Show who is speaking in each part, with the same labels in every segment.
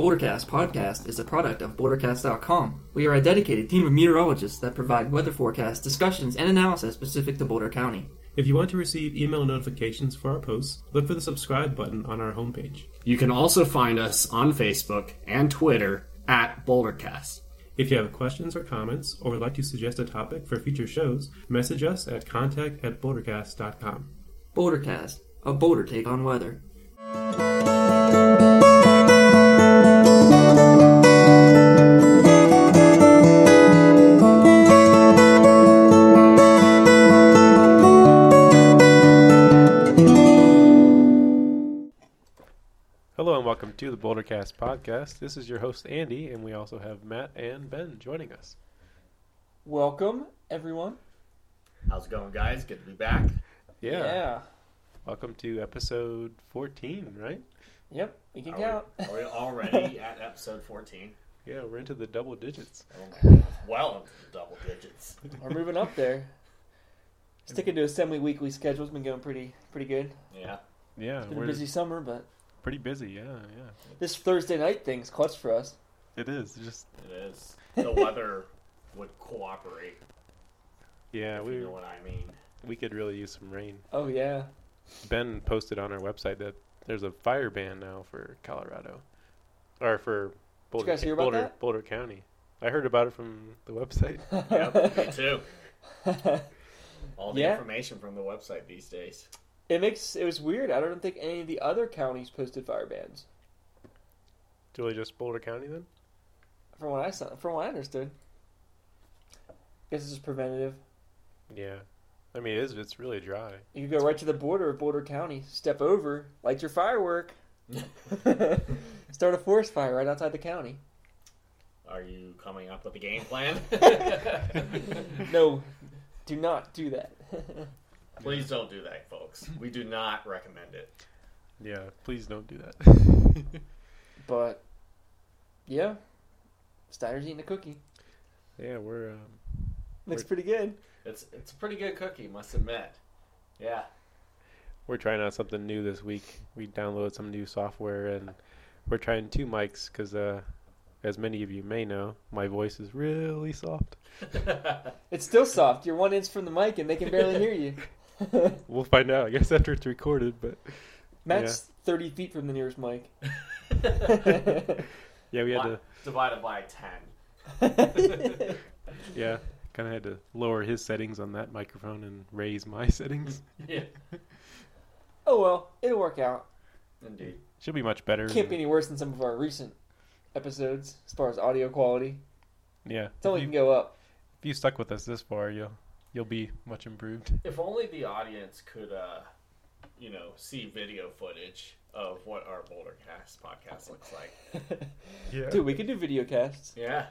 Speaker 1: Bordercast podcast is a product of bordercast.com. We are a dedicated team of meteorologists that provide weather forecasts, discussions, and analysis specific to Boulder County.
Speaker 2: If you want to receive email notifications for our posts, look for the subscribe button on our homepage.
Speaker 3: You can also find us on Facebook and Twitter at BoulderCast.
Speaker 2: If you have questions or comments, or would like to suggest a topic for future shows, message us at contact at bouldercast.com.
Speaker 1: Bouldercast, a Boulder take on weather.
Speaker 2: Hello and welcome to the Bouldercast podcast. This is your host Andy, and we also have Matt and Ben joining us.
Speaker 1: Welcome, everyone.
Speaker 4: How's it going, guys? Good to be back.
Speaker 2: Yeah. Welcome to episode 14, right?
Speaker 1: Yep, we can
Speaker 4: Are we, are we already at episode 14?
Speaker 2: Yeah, we're into the double digits.
Speaker 4: Oh my goodness, well into the double digits.
Speaker 1: We're moving up there. Sticking to assembly weekly schedule's been going pretty pretty good.
Speaker 4: Yeah.
Speaker 2: Yeah,
Speaker 1: It's been
Speaker 2: we're
Speaker 1: a busy summer, but
Speaker 2: pretty busy. Yeah, yeah.
Speaker 1: this Thursday night thing's clutch for us.
Speaker 2: It is just
Speaker 4: It is. The weather would cooperate,
Speaker 2: yeah,
Speaker 4: if you
Speaker 2: we
Speaker 4: know what I mean.
Speaker 2: we could really use some rain.
Speaker 1: Oh yeah.
Speaker 2: Ben posted on our website that there's a fire ban now for Colorado, or for Boulder,
Speaker 1: guys hear about
Speaker 2: Boulder,
Speaker 1: that?
Speaker 2: Boulder County. I heard about it from the website.
Speaker 4: Yep, me too. All the
Speaker 1: Yeah.
Speaker 4: information from the website these days.
Speaker 1: It makes it was weird. I don't think any of the other counties posted fire bans.
Speaker 2: Julie, just Boulder County then?
Speaker 1: From what I saw, from what I understood. Guess it's just preventative.
Speaker 2: Yeah, I mean it is. It's really dry.
Speaker 1: You could go right to the border of Border County, step over, light your firework, start a forest fire right outside the county.
Speaker 4: Are you coming up with a game plan?
Speaker 1: No, do not do that.
Speaker 4: Please don't do that, folks. We do not recommend it.
Speaker 2: Yeah, please don't do that.
Speaker 1: but yeah, Steiner's eating a cookie.
Speaker 2: yeah, we're um,
Speaker 1: Looks pretty good.
Speaker 4: It's it's a pretty good cookie, must admit. Yeah.
Speaker 2: we're trying out something new this week. We downloaded some new software and we're trying two mics because, uh, as many of you may know, my voice is really soft.
Speaker 1: It's still soft. You're one inch from the mic, and they can barely hear you.
Speaker 2: We'll find out, I guess, after it's recorded. But
Speaker 1: Matt's thirty feet from the nearest mic.
Speaker 2: yeah, we had to
Speaker 4: Divided by ten.
Speaker 2: Yeah, kind of had to lower his settings on that microphone and raise my settings.
Speaker 4: Yeah.
Speaker 1: Oh well, it'll work out.
Speaker 4: Indeed.
Speaker 2: Should be much better.
Speaker 1: Can't be any worse than some of our recent episodes as far as audio quality.
Speaker 2: Yeah,
Speaker 1: It's
Speaker 2: if
Speaker 1: only can
Speaker 2: you,
Speaker 1: go up.
Speaker 2: if you stuck with us this far, you'll you'll be much improved.
Speaker 4: If only the audience could, uh, you know, see video footage of what our Bouldercast podcast looks like.
Speaker 2: Yeah,
Speaker 1: Dude, we could do video casts.
Speaker 4: Yeah,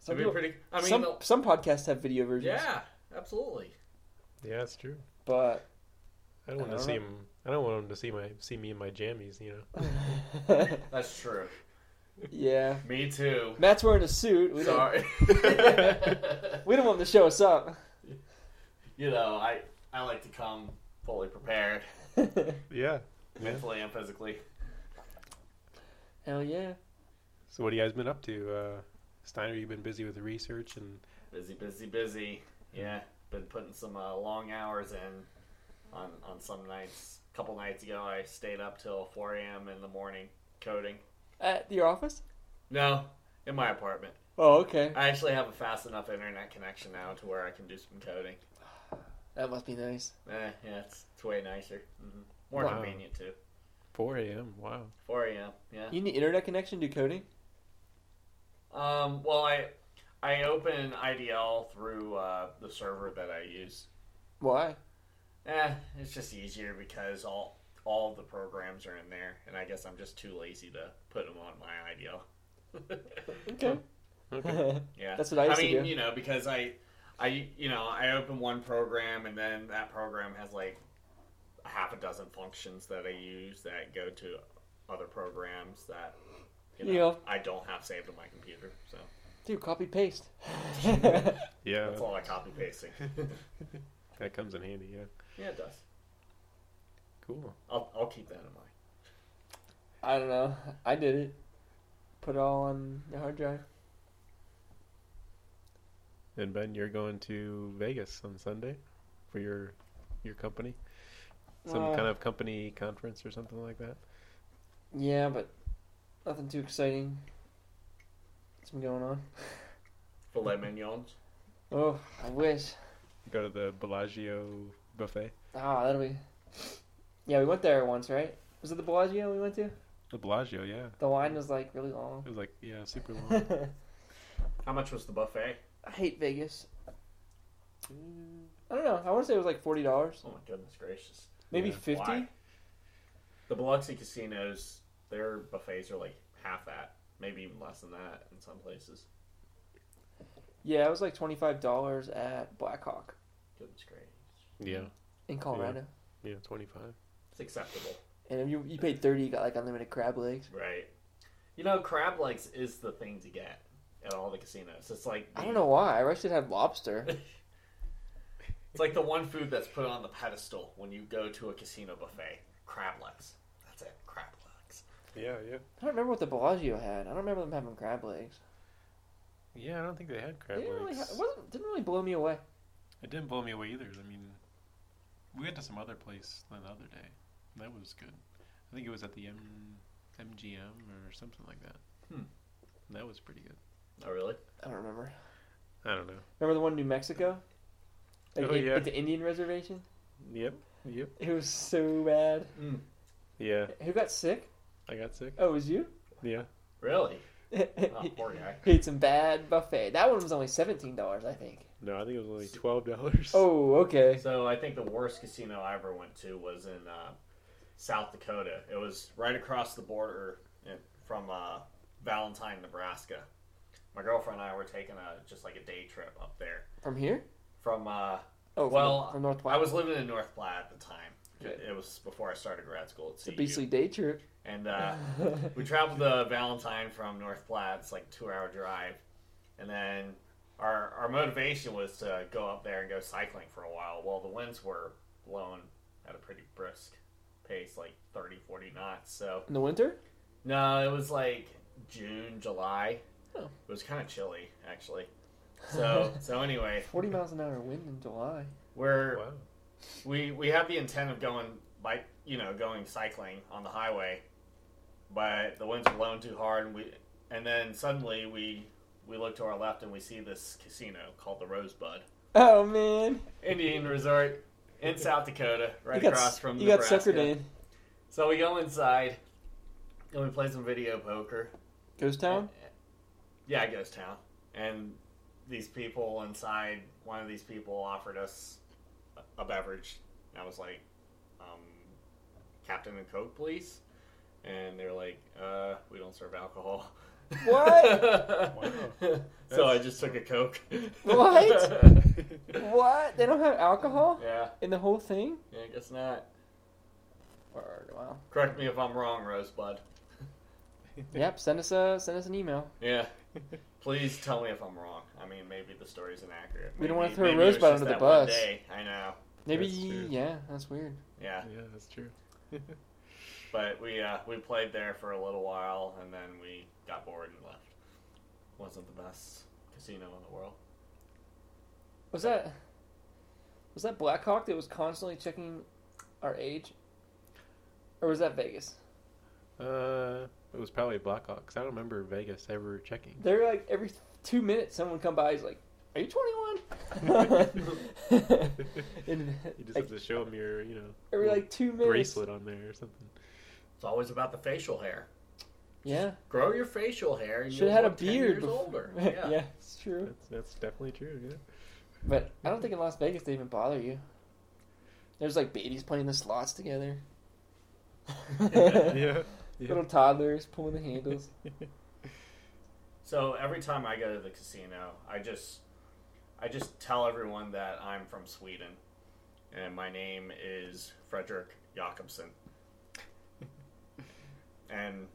Speaker 1: Some,
Speaker 4: it'd be
Speaker 1: people-
Speaker 4: pretty. I mean,
Speaker 1: some,
Speaker 4: the-
Speaker 1: some podcasts have video versions.
Speaker 4: yeah, absolutely.
Speaker 2: yeah, it's true.
Speaker 1: But
Speaker 2: I don't want
Speaker 1: I
Speaker 2: to
Speaker 1: don't
Speaker 2: see
Speaker 1: know.
Speaker 2: him. I don't want him to see my see me in my jammies. You know.
Speaker 4: That's true.
Speaker 1: yeah.
Speaker 4: Me too.
Speaker 1: Matt's wearing a suit. We don't,
Speaker 4: Sorry.
Speaker 1: we don't want him to show us up.
Speaker 4: you know, I I like to come fully prepared,
Speaker 2: Yeah.
Speaker 4: mentally and physically.
Speaker 1: Hell yeah.
Speaker 2: So what have you guys been up to, uh, Steiner? You've been busy with the research and
Speaker 4: Busy, busy, busy. Yeah, been putting some uh, long hours in on on some nights. A couple nights ago, I stayed up till 4 a.m. in the morning coding.
Speaker 1: At your office?
Speaker 4: No, in my apartment.
Speaker 1: Oh, okay.
Speaker 4: I actually have a fast enough internet connection now to where I can do some coding.
Speaker 1: That must be nice.
Speaker 4: Eh, yeah, it's, it's way nicer. hmm More
Speaker 2: Wow.
Speaker 4: convenient too.
Speaker 2: 4 a.m. Wow.
Speaker 4: 4 a.m. Yeah.
Speaker 1: You need internet connection to do coding?
Speaker 4: Um. Well, I I open IDL through uh, the server that I use.
Speaker 1: Why?
Speaker 4: Eh, it's just easier because all all the programs are in there, and I guess I'm just too lazy to put them on my IDL.
Speaker 1: Okay.
Speaker 2: Okay.
Speaker 4: Yeah,
Speaker 1: That's what I used to
Speaker 4: mean,
Speaker 1: do.
Speaker 4: you know, because I, I, you know, I open one program and then that program has like a half a dozen functions that I use that go to other programs that you know
Speaker 1: Yeah.
Speaker 4: I don't have saved on my computer. So
Speaker 1: Dude, copy paste.
Speaker 2: yeah.
Speaker 4: that's all I copy pasting.
Speaker 2: That comes in handy. Yeah.
Speaker 4: yeah, it does.
Speaker 2: Cool.
Speaker 4: I'll I'll keep that in mind.
Speaker 1: I don't know. I did it. put it all on the hard drive.
Speaker 2: And Ben, you're going to Vegas on Sunday for your your company, some
Speaker 1: Uh,
Speaker 2: kind of company conference or something like that.
Speaker 1: Yeah, but nothing too exciting. What's been going on?
Speaker 4: Filet mignons.
Speaker 1: Oh, I wish.
Speaker 2: Go to the Bellagio buffet.
Speaker 1: Ah, that'll be. Yeah, we went there once, right? Was it the Bellagio we went to?
Speaker 2: The Bellagio, yeah.
Speaker 1: The line was like really long.
Speaker 2: It was like yeah, super long.
Speaker 1: I
Speaker 4: How much was the buffet?
Speaker 1: hate Vegas. I don't know. I want to say it was like forty dollars,
Speaker 4: Oh my goodness gracious.
Speaker 1: maybe
Speaker 2: Yeah.
Speaker 1: fifty.
Speaker 4: Why? The Biloxi casinos, their buffets are like half that, maybe even less than that in some places.
Speaker 1: Yeah, it was like twenty five dollars at Blackhawk
Speaker 4: Goodness gracious.
Speaker 2: yeah,
Speaker 1: in Colorado,
Speaker 2: yeah, twenty five.
Speaker 4: It's acceptable.
Speaker 1: and if you you paid thirty, you got like unlimited crab legs.
Speaker 4: Right. You know, crab legs is the thing to get at all the casinos. It's like
Speaker 1: I don't know why. I should have lobster.
Speaker 4: It's like the one food that's put on the pedestal when you go to a casino buffet. Crab legs. That's it. Crab legs.
Speaker 2: Yeah, yeah,
Speaker 1: I don't remember what the Bellagio had. I don't remember them having crab legs.
Speaker 2: yeah. I don't think they had crab
Speaker 1: They didn't really
Speaker 2: legs.
Speaker 1: ha- it wasn't, didn't really blow me away.
Speaker 2: It didn't blow me away either. I mean, we went to some other place the other day. and That was good. I think it was at the M- MGM or something like that.
Speaker 4: Hmm.
Speaker 2: That was pretty good.
Speaker 4: Oh, really?
Speaker 1: I don't remember.
Speaker 2: I don't know.
Speaker 1: Remember the one in New Mexico? Like
Speaker 2: Oh,
Speaker 1: in-
Speaker 2: yeah.
Speaker 1: At the Indian reservation?
Speaker 2: Yep. Yep.
Speaker 1: It was so bad.
Speaker 2: Yeah.
Speaker 1: Who got sick?
Speaker 2: I got sick.
Speaker 1: Oh, it was you?
Speaker 2: Yeah.
Speaker 4: Really? Oh,
Speaker 1: He
Speaker 4: poor guy.
Speaker 1: Ate some bad buffet. That one was only seventeen dollars, I think.
Speaker 2: No, I think it was only twelve dollars.
Speaker 1: Oh, okay.
Speaker 4: So I think the worst casino I ever went to was in uh, South Dakota. It was right across the border in- from uh, Valentine, Nebraska. My girlfriend and I were taking a just like a day trip up there
Speaker 1: From here?
Speaker 4: from. Uh,
Speaker 1: Oh, from-
Speaker 4: well,
Speaker 1: from, North
Speaker 4: I
Speaker 1: Platte.
Speaker 4: was living in North Platte at the time. It,
Speaker 1: Okay.
Speaker 4: it was before I started grad school at
Speaker 1: It's a
Speaker 4: CU.
Speaker 1: beastly day trip.
Speaker 4: And uh, we traveled to Valentine from North Platte. It's like a two-hour drive, and then our our motivation was to go up there and go cycling for a while. Well, the winds were blowing at a pretty brisk pace, like 30, 40 knots. So
Speaker 1: In the winter?
Speaker 4: no, it was like June, July.
Speaker 1: Oh.
Speaker 4: It was kind of chilly actually. So so anyway,
Speaker 1: Forty miles an hour wind in July.
Speaker 4: we're
Speaker 2: wow.
Speaker 4: we we have the intent of going bike, you know, going cycling on the highway, but the winds were blowing too hard, and we and then suddenly we we look to our left and we see this casino called the Rosebud
Speaker 1: Oh man.
Speaker 4: Indian Resort in South Dakota, right
Speaker 1: you got,
Speaker 4: across
Speaker 1: s-
Speaker 4: from
Speaker 1: you got
Speaker 4: Nebraska.
Speaker 1: suckered in.
Speaker 4: So we go inside and we play some video poker.
Speaker 1: Ghost Town?
Speaker 4: uh, Yeah, Ghost Town. And these people inside, one of these people offered us a beverage. And I was like, um, Captain and Coke, please. And they were like, uh, we don't serve alcohol.
Speaker 1: What?
Speaker 4: so I just took a Coke.
Speaker 1: What? What? They don't have alcohol
Speaker 4: yeah,
Speaker 1: in the whole thing?
Speaker 4: yeah, I guess not.
Speaker 1: Or, wow.
Speaker 4: Correct me if I'm wrong, Rosebud.
Speaker 1: Yep, send us a send us an email.
Speaker 4: Yeah. Please tell me if I'm wrong. I mean, maybe the story's inaccurate.
Speaker 1: We don't
Speaker 4: Maybe-
Speaker 1: wanna throw
Speaker 4: maybe it was
Speaker 1: Rosebud
Speaker 4: just
Speaker 1: under the
Speaker 4: that one
Speaker 1: bus.
Speaker 4: day. I know.
Speaker 1: Maybe
Speaker 2: That's true.
Speaker 1: yeah, that's weird.
Speaker 4: Yeah.
Speaker 2: Yeah, that's true.
Speaker 4: But we uh, we played there for a little while, and then we got bored and left. Wasn't the best casino in the world.
Speaker 1: Was that was that Blackhawk that was constantly checking our age, or was that Vegas?
Speaker 2: Uh, it was probably Blackhawk because I don't remember Vegas ever checking.
Speaker 1: They're like every two minutes someone come by. He's like, "Are you 21?" and
Speaker 2: You just
Speaker 1: like,
Speaker 2: have to show them your, you know,
Speaker 1: every like two minutes,
Speaker 2: bracelet on there or something.
Speaker 4: It's always about the facial hair.
Speaker 1: yeah,
Speaker 4: Grow your facial hair. And
Speaker 1: should
Speaker 4: you'll
Speaker 1: have had a
Speaker 4: look 10
Speaker 1: beard.
Speaker 4: Years
Speaker 1: before-
Speaker 4: older. Yeah.
Speaker 1: yeah, it's true.
Speaker 2: That's that's definitely true. Yeah.
Speaker 1: But I don't think in Las Vegas they even bother you. There's like babies playing the slots together.
Speaker 2: yeah.
Speaker 1: Little toddlers pulling the handles.
Speaker 4: So every time I go to the casino, I just I just tell everyone that I'm from Sweden, and my name is Frederick Jakobsen. and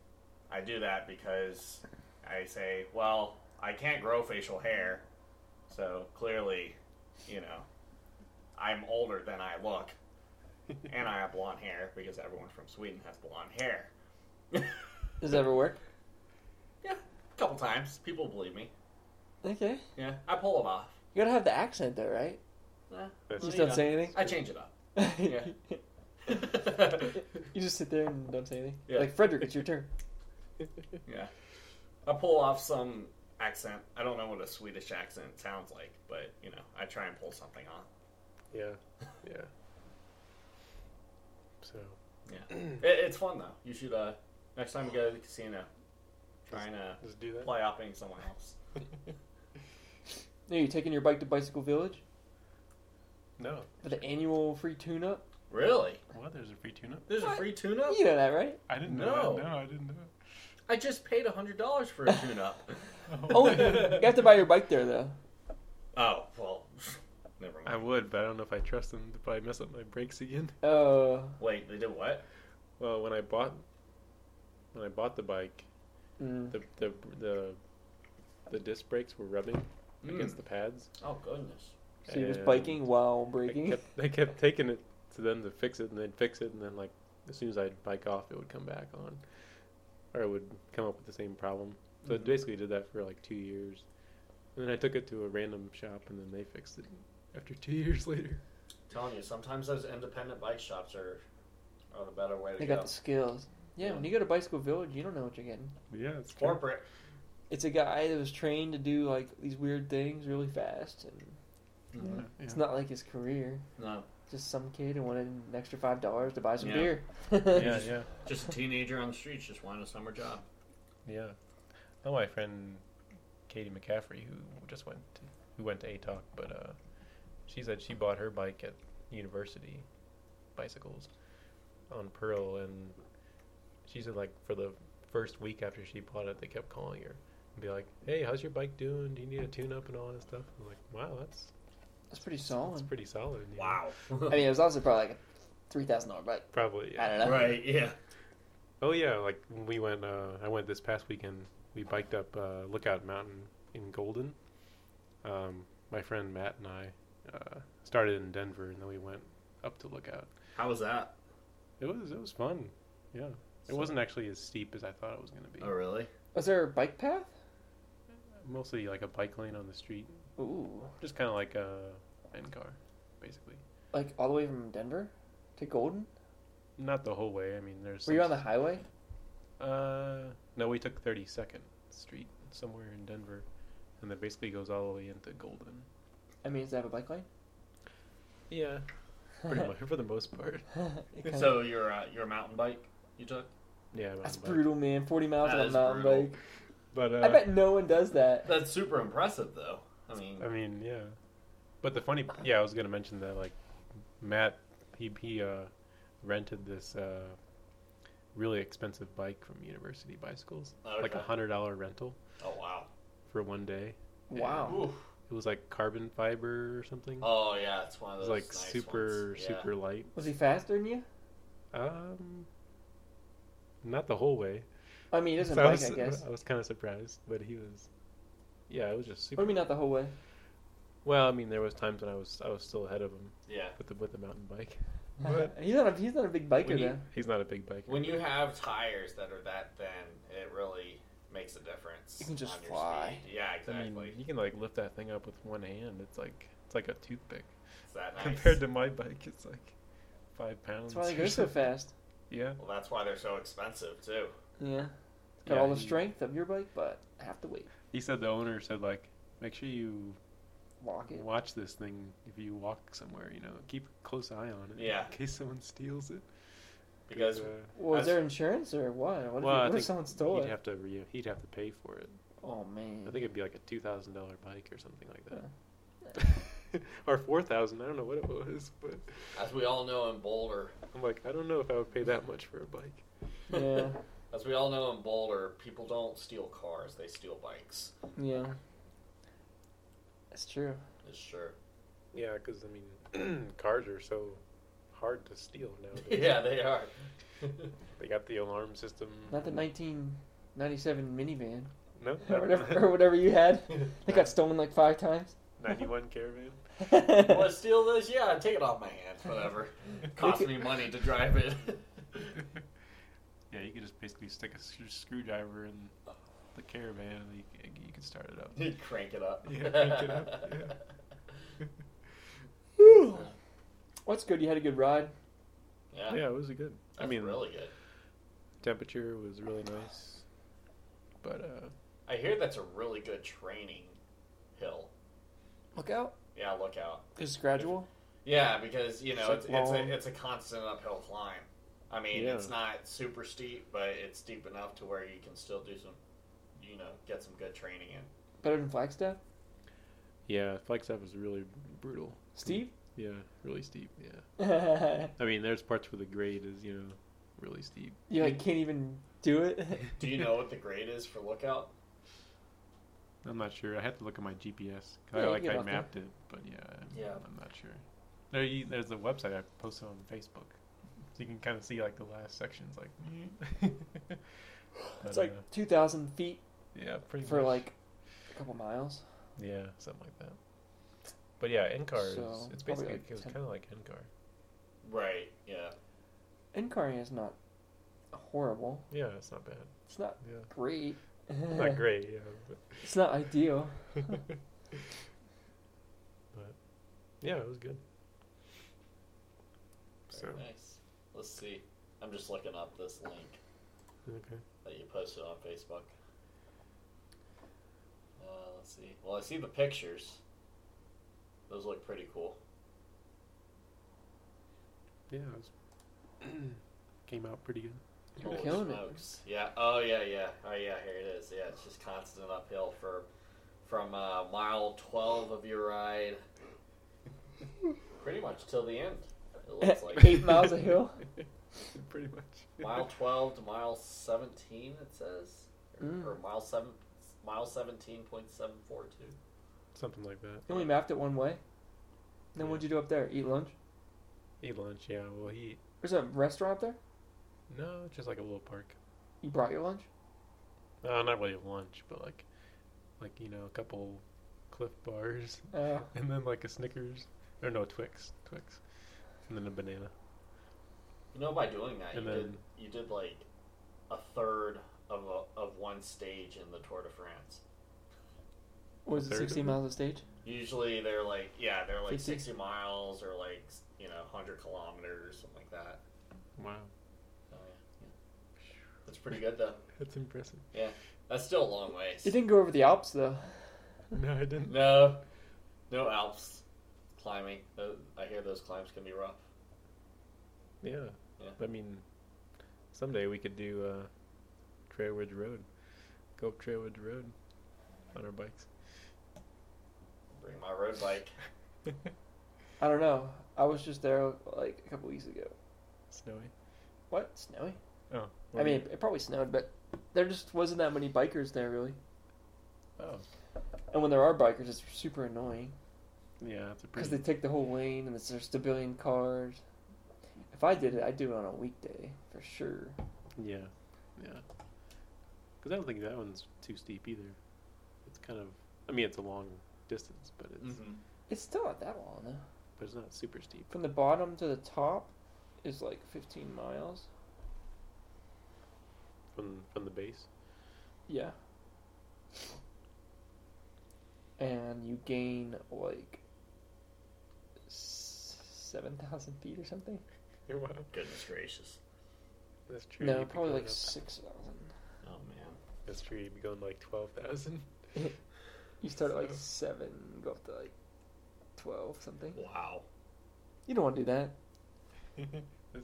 Speaker 4: I do that because I say, well, I can't grow facial hair, so clearly, you know, I'm older than I look, and I have blonde hair because everyone from Sweden has blonde hair.
Speaker 1: Does that ever work?
Speaker 4: Yeah, times. People believe me.
Speaker 1: Okay.
Speaker 4: Yeah, I pull them off.
Speaker 1: You gotta have the accent though, right?
Speaker 4: Eh,
Speaker 2: That's-
Speaker 4: you
Speaker 1: Just don't
Speaker 4: know,
Speaker 1: say anything?
Speaker 4: I change it up. Yeah.
Speaker 1: you just sit there and don't say anything.
Speaker 4: Yeah.
Speaker 1: Like Frederick, it's your turn.
Speaker 4: yeah, I pull off some accent. I don't know what a Swedish accent sounds like, but you know, I try and pull something off.
Speaker 2: Yeah, yeah. So
Speaker 4: Yeah, it, it's fun though. You should uh, next time you go to the casino, try and uh,
Speaker 2: just do that.
Speaker 4: play off being someone else.
Speaker 1: Are you taking your bike to Bicycle Village
Speaker 2: No,
Speaker 1: for the annual free tune-up?
Speaker 4: Really?
Speaker 2: what? There's a free tune-up.
Speaker 4: There's a
Speaker 1: What?
Speaker 4: free tune-up.
Speaker 1: You know that, right?
Speaker 2: I didn't
Speaker 4: No.
Speaker 2: know. That. No, I didn't know. it.
Speaker 4: I just paid hundred dollars for a tune-up.
Speaker 1: Oh, you have to buy your bike there though.
Speaker 4: oh well, never
Speaker 2: I
Speaker 4: mind.
Speaker 2: would, but I don't know if I trust them to probably mess up my brakes again.
Speaker 1: Oh,
Speaker 4: Wait, they did what?
Speaker 2: Well, when I bought when I bought the bike,
Speaker 1: mm.
Speaker 2: the the the the disc brakes were rubbing against
Speaker 4: Mm.
Speaker 2: the pads.
Speaker 4: Oh goodness.
Speaker 1: Hmm. so you're just
Speaker 2: and
Speaker 1: biking while
Speaker 2: I
Speaker 1: braking.
Speaker 2: kept, I kept taking it to them to fix it, and they'd fix it, and then like as soon as I'd bike off, it would come back on, or it would come up with the same problem. So
Speaker 1: Hmm.
Speaker 4: Mhm.
Speaker 2: it basically did that for like two years, and then I took it to a random shop, and then they fixed it after two years later.
Speaker 4: telling you, sometimes those independent bike shops are are the better way to
Speaker 1: They
Speaker 4: go.
Speaker 1: got the skills. Yeah, when you go to Bicycle Village, you don't know what you're getting.
Speaker 2: Yeah, it's true.
Speaker 4: Corporate.
Speaker 1: It's a guy that was trained to do like these weird things really fast, and
Speaker 2: Yeah,
Speaker 1: it's
Speaker 2: yeah.
Speaker 1: not like his career.
Speaker 4: Mm-hmm. No,
Speaker 1: Just some kid who wanted an extra five dollars to buy some
Speaker 4: Yeah.
Speaker 1: beer.
Speaker 2: yeah, yeah,
Speaker 4: just a teenager on the streets just wanting a summer job.
Speaker 2: yeah. I know my friend Katie McCaffrey, who just went to, who went to ATOC, but uh, she said she bought her bike at university, bicycles, on Pearl, and she said like for the first week after she bought it, they kept calling her and be like, "Hey, how's your bike doing? Do you need a tune up and all that stuff?" I'm like, "Wow, that's
Speaker 1: That's pretty
Speaker 2: that's
Speaker 1: solid.
Speaker 2: pretty solid." you know?
Speaker 1: I mean, it was also probably like a three thousand dollar bike.
Speaker 2: Probably. Yeah.
Speaker 1: I don't know.
Speaker 4: right? Yeah.
Speaker 2: Oh yeah, like when we went. Uh, I went this past weekend. We biked up uh, Lookout Mountain in Golden. Um, my friend Matt and I uh, started in Denver, and then we went up to Lookout.
Speaker 4: How was that?
Speaker 2: It was it was fun. Yeah, it
Speaker 4: So-
Speaker 2: wasn't actually as steep as I thought it was going to be.
Speaker 4: Oh, really?
Speaker 1: Was there a bike path?
Speaker 2: Mostly like a bike lane on the street,
Speaker 1: Ooh,
Speaker 2: just kind of like a N car, basically.
Speaker 1: like all the way from Denver to Golden.
Speaker 2: Not the whole way. I mean, there's.
Speaker 1: Were you on
Speaker 2: some-
Speaker 1: the highway?
Speaker 2: Uh, no, we took 32nd Street somewhere in Denver, and that basically goes all the way into Golden.
Speaker 1: I mean, does it have a bike lane?
Speaker 2: Yeah, pretty much for the most part.
Speaker 1: It kinda-
Speaker 4: So your uh, your mountain bike you took?
Speaker 2: Yeah, mountain
Speaker 1: that's
Speaker 2: bike.
Speaker 1: brutal, man. Forty miles
Speaker 4: That
Speaker 1: on a
Speaker 4: is
Speaker 1: mountain
Speaker 4: brutal.
Speaker 1: bike.
Speaker 2: But uh,
Speaker 1: I bet no one does that.
Speaker 4: That's super impressive, though. I mean,
Speaker 2: I mean, yeah. But the funny, yeah, I was gonna mention that like Matt, he he uh, rented this uh, really expensive bike from University Bicycles, like a
Speaker 4: Okay.
Speaker 2: hundred dollar rental
Speaker 4: oh wow.
Speaker 2: for one day.
Speaker 1: Wow.
Speaker 4: Oof.
Speaker 2: It was like carbon fiber or something.
Speaker 4: Oh yeah, it's one
Speaker 2: it
Speaker 4: of
Speaker 2: was
Speaker 4: those
Speaker 2: like
Speaker 4: nice
Speaker 2: super
Speaker 4: ones. Yeah.
Speaker 2: super light.
Speaker 1: Was he faster than you?
Speaker 2: Um, not the whole way.
Speaker 1: I mean, he doesn't
Speaker 2: So I
Speaker 1: bike,
Speaker 2: was,
Speaker 1: I guess.
Speaker 2: kind of surprised, but he was. Yeah, it was
Speaker 1: What
Speaker 2: just
Speaker 1: do
Speaker 2: super.
Speaker 1: you mean not the whole way?
Speaker 2: Well, I mean, there was times when I was I was still ahead of him
Speaker 4: Yeah.
Speaker 2: with the with the mountain bike. But
Speaker 1: he's not a he's not a big biker
Speaker 4: When you-
Speaker 1: though.
Speaker 2: he's not a big biker.
Speaker 4: When you have tires that are that thin, it really makes a difference.
Speaker 1: You can just
Speaker 4: on your
Speaker 1: fly.
Speaker 4: speed. Yeah,
Speaker 2: I mean,
Speaker 4: exactly.
Speaker 2: you can like lift that thing up with one hand. It's like it's like a toothpick
Speaker 4: It's that nice.
Speaker 2: compared to my bike. It's like five pounds.
Speaker 1: That's why they
Speaker 2: or
Speaker 1: go so
Speaker 2: something.
Speaker 1: fast.
Speaker 2: Yeah,
Speaker 4: Well, that's why they're so expensive too.
Speaker 1: Yeah. Got
Speaker 2: Yeah,
Speaker 1: all the
Speaker 2: he-
Speaker 1: strength of your bike, but half the weight.
Speaker 2: he said the owner said like, make sure you
Speaker 1: Lock it.
Speaker 2: watch this thing if you walk somewhere. You know, keep a close eye on it.
Speaker 4: Yeah.
Speaker 2: in case someone steals it.
Speaker 4: Because
Speaker 2: uh,
Speaker 1: Well, is
Speaker 4: That's-
Speaker 1: there insurance or what? What if,
Speaker 2: well, I
Speaker 1: what if
Speaker 2: think
Speaker 1: someone stole
Speaker 2: he'd
Speaker 1: it?
Speaker 2: have to re- he'd have to pay for it.
Speaker 1: Oh man.
Speaker 2: I think it'd be like a two thousand dollar bike or something like that.
Speaker 1: Huh.
Speaker 2: or four thousand, I don't know what it was, but
Speaker 4: As we all know in Boulder,
Speaker 2: I'm like, I don't know if I would pay that much for a bike.
Speaker 1: Yeah.
Speaker 4: as we all know in Boulder, people don't steal cars; they steal bikes.
Speaker 1: Yeah. That's true.
Speaker 4: It's sure.
Speaker 2: Yeah, because I mean, cars are so hard to steal nowadays.
Speaker 4: yeah, they are.
Speaker 2: they got the alarm system.
Speaker 1: Not the 1997 minivan
Speaker 2: No,
Speaker 1: or whatever, or whatever you had. It got stolen like five times.
Speaker 2: ninety-one caravan.
Speaker 4: Want to steal this? Yeah, take it off my hands. Whatever. Cost me money to drive it.
Speaker 2: yeah, you could just basically stick a sc- screwdriver in the caravan and you, you can start it up.
Speaker 4: You crank it up.
Speaker 2: Yeah, crank it up. Yeah.
Speaker 1: What's good? You had a good ride.
Speaker 4: Yeah.
Speaker 2: Yeah, it was good. I
Speaker 4: That's
Speaker 2: mean,
Speaker 4: really good.
Speaker 2: temperature was really nice, but uh,
Speaker 4: I hear that's a really good training hill.
Speaker 1: Look out!
Speaker 4: Yeah, look out.
Speaker 1: It's gradual.
Speaker 4: Yeah, because you know it's,
Speaker 1: It's
Speaker 4: it's
Speaker 1: long.
Speaker 4: a it's a constant uphill climb. I mean,
Speaker 2: Yeah.
Speaker 4: it's not super steep, but it's steep enough to where you can still do some, you know, get some good training in.
Speaker 1: Better than Flagstaff.
Speaker 2: yeah, Flagstaff was really brutal.
Speaker 1: Steve.
Speaker 2: Yeah, really steep. Yeah,
Speaker 1: you
Speaker 2: I mean, there's parts where the grade is you know really steep.
Speaker 1: like can't even do it.
Speaker 4: Do you know what the grade is for lookout?
Speaker 2: I'm not sure. I had to look at my GPS. 'cause
Speaker 1: Yeah, you
Speaker 2: I like
Speaker 1: get
Speaker 2: I
Speaker 1: off there.
Speaker 2: mapped it, but yeah, I'm,
Speaker 4: Yeah.
Speaker 2: I'm not sure. There, you, there's a website I posted on Facebook, so you can kind of see like the last sections, like.
Speaker 1: It's
Speaker 2: But,
Speaker 1: like
Speaker 2: uh,
Speaker 1: two thousand feet
Speaker 2: yeah, pretty
Speaker 1: for
Speaker 2: much.
Speaker 1: like a couple miles.
Speaker 2: yeah, something like that. But yeah, NCAR
Speaker 1: So,
Speaker 2: is it's
Speaker 1: probably,
Speaker 2: basically
Speaker 1: like,
Speaker 2: it's
Speaker 1: 10.
Speaker 2: kind of like NCAR.
Speaker 4: Right. Yeah.
Speaker 1: Incarnate is not horrible.
Speaker 2: Yeah, it's not bad.
Speaker 1: It's not
Speaker 2: Yeah,
Speaker 1: great.
Speaker 2: It's not great. Yeah, but
Speaker 1: It's not ideal.
Speaker 2: yeah, it was good. So
Speaker 4: Very nice. Let's see. I'm just looking up this link
Speaker 2: okay,
Speaker 4: that you posted on Facebook. Uh, let's see. Well, I see the pictures. Those look pretty cool.
Speaker 2: yeah, it was came out pretty good.
Speaker 1: You're
Speaker 4: Holy
Speaker 1: killing it.
Speaker 4: smokes. Yeah. Oh yeah, yeah. Oh yeah, here it is. Yeah, it's just constant uphill for from uh, mile twelve of your ride. Pretty much till the end. It looks like
Speaker 1: Eight miles a hill.
Speaker 2: pretty much.
Speaker 4: mile twelve to mile seventeen it says. Or,
Speaker 1: Mm.
Speaker 4: or mile seven mile seventeen point seven four two.
Speaker 2: Something like that.
Speaker 1: You only mapped it one way. Then what'd you do up there? Eat lunch?
Speaker 2: Eat lunch, yeah. Well, he
Speaker 1: There's a restaurant up there.
Speaker 2: no, just like a little park.
Speaker 1: You brought your lunch.
Speaker 2: Uh, not really lunch, but like, like you know, a couple Cliff bars,
Speaker 1: Uh,
Speaker 2: and then like a Snickers or no Twix, Twix, and then a banana.
Speaker 4: You know by doing that
Speaker 2: And
Speaker 4: you did
Speaker 2: then-
Speaker 4: you did like a third of a, of one stage in the Tour de France.
Speaker 1: was it
Speaker 2: Third of
Speaker 1: 16
Speaker 2: it?
Speaker 1: miles of stage?
Speaker 4: Usually they're like yeah, they're like
Speaker 1: 50?
Speaker 4: sixty miles or like s- you know hundred kilometers something like that.
Speaker 2: Wow,
Speaker 4: So, yeah. That's pretty good though.
Speaker 2: that's impressive.
Speaker 4: That's still a long ways.
Speaker 1: You didn't go over the Alps though.
Speaker 2: No, I didn't.
Speaker 4: No, no Alps climbing. Tho- I hear those climbs can be rough.
Speaker 2: Yeah,
Speaker 4: Yeah.
Speaker 2: I mean, someday we could do uh, Trail Ridge Road, go up Trail Ridge Road on our bikes.
Speaker 4: Bring my road bike.
Speaker 1: I don't know. I was just there like a couple weeks ago.
Speaker 2: Snowy.
Speaker 1: What? Snowy?
Speaker 2: Oh,
Speaker 1: I mean, it probably snowed, but there just wasn't that many bikers there really.
Speaker 2: oh,
Speaker 1: And when there are bikers, it's super annoying.
Speaker 2: yeah, that's a
Speaker 1: Because
Speaker 2: pretty.
Speaker 1: they take the whole lane and it's just a billion cars. If I did it, I'd do it on a weekday for sure.
Speaker 2: Yeah, yeah. Because I don't think that one's too steep either. It's kind of, I mean, it's a long distance, but it's
Speaker 1: Mm-hmm.
Speaker 4: Mm-hmm.
Speaker 1: It's still not that long though.
Speaker 2: but it's not super steep.
Speaker 1: From the bottom to the top is like 15 miles.
Speaker 2: From from the base,
Speaker 1: Yeah. And you gain like s- 7,000 feet or something?
Speaker 2: wow,
Speaker 4: Goodness gracious.
Speaker 2: that's true.
Speaker 1: No,
Speaker 2: you'd be
Speaker 1: probably
Speaker 2: going
Speaker 1: like
Speaker 2: up-
Speaker 1: 6,000.
Speaker 4: Oh man.
Speaker 2: that's true. You'd be going like twelve thousand.
Speaker 1: You start at like
Speaker 2: So-
Speaker 1: 7, go up to like 12 something.
Speaker 4: Wow.
Speaker 1: You don't want to do that.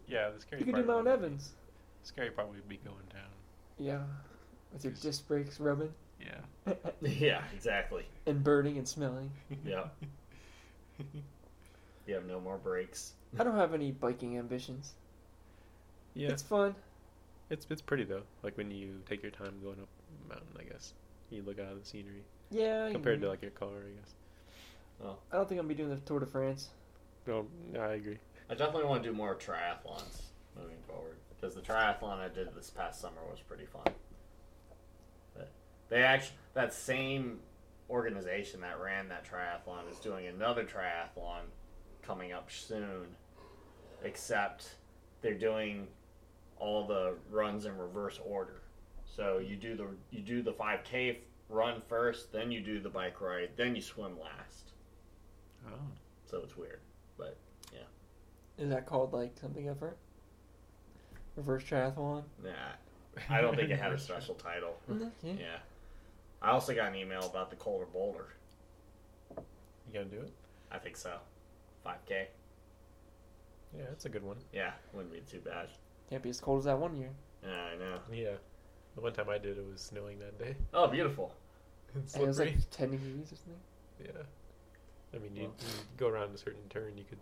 Speaker 2: yeah, the scary.
Speaker 1: You could
Speaker 2: part
Speaker 1: do Mount
Speaker 2: would-
Speaker 1: Evans.
Speaker 2: The scary part would be going down.
Speaker 1: Yeah. With your
Speaker 2: Just-
Speaker 1: disc brakes rubbing
Speaker 2: Yeah.
Speaker 4: Yeah, exactly.
Speaker 1: and burning and smelling.
Speaker 4: Yeah. You have no more brakes.
Speaker 1: I don't have any biking ambitions.
Speaker 2: Yeah,
Speaker 1: It's fun.
Speaker 2: it's it's pretty though. Like when you take your time going up a mountain, I guess you look out at the scenery
Speaker 1: Yeah. you
Speaker 2: compared to
Speaker 1: know.
Speaker 2: like your car. I guess.
Speaker 1: I don't think I'm gonna be doing the Tour de France.
Speaker 2: No, I agree.
Speaker 4: I definitely want to do more triathlons moving forward because the triathlon I did this past summer was pretty fun. But they actually that same organization that ran that triathlon is doing another triathlon coming up soon, except they're doing all the runs in reverse order. So you do the you do the 5K f- run first, then you do the bike ride, then you swim last.
Speaker 2: Oh.
Speaker 4: So it's weird, but
Speaker 1: Is that called like something different? Reverse triathlon?
Speaker 4: nah, I don't think it had a special title.
Speaker 1: Yeah.
Speaker 4: Yeah. I also got an email about the Colder Boulder.
Speaker 2: You gonna do it?
Speaker 4: I think so. 5K.
Speaker 2: Yeah, that's a good one.
Speaker 4: Yeah, wouldn't be too bad.
Speaker 1: Can't be as cold as that one year.
Speaker 4: Yeah, I know.
Speaker 2: Yeah. The one time I did it was snowing that day.
Speaker 4: Oh, beautiful.
Speaker 2: It's
Speaker 1: And it was
Speaker 2: slippery.
Speaker 1: like 10 degrees or something.
Speaker 2: Yeah. I mean, you,
Speaker 4: Well.
Speaker 2: you go around a certain turn, you could.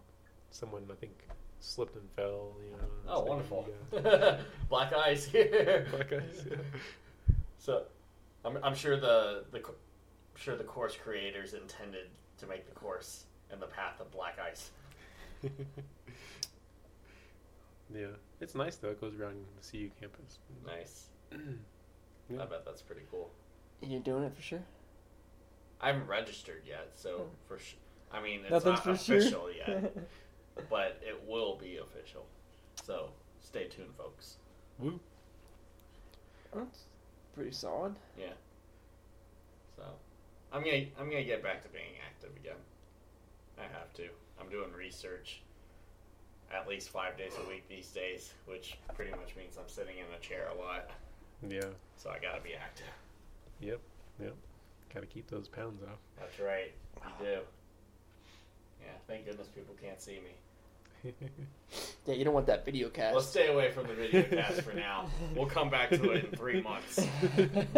Speaker 2: Someone, I think, slipped and fell. You know. and
Speaker 4: Oh,
Speaker 2: so
Speaker 4: wonderful.
Speaker 2: you, uh,
Speaker 4: Black eyes here.
Speaker 2: Black ice, yeah.
Speaker 4: So, I'm, I'm sure the the co- I'm sure the course creators intended to make the course and the path of black ice.
Speaker 2: yeah. It's nice, though. It goes around the CU campus.
Speaker 4: Nice.
Speaker 2: Yeah.
Speaker 4: I bet that's pretty cool.
Speaker 1: And you're doing it for sure?
Speaker 4: I haven't registered yet, so for sh- I mean, it's
Speaker 1: Nothing's
Speaker 4: not
Speaker 1: for sure.
Speaker 4: official yet, but it will be official. So stay tuned, folks.
Speaker 2: Woo.
Speaker 1: That's pretty solid.
Speaker 4: So I'm gonna I'm gonna get back to being active again. I have to. I'm doing research at least five days a week these days, which pretty much means I'm sitting in a chair a lot.
Speaker 2: Yeah.
Speaker 4: So I gotta be active.
Speaker 2: Gotta keep those pounds off.
Speaker 4: That's right. You do. Yeah, thank goodness people can't see me.
Speaker 1: Yeah, you don't want that video cast.
Speaker 4: Let's stay away from the video cast for now. We'll come back to it in three months.
Speaker 1: Yep,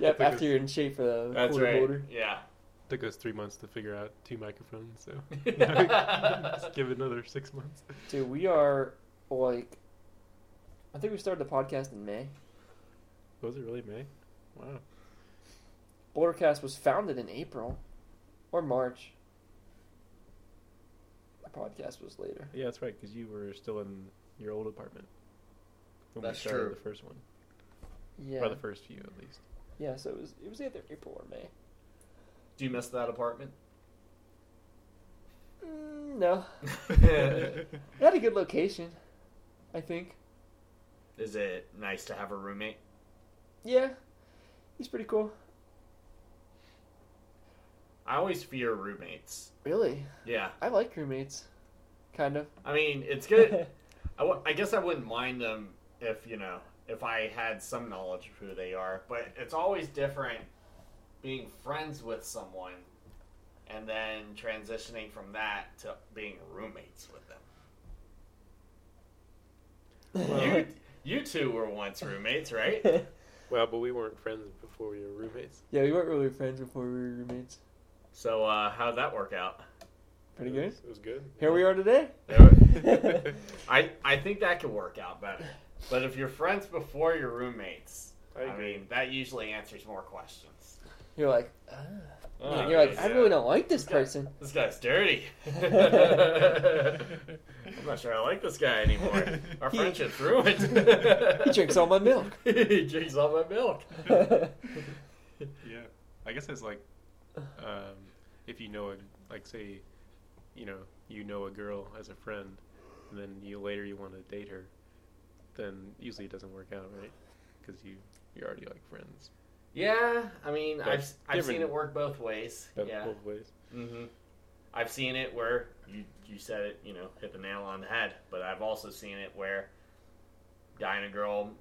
Speaker 2: Took us-
Speaker 1: after you're in shape for the
Speaker 4: That's
Speaker 1: quarter
Speaker 4: right.
Speaker 1: border.
Speaker 4: Yeah.
Speaker 2: Took us three months to figure out two microphones, so Just give it another six months.
Speaker 1: Dude, we are like. I think we started the podcast in May.
Speaker 2: Was it really May? Wow.
Speaker 1: Bordercast was founded in April or March. The podcast was later.
Speaker 2: Yeah, that's right, because you were still in your old apartment when
Speaker 4: That's
Speaker 2: we started
Speaker 4: true.
Speaker 2: the first one,
Speaker 1: Yeah.
Speaker 2: or the first few at least.
Speaker 1: Yeah, so it was it was either April or May.
Speaker 4: Do you miss that apartment?
Speaker 1: Mm, no. It had a good location, I think.
Speaker 4: Is it nice to have a roommate?
Speaker 1: Yeah. He's pretty cool.
Speaker 4: I always fear roommates.
Speaker 1: Really?
Speaker 4: Yeah.
Speaker 1: I like roommates. Kind of.
Speaker 4: I mean, it's good. I, w- I guess I wouldn't mind them if, you know, if I had some knowledge of who they are, but it's always different being friends with someone and then transitioning from that to being roommates with them. You, you two were once roommates, right?
Speaker 2: Well, but we weren't friends before we were roommates.
Speaker 1: Yeah, we weren't really friends before we were roommates.
Speaker 4: So, uh, how'd that work out?
Speaker 1: Pretty
Speaker 2: It
Speaker 1: good.
Speaker 2: was, it was good.
Speaker 1: Here we are today.
Speaker 4: I, I think that could work out better. But if you're friends before you're roommates,
Speaker 2: I
Speaker 4: I
Speaker 2: agree.
Speaker 4: mean, that usually answers more questions.
Speaker 1: You're like, ah.
Speaker 4: Oh,
Speaker 1: you're like,
Speaker 4: yeah.
Speaker 1: I really don't like this person.
Speaker 4: This guy's dirty. I'm not sure I like this guy anymore. Our
Speaker 1: He-
Speaker 4: friendship's ruined.
Speaker 1: He drinks all my milk.
Speaker 4: he drinks all my milk.
Speaker 2: Yeah, I guess it's like, um, if you know, a, like, say, you know, you know a girl as a friend, and then you later you want to date her, then usually it doesn't work out, right? Because you you're already like friends,
Speaker 4: Yeah, I mean,
Speaker 2: But
Speaker 4: I've I've seen
Speaker 2: different-
Speaker 4: it work both ways.
Speaker 2: both,
Speaker 4: yeah,
Speaker 2: both ways.
Speaker 4: hmm I've seen it where you you said it, you know, hit the nail on the head. But I've also seen it where guy and a girl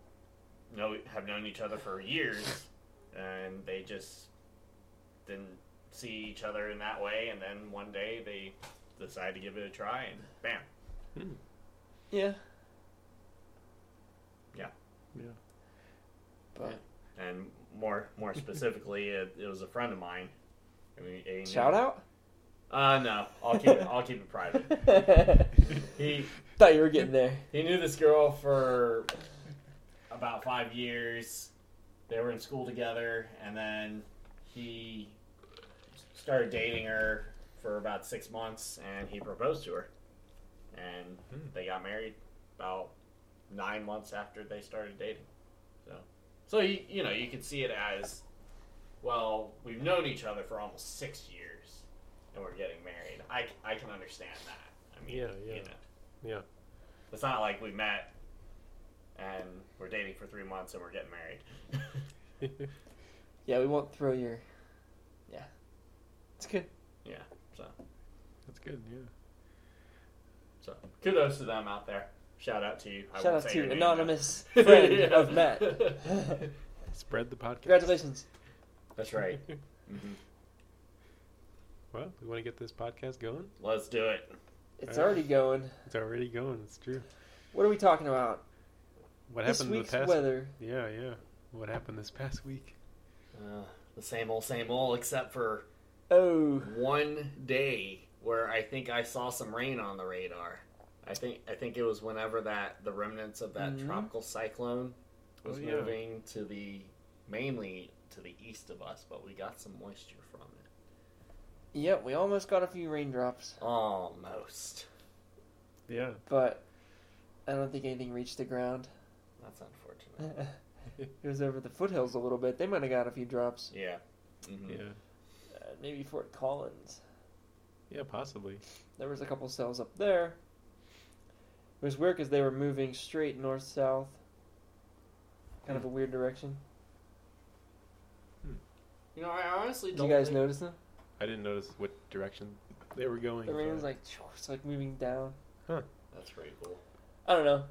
Speaker 4: know have known each other for years, and they just didn't see each other in that way. And then one day they decide to give it a try, and bam,
Speaker 1: Yeah.
Speaker 2: Yeah.
Speaker 1: But
Speaker 4: and more more specifically, it, it was a friend of mine. I mean, he knew-
Speaker 1: shout out.
Speaker 4: Uh, no, I'll keep it. I'll keep it private. He
Speaker 1: Thought you were getting there.
Speaker 4: He knew this girl for about five years. They were in school together, and then he started dating her for about six months, and he proposed to her. And
Speaker 2: Hmm.
Speaker 4: they got married about nine months after they started dating. So, so you, you know, you could see it as well, we've known each other for almost six years, and we're getting married. I, I can understand that. I mean,
Speaker 2: Yeah, yeah.
Speaker 4: you know.
Speaker 2: Yeah.
Speaker 4: It's not like we met and we're dating for three months and we're getting married.
Speaker 1: Yeah, we won't throw your. Yeah, it's good.
Speaker 4: yeah, so
Speaker 2: That's good. Yeah.
Speaker 4: so kudos to them out there. Shout out to you. I
Speaker 1: Shout
Speaker 4: won't
Speaker 1: out
Speaker 4: say
Speaker 1: to
Speaker 4: your name,
Speaker 1: anonymous
Speaker 4: though.
Speaker 1: friend
Speaker 4: Yeah.
Speaker 1: of Matt.
Speaker 2: Spread the podcast.
Speaker 1: Congratulations.
Speaker 4: That's right. hmm
Speaker 2: Well, we want to get this podcast going.
Speaker 4: Let's do it.
Speaker 1: It's
Speaker 2: Yeah.
Speaker 1: already going.
Speaker 2: It's already going. It's true.
Speaker 1: What are we talking about?
Speaker 2: What
Speaker 1: this
Speaker 2: happened
Speaker 1: week's
Speaker 2: the past?
Speaker 1: weather.
Speaker 2: Yeah, yeah. What happened this past week?
Speaker 4: Uh, the same old, same old, except for
Speaker 1: Oh,
Speaker 4: one day where I think I saw some rain on the radar. I think I think it was whenever that the remnants of that
Speaker 1: Mhm.
Speaker 4: tropical cyclone was
Speaker 2: Oh, yeah.
Speaker 4: moving to the mainly to the east of us, but we got some moisture from it.
Speaker 1: yep. We almost got a few raindrops,
Speaker 4: Almost.
Speaker 2: Yeah.
Speaker 1: but I don't think anything reached the ground.
Speaker 4: That's unfortunate.
Speaker 1: it was over the foothills a little bit. They might have got a few drops.
Speaker 4: Yeah. hmm
Speaker 2: Yeah.
Speaker 1: Uh, maybe Fort Collins.
Speaker 2: Yeah, possibly.
Speaker 1: There was a couple cells up there. It was weird because they were moving straight north south, kind of a weird direction.
Speaker 4: You know, I honestly
Speaker 1: Did
Speaker 4: don't.
Speaker 1: you guys
Speaker 4: think-
Speaker 1: notice them?
Speaker 2: I didn't notice what direction they were going.
Speaker 1: The rain was
Speaker 2: but-
Speaker 1: like phew, it's like moving down.
Speaker 4: That's pretty cool.
Speaker 1: I don't know.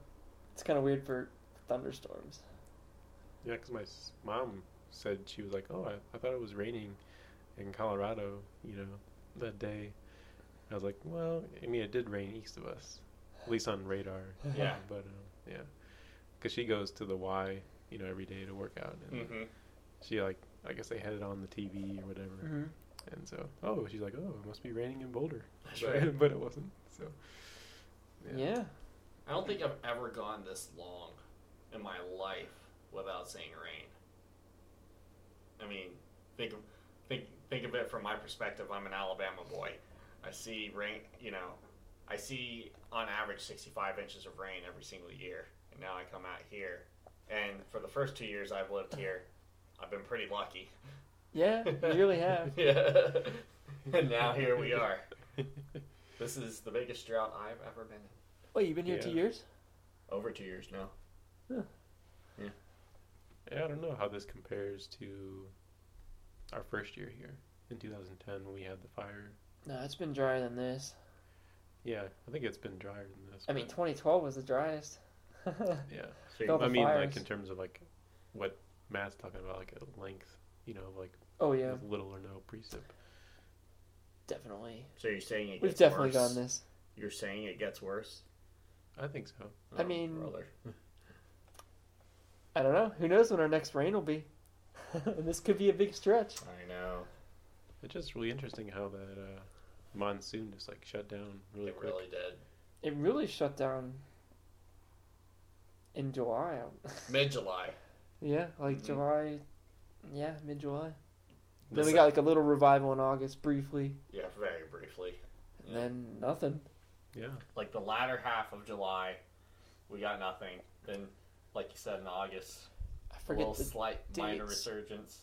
Speaker 1: It's kind of weird for thunderstorms.
Speaker 2: Yeah, because my s- mom said she was like, "Oh, I, I thought it was raining in Colorado," you know, that day. I was like, "Well, I mean, it did rain east of us, at least on radar."
Speaker 4: Yeah.
Speaker 2: But um, yeah, because she goes to the Y, you know, every day to work out, and
Speaker 4: Mm-hmm.
Speaker 2: she like, I guess they had it on the TV or whatever,
Speaker 1: Mm-hmm.
Speaker 2: and so, oh, she's like, "Oh, it must be raining in Boulder,"
Speaker 4: That's
Speaker 2: but,
Speaker 4: right.
Speaker 2: but it wasn't. So
Speaker 1: Yeah.
Speaker 4: I don't think I've ever gone this long in my life without seeing rain. I mean, think of think think of it from my perspective. I'm an Alabama boy. I see rain. You know, I see on average 65 inches of rain every single year. And now I come out here, and for the first two years I've lived here, I've been pretty lucky.
Speaker 1: yeah, you really have.
Speaker 4: yeah. and now here we are. This is the biggest drought I've ever been in.
Speaker 1: Wait, you've been here two
Speaker 2: Yeah.
Speaker 1: years?
Speaker 4: Over two years now.
Speaker 2: Yeah, I don't know how this compares to our first year here in 2010 when we had the fire.
Speaker 1: No, it's been drier than this.
Speaker 2: Yeah, I think it's been drier than this.
Speaker 1: I mean,
Speaker 2: but-
Speaker 1: 2012 was the driest.
Speaker 2: yeah.
Speaker 4: So
Speaker 1: All
Speaker 2: I
Speaker 1: the
Speaker 2: mean,
Speaker 1: fires.
Speaker 2: like in terms of like what Matt's talking about, like a length, you know, like
Speaker 1: oh yeah,
Speaker 2: with little or no precip.
Speaker 1: definitely.
Speaker 4: So you're saying it
Speaker 1: We've
Speaker 4: gets
Speaker 1: definitely
Speaker 4: worse?
Speaker 1: gone this.
Speaker 4: You're saying it gets worse? Oh,
Speaker 2: I think so.
Speaker 1: I mean-
Speaker 4: brother.
Speaker 1: I don't know. Who knows when our next rain will be? this could be a big stretch.
Speaker 4: I know.
Speaker 2: It's just really interesting how that uh, monsoon just like shut down really
Speaker 4: it
Speaker 2: quick.
Speaker 4: really did.
Speaker 1: It really shut down in July. Mm-hmm.
Speaker 4: Mid July.
Speaker 1: Yeah, like
Speaker 4: Mhm.
Speaker 1: July. Yeah, mid July. Then we got like a little revival in August, briefly,
Speaker 4: Yeah, very briefly.
Speaker 1: and then nothing.
Speaker 2: Yeah,
Speaker 4: Like the latter half of July, we got nothing. Then, like you said, in August,
Speaker 1: I
Speaker 4: a little
Speaker 1: forget. The,
Speaker 4: slight minor
Speaker 1: dates.
Speaker 4: resurgence.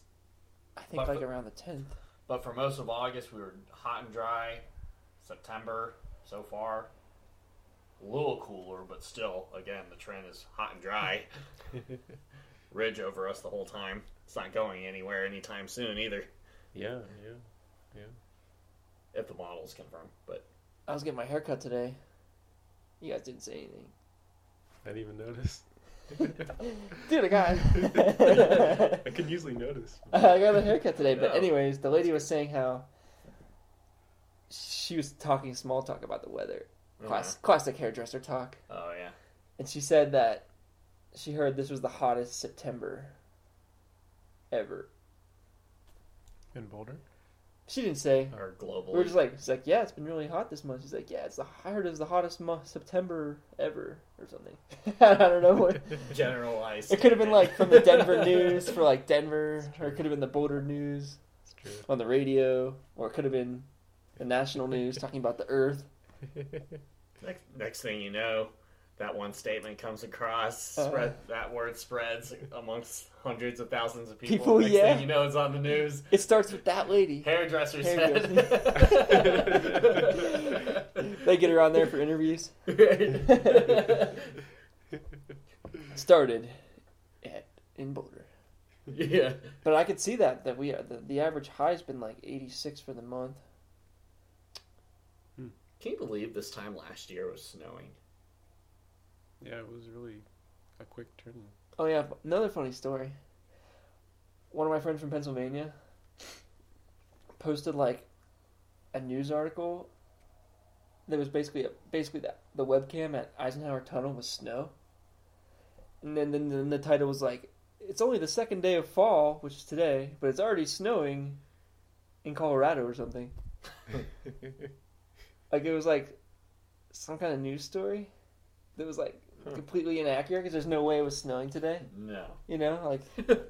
Speaker 1: I think
Speaker 4: but-
Speaker 1: like around the tenth.
Speaker 4: But for most of August, we were hot and dry. September, so far, a little cooler, but still, again, the trend is hot and dry. Ridge over us the whole time. It's not going anywhere anytime soon either,
Speaker 2: yeah, yeah.
Speaker 4: if the models confirm. But
Speaker 1: I was getting my hair cut today. You guys didn't say anything.
Speaker 2: I didn't even notice.
Speaker 1: Dude, I got
Speaker 2: I can usually notice.
Speaker 1: I got a haircut today. But
Speaker 4: Yeah.
Speaker 1: anyways, the lady was saying how she was talking small talk about the weather, Class, classic hairdresser talk,
Speaker 4: Oh yeah.
Speaker 1: and she said that she heard this was the hottest September ever.
Speaker 2: In Boulder,
Speaker 1: She didn't say.
Speaker 4: Or global.
Speaker 1: We were just like, she's like, yeah, it's been really hot this month. She's like, yeah, it's the I heard it was the hottest month September ever or something. I don't know what.
Speaker 4: generalized.
Speaker 1: It could have been like from the Denver news for like Denver, or it could have been the Boulder news
Speaker 2: it's true.
Speaker 1: on the radio, or it could have been the national news talking about the Earth.
Speaker 4: next, next thing you know, that one statement comes across.
Speaker 1: Uh.
Speaker 4: Spread that word spreads amongst hundreds of thousands of people.
Speaker 1: People,
Speaker 4: next
Speaker 1: yeah.
Speaker 4: thing you know, it's on the news.
Speaker 1: It starts with that lady.
Speaker 4: Hairdresser
Speaker 1: Hairdresser.
Speaker 4: said.
Speaker 1: They get her on there for interviews.
Speaker 4: Right.
Speaker 1: started at in Boulder.
Speaker 4: Yeah.
Speaker 1: But I could see that that we are the, the average high's been like 86 for the month.
Speaker 4: Can you believe this time last year was snowing?
Speaker 2: Yeah, it was really a quick turn.
Speaker 1: Oh yeah, another funny story. One of my friends from Pennsylvania posted like a news article that was basically basically the, the webcam at Eisenhower Tunnel was snow, and then, then then the title was like, "It's only the second day of fall, which is today, but it's already snowing in Colorado or something." like it was like some kind of news story that was like completely inaccurate because there's no way it was snowing today.
Speaker 4: No.
Speaker 1: You know, like.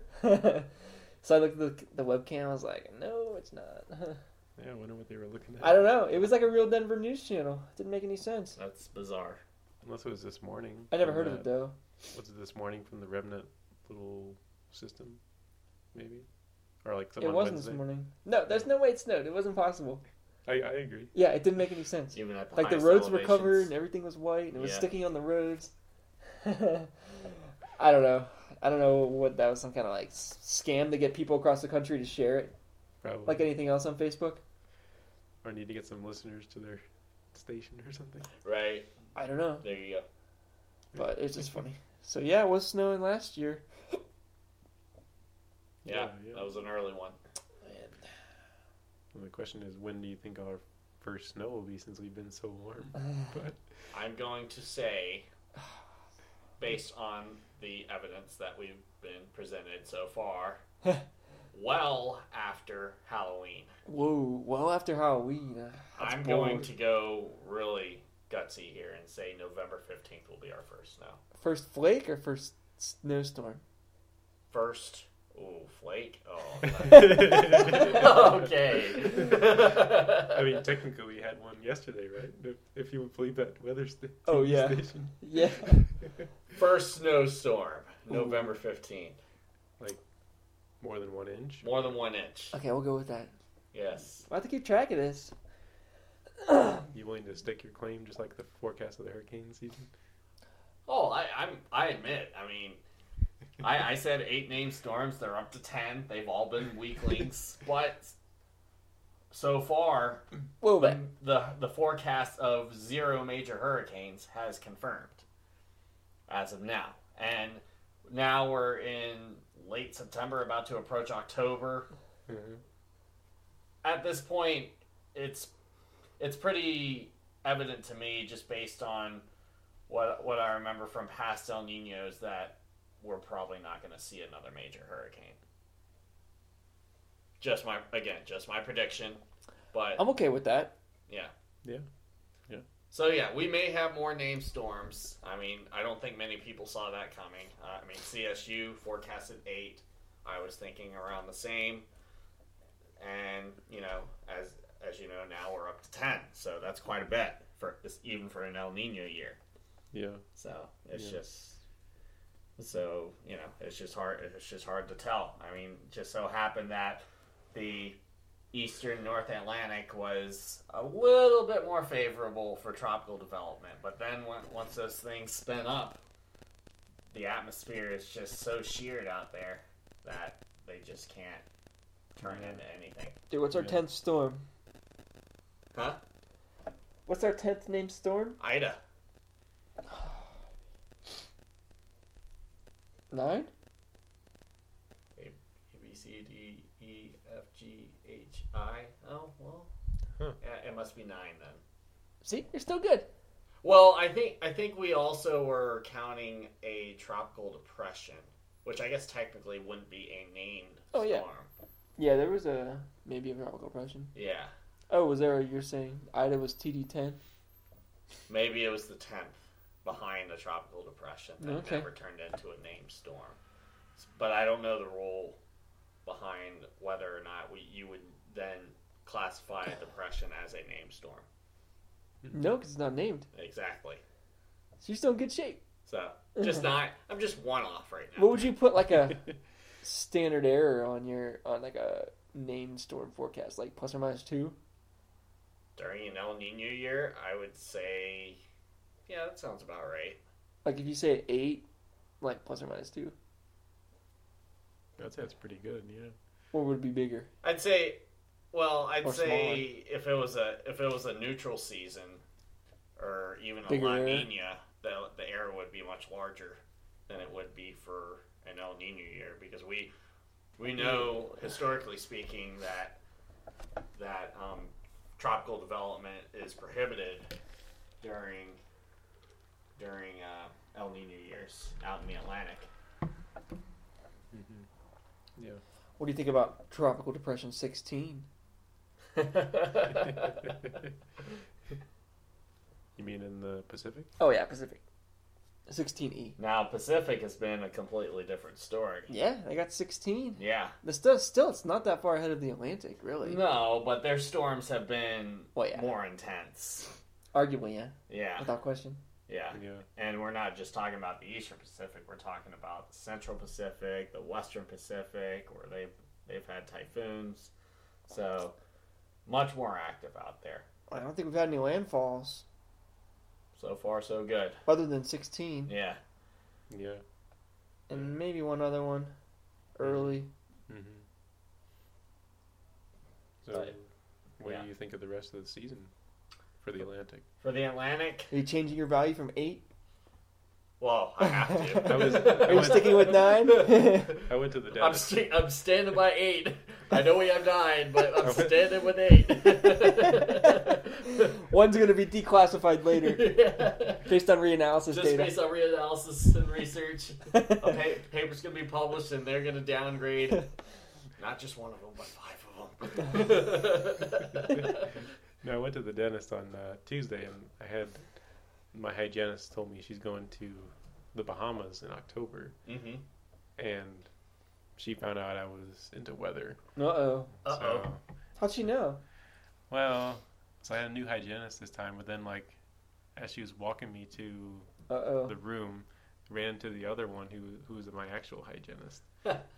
Speaker 1: so I looked at the, the webcam. I was like, "No, it's not."
Speaker 2: Yeah, I wonder what they were looking at.
Speaker 1: I don't know. It was like a real Denver news channel. It didn't make any sense.
Speaker 4: That's bizarre.
Speaker 2: Unless it was this morning.
Speaker 1: I never
Speaker 2: from
Speaker 1: heard of
Speaker 2: that-
Speaker 1: it though.
Speaker 2: Was it this morning from the Remnant little system? Maybe? Or like some
Speaker 1: It
Speaker 2: on
Speaker 1: wasn't
Speaker 2: Wednesday?
Speaker 1: this morning. No, there's no way it snowed. It wasn't possible.
Speaker 2: I, I agree.
Speaker 1: Yeah, it didn't make any sense.
Speaker 4: Even at the
Speaker 1: Like the
Speaker 4: highest
Speaker 1: roads were
Speaker 4: elevations.
Speaker 1: covered and everything was white and it was
Speaker 4: Yeah.
Speaker 1: sticky on the roads. I don't know. I don't know what that was. Some kind of like s- scam to get people across the country to share it,
Speaker 2: Probably.
Speaker 1: like anything else on Facebook.
Speaker 2: or need to get some listeners to their station or something.
Speaker 4: Right.
Speaker 1: I don't know,
Speaker 4: There you go.
Speaker 1: but it's just funny. So yeah, it was snowing last year.
Speaker 4: Yeah,
Speaker 2: Yeah, yeah.
Speaker 4: that was an early one.
Speaker 2: And the question is, when do you think our first snow will be since we've been so warm? but
Speaker 4: I'm going to say, based on the evidence that we've been presented so far, well after Halloween.
Speaker 1: Whoa! Well, after Halloween, uh, that's
Speaker 4: I'm
Speaker 1: bold.
Speaker 4: going to go really gutsy here and say November 15th will be our first snow.
Speaker 1: first flake or first snowstorm.
Speaker 4: First, ooh, flake. Oh,
Speaker 2: I
Speaker 4: okay.
Speaker 2: mean, technically, we had one yesterday, right? If, if you would believe that weather sta-
Speaker 1: Oh,
Speaker 2: TV
Speaker 1: yeah.
Speaker 2: station.
Speaker 1: Yeah.
Speaker 4: First snowstorm, November 15th.
Speaker 2: More than one inch.
Speaker 4: More than one inch.
Speaker 1: Okay, we'll go with that.
Speaker 4: Yes.
Speaker 1: I have to keep track of this.
Speaker 2: You willing to stake your claim, just like the forecast of the hurricane season?
Speaker 4: Oh, I, I'm. I admit. I mean, I, I said eight named storms. They're up to ten. They've all been weaklings. but so far,
Speaker 1: Whoa,
Speaker 4: the,
Speaker 1: but
Speaker 4: the the forecast of zero major hurricanes has confirmed, as of now. And now we're in late September, about to approach October.
Speaker 2: Uh-huh.
Speaker 4: at this point, it's it's pretty evident to me just based on what what I remember from past El Ninos that we're probably not going to see another major hurricane. Just my again, just my prediction, but
Speaker 1: I'm okay with that.
Speaker 4: yeah,
Speaker 2: Yeah. Yeah.
Speaker 4: So yeah, we may have more named storms. I mean, I don't think many people saw that coming. Uh, I mean, CSU forecasted eight. I was thinking around the same, and you know, as as you know, now we're up to ten. So that's quite a bit for even for an El Nino year.
Speaker 2: Yeah.
Speaker 4: So it's
Speaker 2: Yeah.
Speaker 4: just so you know it's just hard it's just hard to tell. I mean, just so happened that the eastern North Atlantic was a little bit more favorable for tropical development, but then when, once those things spin up, the atmosphere is just so sheared out there that they just can't turn into anything.
Speaker 1: Dude, what's our
Speaker 2: Yeah.
Speaker 1: 10th storm?
Speaker 4: Huh?
Speaker 1: What's our 10th name storm?
Speaker 4: Ida.
Speaker 1: Nine?
Speaker 4: A B C D E F G H I. Oh well,
Speaker 2: Huh.
Speaker 4: yeah, it must be nine then.
Speaker 1: See, you're still good.
Speaker 4: Well, I think I think we also were counting a tropical depression, which I guess technically wouldn't be a named
Speaker 1: Oh,
Speaker 4: storm.
Speaker 1: yeah. Yeah, there was a maybe a tropical depression.
Speaker 4: Yeah.
Speaker 1: Oh, was there a you're saying Ida was TD10?
Speaker 4: Maybe it was the tenth behind the tropical depression that
Speaker 1: Okay.
Speaker 4: never turned into a named storm. But I don't know the rule behind whether or not we you would then classify a depression as a named storm.
Speaker 2: Hmm.
Speaker 1: No, because it's not named.
Speaker 4: Exactly.
Speaker 1: So you're still in good shape.
Speaker 4: So just not. I'm just one off right now.
Speaker 1: Mm-hmm. What would you put like a standard error on your on like a named storm forecast, like plus or minus two?
Speaker 4: During an El Nino year, I would say, yeah, that sounds about right.
Speaker 1: Like if you say eight, like plus or minus two,
Speaker 2: I'd say that's pretty good. Yeah.
Speaker 1: or would it be bigger?
Speaker 4: I'd say, well, I'd
Speaker 1: Or
Speaker 4: say if it was a if it was a neutral season, or even a
Speaker 1: Bigger
Speaker 4: La
Speaker 1: error.
Speaker 4: Nina, the the error would be much larger than it would be for an El Nino year because we we know historically speaking that that um, tropical development is prohibited during during uh, El Nino years out in the Atlantic.
Speaker 2: Yeah.
Speaker 1: What do you think about Tropical Depression 16?
Speaker 2: you mean in the Pacific?
Speaker 1: Oh yeah, Pacific. 16E.
Speaker 4: now Pacific has been a completely different story.
Speaker 1: Yeah, they got 16.
Speaker 4: Yeah.
Speaker 1: But still, still, it's not that far ahead of the Atlantic, really.
Speaker 4: No, but their storms have been
Speaker 1: Well, yeah.
Speaker 4: more intense.
Speaker 1: Arguably, yeah,
Speaker 4: Yeah,
Speaker 1: without question.
Speaker 4: yeah.
Speaker 2: Yeah.
Speaker 4: And we're not just talking about the Eastern Pacific. We're talking about the Central Pacific, the Western Pacific, where they they've had typhoons. So much more active out there.
Speaker 1: I don't think we've had any landfalls
Speaker 4: So far, so good.
Speaker 1: other than 16,
Speaker 4: Yeah.
Speaker 2: Yeah.
Speaker 1: and maybe one other one early.
Speaker 2: Mm-hmm. So,
Speaker 4: But-
Speaker 2: what
Speaker 4: yeah.
Speaker 2: do you think of the rest of the season for the Atlantic?
Speaker 4: For the Atlantic,
Speaker 1: Are you changing your value from 8?
Speaker 4: well, I have to.
Speaker 2: I was-
Speaker 1: Are you sticking with 9?
Speaker 2: I went to the
Speaker 4: I'm,
Speaker 2: data.
Speaker 4: st- I'm standing by eight. I know we have nine, but I'm
Speaker 2: Okay.
Speaker 4: standing with eight.
Speaker 1: One's going to be declassified later
Speaker 4: Yeah.
Speaker 1: based on reanalysis
Speaker 4: Just
Speaker 1: data.
Speaker 4: based on reanalysis and research, a pa- paper's gonna be published and they're gonna downgrade not just one of them, but five of them.
Speaker 2: No, I went to the dentist on uh, Tuesday, and I had my hygienist told me she's going to the Bahamas in October,
Speaker 4: mm-hmm.
Speaker 2: and she found out I was into weather.
Speaker 1: Uh oh.
Speaker 4: Uh oh.
Speaker 2: So,
Speaker 1: How'd she know?
Speaker 2: well, so I had a new hygienist this time, but then like as she was walking me to
Speaker 1: Uh oh.
Speaker 2: the room, ran to the other one who who was my actual hygienist.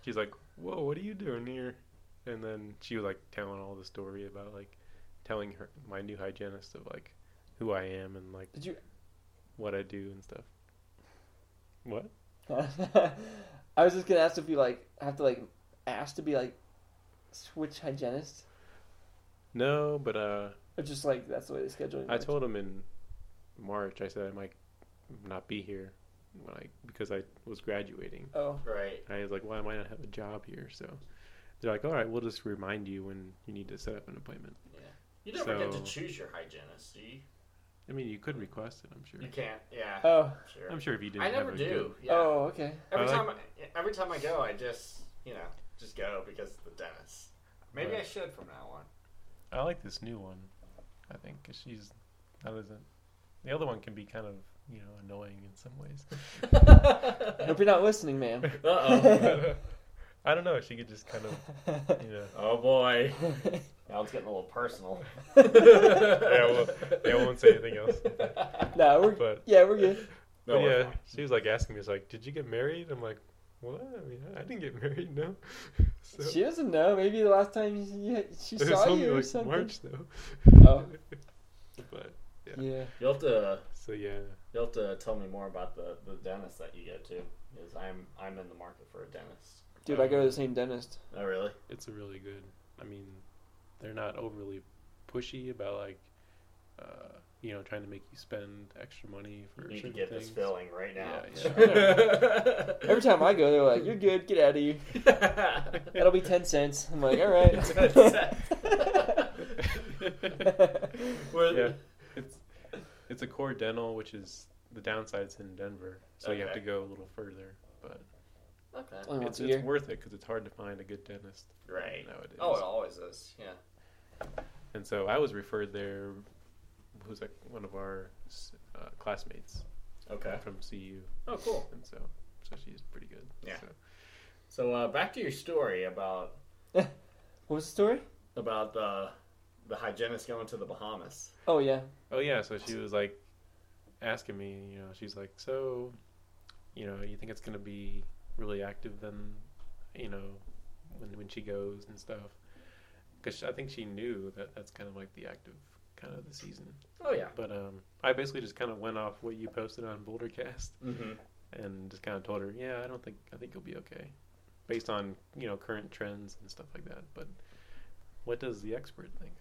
Speaker 2: She's like, "Whoa, what are you doing here?" And then she was like telling all the story about like telling her my new hygienist of like who I am and like
Speaker 1: Did you?
Speaker 2: what I do and stuff. What?
Speaker 1: I was just gonna ask if you like have to like ask to be like switch hygienist
Speaker 2: No, but uh,
Speaker 1: or just like that's the way they schedule it.
Speaker 2: I told him in March. I said I might not be here when I because I was graduating.
Speaker 1: Oh,
Speaker 4: Right.
Speaker 2: And I was like, "Why am I not have a job here?" So they're like, "All right, we'll just remind you when you need to set up an appointment."
Speaker 4: You never get to
Speaker 2: So-
Speaker 4: choose your hygienist. do You,
Speaker 2: I mean, you could request it. I'm sure.
Speaker 4: you can't. Yeah.
Speaker 1: oh,
Speaker 4: sure.
Speaker 2: I'm sure if you didn't.
Speaker 4: I
Speaker 2: have
Speaker 4: never
Speaker 2: a
Speaker 4: do.
Speaker 2: good-
Speaker 4: Yeah.
Speaker 1: oh. Okay.
Speaker 4: Every
Speaker 2: I like-
Speaker 4: time I, every time I go, I just you know just go because of the dentist. Maybe I
Speaker 2: Right.
Speaker 4: should from now on.
Speaker 2: I like this new one. I think 'cause she's that isn't the other one can be kind of you know annoying in some ways.
Speaker 1: I hope you're not listening, ma'am.
Speaker 4: Uh
Speaker 2: I don't know. She could just kind of you know.
Speaker 4: oh. oh boy. Now it's getting a little personal.
Speaker 2: Yeah, well, yeah, I won't say anything else.
Speaker 1: no, we're
Speaker 2: But
Speaker 1: yeah, we're good.
Speaker 2: But
Speaker 4: we're
Speaker 2: yeah,
Speaker 4: fine.
Speaker 2: she was like asking me, "It's like, did you get married?" I'm like, "What? I mean, I didn't get married, no." So,
Speaker 1: She doesn't know. Maybe the last time you, she
Speaker 2: it was
Speaker 1: saw
Speaker 2: only,
Speaker 1: you or
Speaker 2: like,
Speaker 1: something.
Speaker 2: March though.
Speaker 1: Oh,
Speaker 2: But Yeah.
Speaker 1: yeah.
Speaker 4: You'll have to
Speaker 2: so yeah,
Speaker 4: you'll have to tell me more about the, the dentist that you go to, because I'm I'm in the market for a dentist.
Speaker 1: Dude, I go to the same dentist.
Speaker 4: Oh really?
Speaker 2: it's a really good. I mean, they're not overly pushy about like, uh, you know, trying to make you spend extra money for
Speaker 4: You need to
Speaker 2: certain
Speaker 4: get
Speaker 2: things.
Speaker 4: this filling right now.
Speaker 2: Yeah,
Speaker 1: Every time I go, they're like, "You're good. Get out of here. That'll be ten cents." I'm like, "All right."
Speaker 4: Where-
Speaker 2: Yeah. it's it's a core dental, which is the downside's in Denver, so you have
Speaker 4: Okay.
Speaker 2: to go a little further, but.
Speaker 4: Okay.
Speaker 1: Only
Speaker 2: It's,
Speaker 1: once a
Speaker 2: it's
Speaker 1: year.
Speaker 2: worth it because it's hard to find a good dentist
Speaker 4: Right.
Speaker 2: nowadays.
Speaker 4: Oh, it always is. Yeah.
Speaker 2: And so I was referred there, who's like one of our s- uh, classmates
Speaker 4: Okay.
Speaker 2: from CU,
Speaker 4: Oh, cool.
Speaker 2: and so so she's pretty good.
Speaker 4: Yeah.
Speaker 2: So,
Speaker 4: So uh, back to your story about
Speaker 1: What was the story?
Speaker 4: about the the hygienist going to the Bahamas.
Speaker 1: Oh yeah.
Speaker 2: oh yeah, so she was like asking me, you know, she's like, so, you know, you think it's gonna be really active then, you know, when when she goes and stuff, because I think she knew that that's kind of like the active kind of the season.
Speaker 4: Oh yeah.
Speaker 2: But um, I basically just kind of went off what you posted on Bouldercast
Speaker 4: Mm-hmm.
Speaker 2: and just kind of told her, "Yeah, I don't think I think you'll be okay," based on you know current trends and stuff like that. But what does the expert think?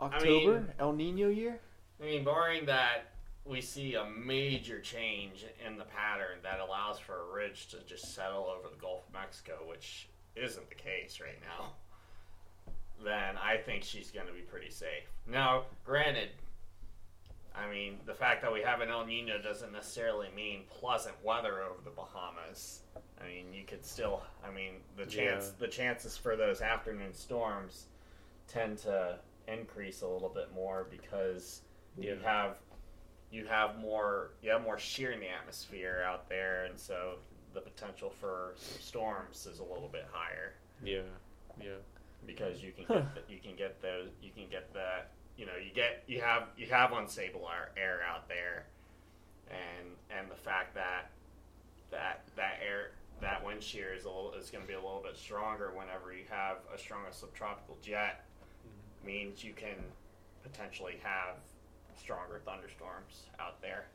Speaker 1: October,
Speaker 4: mean-
Speaker 1: El Nino year.
Speaker 4: I mean, barring that, we see a major change in the pattern that allows for a ridge to just settle over the Gulf of Mexico, which isn't the case right now. Then I think she's going to be pretty safe. Now, granted, I mean, the fact that we have an El Nino doesn't necessarily mean pleasant weather over the Bahamas. I mean, you could still. I mean, the chance
Speaker 2: Yeah.
Speaker 4: the chances for those afternoon storms tend to increase a little bit more because you have you have more you have more shear in the atmosphere out there, and so the potential for some storms is a little bit higher
Speaker 2: Yeah, yeah.
Speaker 4: because you can
Speaker 1: Huh.
Speaker 4: get the, you can get those you can get the you know you get you have you have unstable air, air out there, and and the fact that that that air that wind shear is a little is going to be a little bit stronger whenever you have a stronger subtropical jet means you can potentially have stronger thunderstorms out there.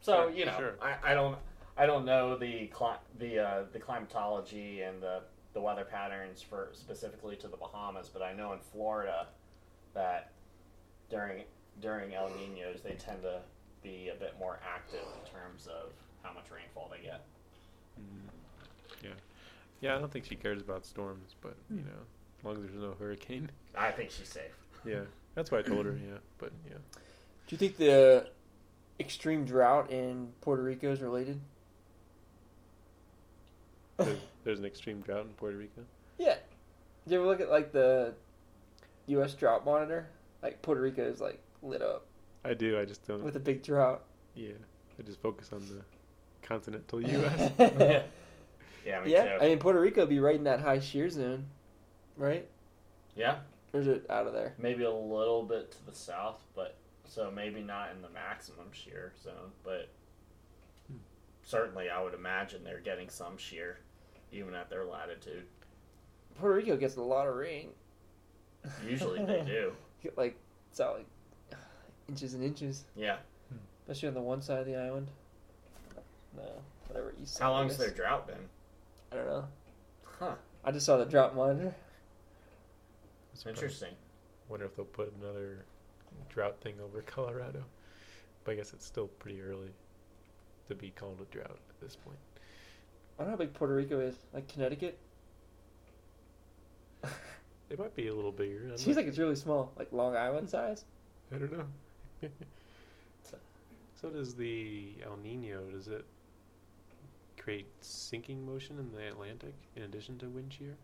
Speaker 4: So
Speaker 2: Sure,
Speaker 4: you know
Speaker 2: sure.
Speaker 4: I, I don't I don't know the cli- the uh, the climatology and the the weather patterns for specifically to the Bahamas, but I know in Florida that during during El Ninos they tend to be a bit more active in terms of how much rainfall they get.
Speaker 2: Yeah, I don't think she cares about storms, but you
Speaker 1: Hmm.
Speaker 2: know, as long as there's no hurricane.
Speaker 4: I think she's safe.
Speaker 2: Yeah, that's what I told her. Yeah, but yeah,
Speaker 1: Do you think the extreme drought in Puerto Rico is related? Oh.
Speaker 2: there's, there's an extreme drought in Puerto Rico.
Speaker 1: Yeah. Do you ever look at like the U.S. drought monitor? Like Puerto Rico is like lit up
Speaker 2: I do. I just don't.
Speaker 1: with a big drought.
Speaker 2: Yeah, I just focus on the continental U.S.
Speaker 4: Yeah, me
Speaker 1: yeah,
Speaker 4: too.
Speaker 1: I mean Puerto Rico would be right in that high shear zone, right?
Speaker 4: yeah,
Speaker 1: Or is it out of there?
Speaker 4: maybe a little bit to the south, but so maybe not in the maximum shear zone, but certainly I would imagine they're getting some shear even at their latitude.
Speaker 1: Puerto Rico gets a lot of rain.
Speaker 4: Usually they do.
Speaker 1: Get like it's out like inches and inches,
Speaker 4: Yeah.
Speaker 1: especially on the one side of the island. No, whatever east. side,
Speaker 4: How
Speaker 1: I
Speaker 4: long's
Speaker 1: guess.
Speaker 4: their drought been?
Speaker 1: I don't know.
Speaker 4: Huh.
Speaker 1: I just saw the drought monitor.
Speaker 4: Interesting.
Speaker 2: Wonder if they'll put another drought thing over Colorado. But I guess it's still pretty early to be called a drought at this point.
Speaker 1: I don't know how big Puerto Rico is. Like Connecticut.
Speaker 2: It might be a little bigger. I'm
Speaker 1: Seems
Speaker 2: not-
Speaker 1: like it's really small, like Long Island size.
Speaker 2: I don't know. so does the El Nino? Does it create sinking motion in the Atlantic in addition to wind shear?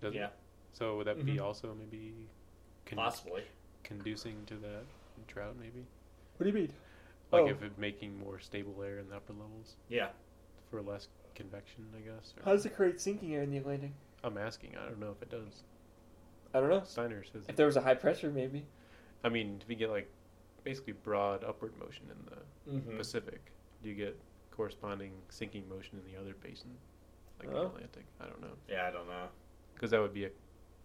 Speaker 2: Does it?
Speaker 4: Yeah,
Speaker 2: So would that be
Speaker 4: Mhm.
Speaker 2: also maybe con-
Speaker 4: possibly.
Speaker 2: conducing to that drought? Maybe
Speaker 1: What do you mean?
Speaker 2: like
Speaker 1: Oh.
Speaker 2: if it making more stable air in the upper levels.
Speaker 4: Yeah.
Speaker 2: for less convection, I guess. or-
Speaker 1: How does it create sinking air in the Atlantic?
Speaker 2: I'm asking. I don't know if it does.
Speaker 1: I don't know.
Speaker 2: Steiner says.
Speaker 1: If there was a high pressure, maybe.
Speaker 2: I mean, if you get like basically broad upward motion in the
Speaker 4: Mm-hmm.
Speaker 2: Pacific, do you get corresponding sinking motion in the other basin, like the
Speaker 1: Oh.
Speaker 2: Atlantic? I don't know,
Speaker 4: Yeah, I don't know.
Speaker 2: because that would be a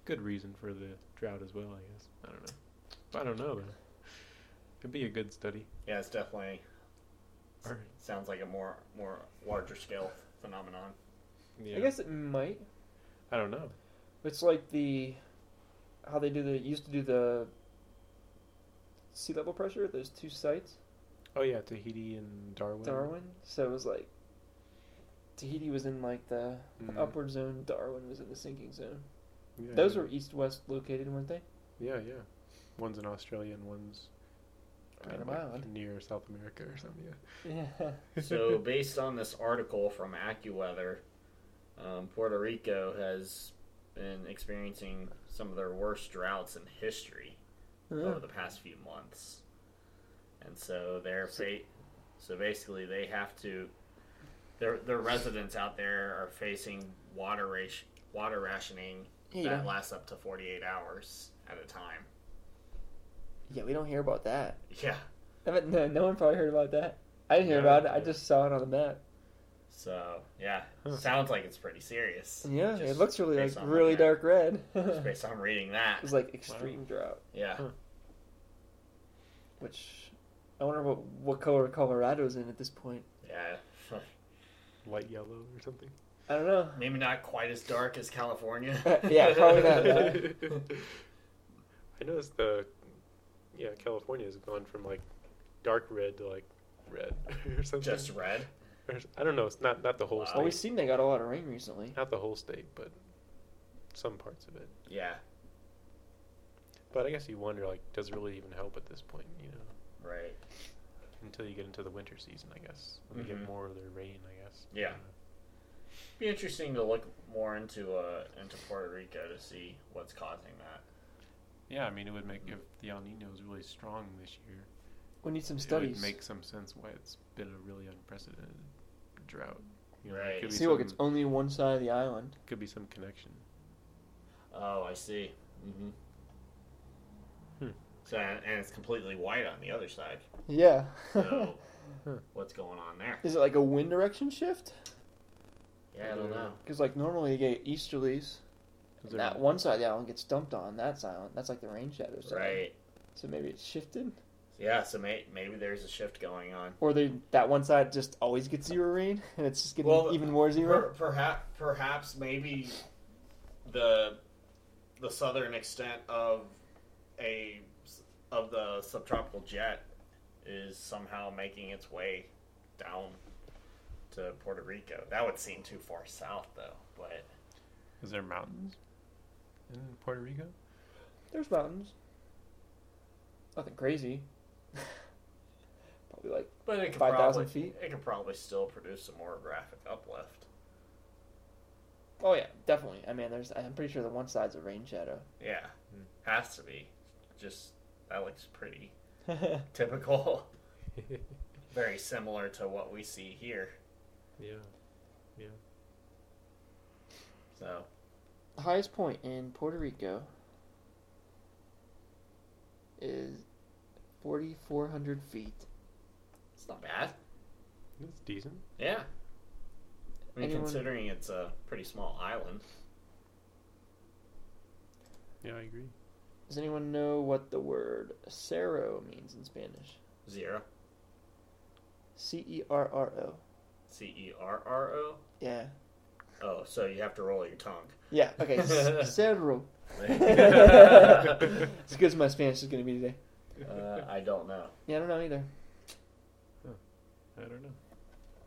Speaker 2: good reason for the drought as well. I guess. I don't know. I don't know though. Could be a good study.
Speaker 4: Yeah, it's definitely
Speaker 2: All right.
Speaker 4: sounds like a more more larger scale phenomenon.
Speaker 2: Yeah.
Speaker 1: I guess it might.
Speaker 2: I don't know.
Speaker 1: It's like the how they do the used to do the sea level pressure. Those two sites,
Speaker 2: Oh yeah, Tahiti and Darwin.
Speaker 1: Darwin. So it was like Tahiti was in like the
Speaker 2: Mm.
Speaker 1: upward zone. Darwin was in the sinking zone.
Speaker 2: Yeah,
Speaker 1: Those
Speaker 2: yeah.
Speaker 1: were east west located, weren't they?
Speaker 2: Yeah, yeah. One's in Australia and one's
Speaker 1: Right
Speaker 2: kinda
Speaker 1: on island.
Speaker 2: near South America or something. Yeah.
Speaker 1: Yeah.
Speaker 4: so, based on this article from AccuWeather, um, Puerto Rico has been experiencing some of their worst droughts in history over the past few months, and so they're fa- so basically they have to their their residents out there are facing water ration water rationing
Speaker 1: Yeah, you
Speaker 4: that
Speaker 1: don't-
Speaker 4: lasts up to forty eight hours at a time.
Speaker 1: yeah, we don't hear about that.
Speaker 4: Yeah,
Speaker 1: I bet no, no one probably heard about that. I didn't hear
Speaker 2: No,
Speaker 1: about it. I
Speaker 2: yeah.
Speaker 1: just saw it on the map.
Speaker 4: so yeah,
Speaker 2: Huh.
Speaker 4: sounds like it's pretty serious.
Speaker 1: Yeah, it
Speaker 4: Just
Speaker 1: looks really like
Speaker 4: based on
Speaker 1: really
Speaker 4: looking at-
Speaker 1: dark red.
Speaker 4: just
Speaker 1: it
Speaker 4: based on reading that.
Speaker 1: was like extreme drought,
Speaker 4: Yeah.
Speaker 2: Huh.
Speaker 1: which I wonder what what color Colorado's in at this point.
Speaker 4: Yeah,
Speaker 2: Light yellow or something.
Speaker 1: I don't know.
Speaker 4: maybe not quite as dark as California.
Speaker 1: Yeah, probably not, no.
Speaker 2: I noticed the yeah California has gone from like dark red to like red or something.
Speaker 4: Just red.
Speaker 2: Or s- I don't know. It's not not the whole
Speaker 4: Wow.
Speaker 2: state.
Speaker 1: Well, we've seen they got a lot of rain recently.
Speaker 2: Not the whole state, but some parts of it.
Speaker 4: Yeah,
Speaker 2: But I guess you wonder like, does it really even help at this point? You know,
Speaker 4: right.
Speaker 2: until you get into the winter season, I guess. When you
Speaker 4: Mhm.
Speaker 2: get more of the rain, I guess.
Speaker 4: Yeah. Be interesting to look more into uh into Puerto Rico to see what's causing that.
Speaker 2: Yeah, I mean, it would make if the El Nino is really strong this year.
Speaker 1: We need some studies.
Speaker 2: It would make some sense why it's been a really unprecedented drought. You know, there
Speaker 4: Right.
Speaker 2: could be
Speaker 1: See, look,
Speaker 2: some-
Speaker 1: it's only one side of the island.
Speaker 2: could be some connection.
Speaker 4: Oh, I see. Mm-hmm.
Speaker 2: Hmm.
Speaker 4: So and and it's completely white on the other side.
Speaker 1: Yeah.
Speaker 4: So
Speaker 2: Huh.
Speaker 4: what's going on there?
Speaker 1: Is it like a wind direction shift?
Speaker 4: Yeah, I don't know.
Speaker 1: Because like normally you get easterlies.
Speaker 2: Is
Speaker 1: and
Speaker 2: there-
Speaker 1: That one side of the island gets dumped on. That's island. That's like the rain shadow side.
Speaker 4: Right.
Speaker 1: So maybe it's shifted,
Speaker 4: Yeah. So may- maybe there's a shift going on.
Speaker 1: or they that one side just always gets zero rain, and it's just getting
Speaker 4: Well, uh,
Speaker 1: even more zero.
Speaker 4: Per- perhaps, perhaps, maybe the the southern extent of a of the subtropical jet is somehow making its way down to Puerto Rico. That would seem too far south, though. But
Speaker 2: Is there mountains in Puerto Rico?
Speaker 1: There's mountains. Nothing crazy. Probably like
Speaker 4: but it could
Speaker 1: 5,000
Speaker 4: probably
Speaker 1: feet?
Speaker 4: it could probably still produce some more graphic uplift.
Speaker 1: oh yeah, definitely. I mean, there's I'm pretty sure the one side's a rain shadow.
Speaker 4: Yeah,
Speaker 2: Hmm.
Speaker 4: has to be. Just that looks pretty
Speaker 1: yeah,
Speaker 4: typical. Very similar to what we see here.
Speaker 2: yeah.
Speaker 4: So
Speaker 1: The highest point in Puerto Rico is 4,400 feet.
Speaker 4: it's not bad.
Speaker 2: It's decent.
Speaker 4: Yeah. I mean,
Speaker 1: Anyone-
Speaker 4: considering it's a pretty small island.
Speaker 2: Yeah, I agree.
Speaker 1: Does anyone know what the word cerro means in Spanish?
Speaker 4: Zero.
Speaker 1: C E R R O.
Speaker 4: C E R R O.
Speaker 1: Yeah.
Speaker 4: Oh, so you have to roll your tongue.
Speaker 1: Yeah, okay. c- cerro.
Speaker 4: uh,
Speaker 1: As good as my Spanish is going to be today.
Speaker 4: I don't know.
Speaker 1: Yeah, I don't know either.
Speaker 2: I don't know.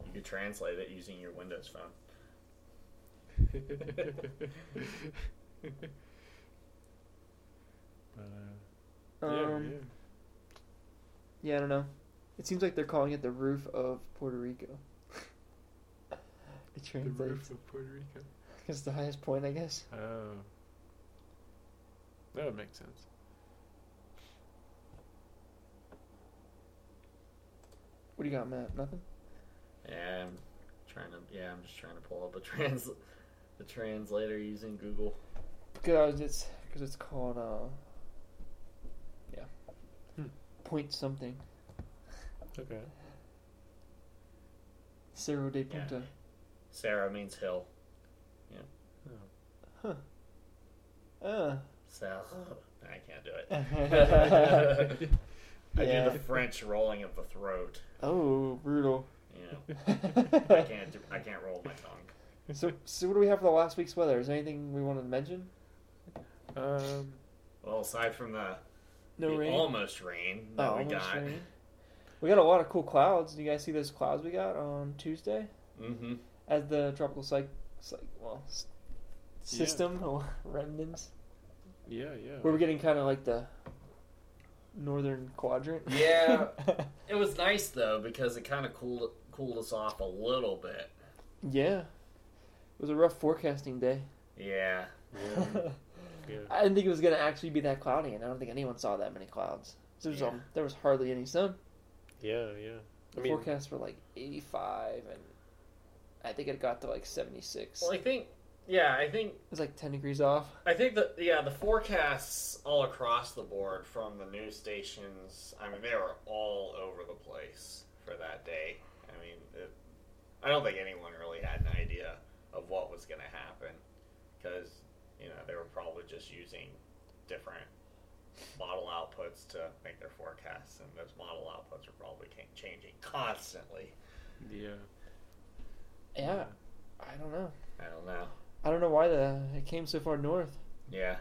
Speaker 4: You could translate it using your Windows phone.
Speaker 2: but uh, yeah,
Speaker 1: Um,
Speaker 2: yeah.
Speaker 1: Yeah, I don't know. It seems like they're calling it the roof of Puerto Rico. it
Speaker 2: the roof
Speaker 1: translates
Speaker 2: of Puerto Rico.
Speaker 1: because the highest point, I guess.
Speaker 2: Oh, that would make sense.
Speaker 1: What do you got, Matt? Nothing.
Speaker 4: Yeah, I'm trying to. Yeah, I'm just trying to pull up a trans, the translator using Google.
Speaker 1: Because it's because it's called uh. Yeah.
Speaker 2: Hmm.
Speaker 1: Point something.
Speaker 2: Okay.
Speaker 1: Cerro de
Speaker 4: Yeah.
Speaker 1: Punta.
Speaker 4: Sarah means hill.
Speaker 1: Uh.
Speaker 4: So I can't do it.
Speaker 1: oh,
Speaker 4: I do
Speaker 1: Yeah.
Speaker 4: the French rolling of the throat.
Speaker 1: Oh, brutal.
Speaker 4: You know, I can't. Do, I can't roll my tongue.
Speaker 1: so, so what do we have for the last week's weather? Is there anything we wanted to mention?
Speaker 2: Um,
Speaker 4: Well, aside from the,
Speaker 1: No
Speaker 4: the
Speaker 1: rain.
Speaker 4: almost rain
Speaker 1: Oh,
Speaker 4: that we
Speaker 1: almost
Speaker 4: got.
Speaker 1: rain. We got a lot of cool clouds. Do you guys see those clouds we got on Tuesday?
Speaker 4: Mm-hmm.
Speaker 1: as the tropical psych, psych well s- system or remnants
Speaker 2: yeah, yeah.
Speaker 1: where we're getting kind of like the northern quadrant
Speaker 4: Yeah. It was nice though because it kind of cooled cooled us off a little bit.
Speaker 1: yeah it was a rough forecasting day
Speaker 4: Yeah.
Speaker 2: yeah, yeah.
Speaker 1: i didn't think it was going to actually be that cloudy and i don't think anyone saw that many clouds there was, um,
Speaker 4: Yeah.
Speaker 1: there was hardly any sun
Speaker 2: Yeah, yeah.
Speaker 1: the forecasts were like 85 and i think it got to like 76
Speaker 4: Well, I think. Yeah, I think.
Speaker 1: it was like 10 degrees off
Speaker 4: I think that yeah, the forecasts all across the board from the news stations. I mean, they were all over the place for that day. I mean, it, I don't think anyone really had an idea of what was going to happen because you know they were probably just using different model outputs to make their forecasts, and those model outputs are probably ca- changing constantly.
Speaker 2: Yeah.
Speaker 1: Yeah, I don't know.
Speaker 4: I don't know.
Speaker 1: I don't know why the it came so far north,
Speaker 4: Yeah,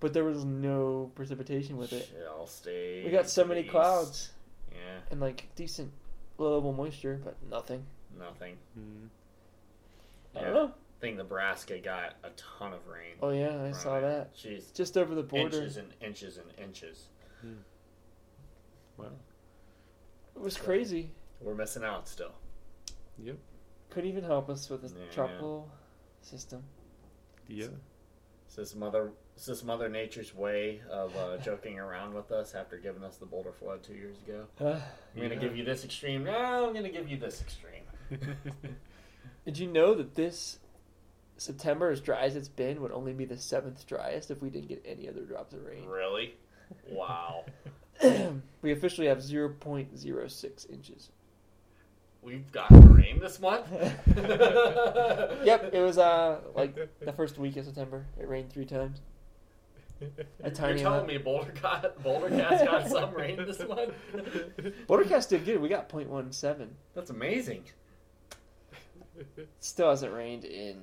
Speaker 1: but there was no precipitation with it.
Speaker 4: Shit, I'll stay.
Speaker 1: We got so
Speaker 4: to the
Speaker 1: many
Speaker 4: east.
Speaker 1: clouds
Speaker 4: Yeah,
Speaker 1: and like decent low-level moisture, but nothing.
Speaker 4: nothing.
Speaker 2: Mm.
Speaker 1: I
Speaker 4: Yeah.
Speaker 1: don't know.
Speaker 4: I think Nebraska got a ton of rain.
Speaker 1: Oh yeah, I saw
Speaker 4: Right.
Speaker 1: that.
Speaker 4: Jeez,
Speaker 1: Just over the border.
Speaker 4: inches and inches and inches.
Speaker 2: Wow.
Speaker 1: It was crazy.
Speaker 4: We're missing out still.
Speaker 2: Yep.
Speaker 1: Couldn't even help us with this
Speaker 4: Yeah.
Speaker 1: tropical system.
Speaker 2: Yeah.
Speaker 4: Is this mother? Is this Mother Nature's way of uh, joking around with us after giving us the Boulder flood two years ago? I'm gonna
Speaker 2: Yeah.
Speaker 4: give you this extreme. No, I'm gonna give you this extreme.
Speaker 1: Did you know that this September, as dry as it's been, would only be the seventh driest if we didn't get any other drops of rain?
Speaker 4: Really? Wow.
Speaker 1: we officially have 0.06 inches.
Speaker 4: We've gotten rain this month.
Speaker 1: Yep, it was uh like the first week of September. It rained three times. A
Speaker 4: You're
Speaker 1: tiny
Speaker 4: telling
Speaker 1: amount.
Speaker 4: me Boulder got Boulder Cast got some rain this month?
Speaker 1: Bordercast did good. We got 0.17.
Speaker 4: That's amazing.
Speaker 1: Still hasn't rained in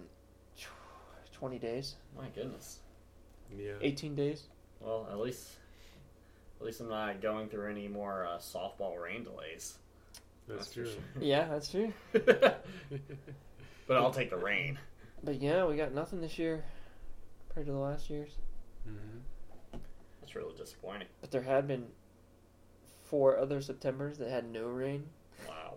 Speaker 1: tw- 20 days,
Speaker 4: My goodness.
Speaker 2: yeah.
Speaker 1: 18 days.
Speaker 4: Well, at least at least I'm not going through any more uh, softball rain delays.
Speaker 2: That's
Speaker 4: for
Speaker 2: true.
Speaker 1: Yeah, that's true.
Speaker 4: sure. but I'll take the rain.
Speaker 1: But yeah, we got nothing this year compared to the last year's.
Speaker 2: Mm-hmm.
Speaker 4: That's really disappointing.
Speaker 1: But there had been four other Septembers that had no rain.
Speaker 4: Wow.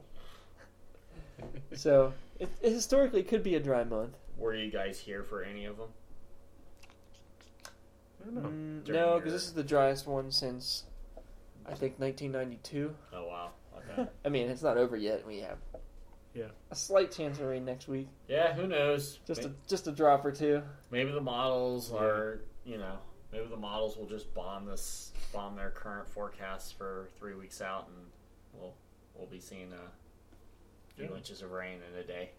Speaker 1: So it, it historically could be a dry month.
Speaker 4: Were you guys here for any of them?
Speaker 2: I don't know.
Speaker 1: Mm,
Speaker 4: During
Speaker 1: no,
Speaker 4: your-
Speaker 1: because this is the driest one since I think 1992.
Speaker 4: Oh wow. Okay.
Speaker 1: I mean, it's not over yet. We have
Speaker 2: Yeah.
Speaker 1: a slight chance of rain next week.
Speaker 4: yeah. Who knows?
Speaker 1: Just
Speaker 4: May-
Speaker 1: a just a drop or two.
Speaker 4: maybe the models
Speaker 2: Yeah.
Speaker 4: are you know maybe the models will just bomb this bomb their current forecasts for three weeks out and we'll we'll be seeing uh, a few
Speaker 2: Yeah.
Speaker 4: inches of rain in a day.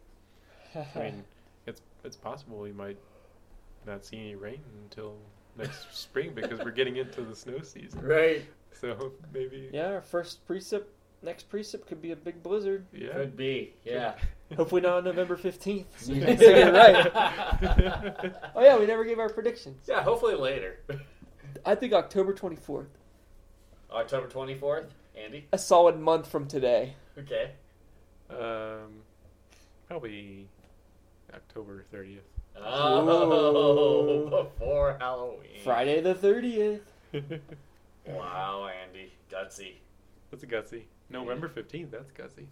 Speaker 2: I mean, it's it's possible we might not see any rain until next spring because we're getting into the snow season.
Speaker 4: Right.
Speaker 2: So maybe.
Speaker 1: yeah, our first precip next precip could be a big blizzard.
Speaker 2: Yeah.
Speaker 4: Could be. Yeah.
Speaker 1: Hopefully not on November 15th. So you
Speaker 4: Yeah.
Speaker 1: can say you're right. Oh yeah, we never gave our predictions.
Speaker 4: yeah. Hopefully later.
Speaker 1: I think October 24th,
Speaker 4: October twenty fourth. Andy.
Speaker 1: a solid month from today.
Speaker 4: Okay.
Speaker 2: Um, probably October 30th.
Speaker 4: Oh,
Speaker 1: Ooh.
Speaker 4: before Halloween.
Speaker 1: Friday the 30th.
Speaker 4: Wow, Andy, gutsy.
Speaker 2: that's a gutsy. November 15th, that's gutsy.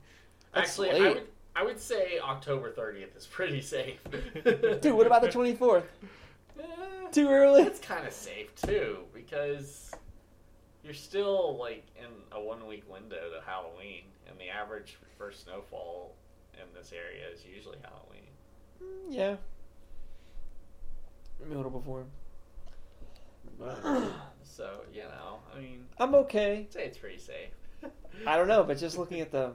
Speaker 1: That's
Speaker 4: Actually, I
Speaker 1: late.
Speaker 4: would, I would say October thirtieth is pretty safe.
Speaker 1: Dude, what about the 24th?
Speaker 4: Eh.
Speaker 1: Too early.
Speaker 4: It's kind of safe too because you're still like in a one week window to Halloween, and the average first snowfall in this area is usually Halloween.
Speaker 1: Mm, Yeah. Middle form.
Speaker 2: Wow.
Speaker 4: So you know, I mean,
Speaker 1: I'm okay.
Speaker 4: I'd say it's pretty safe.
Speaker 1: I don't know, but just looking at the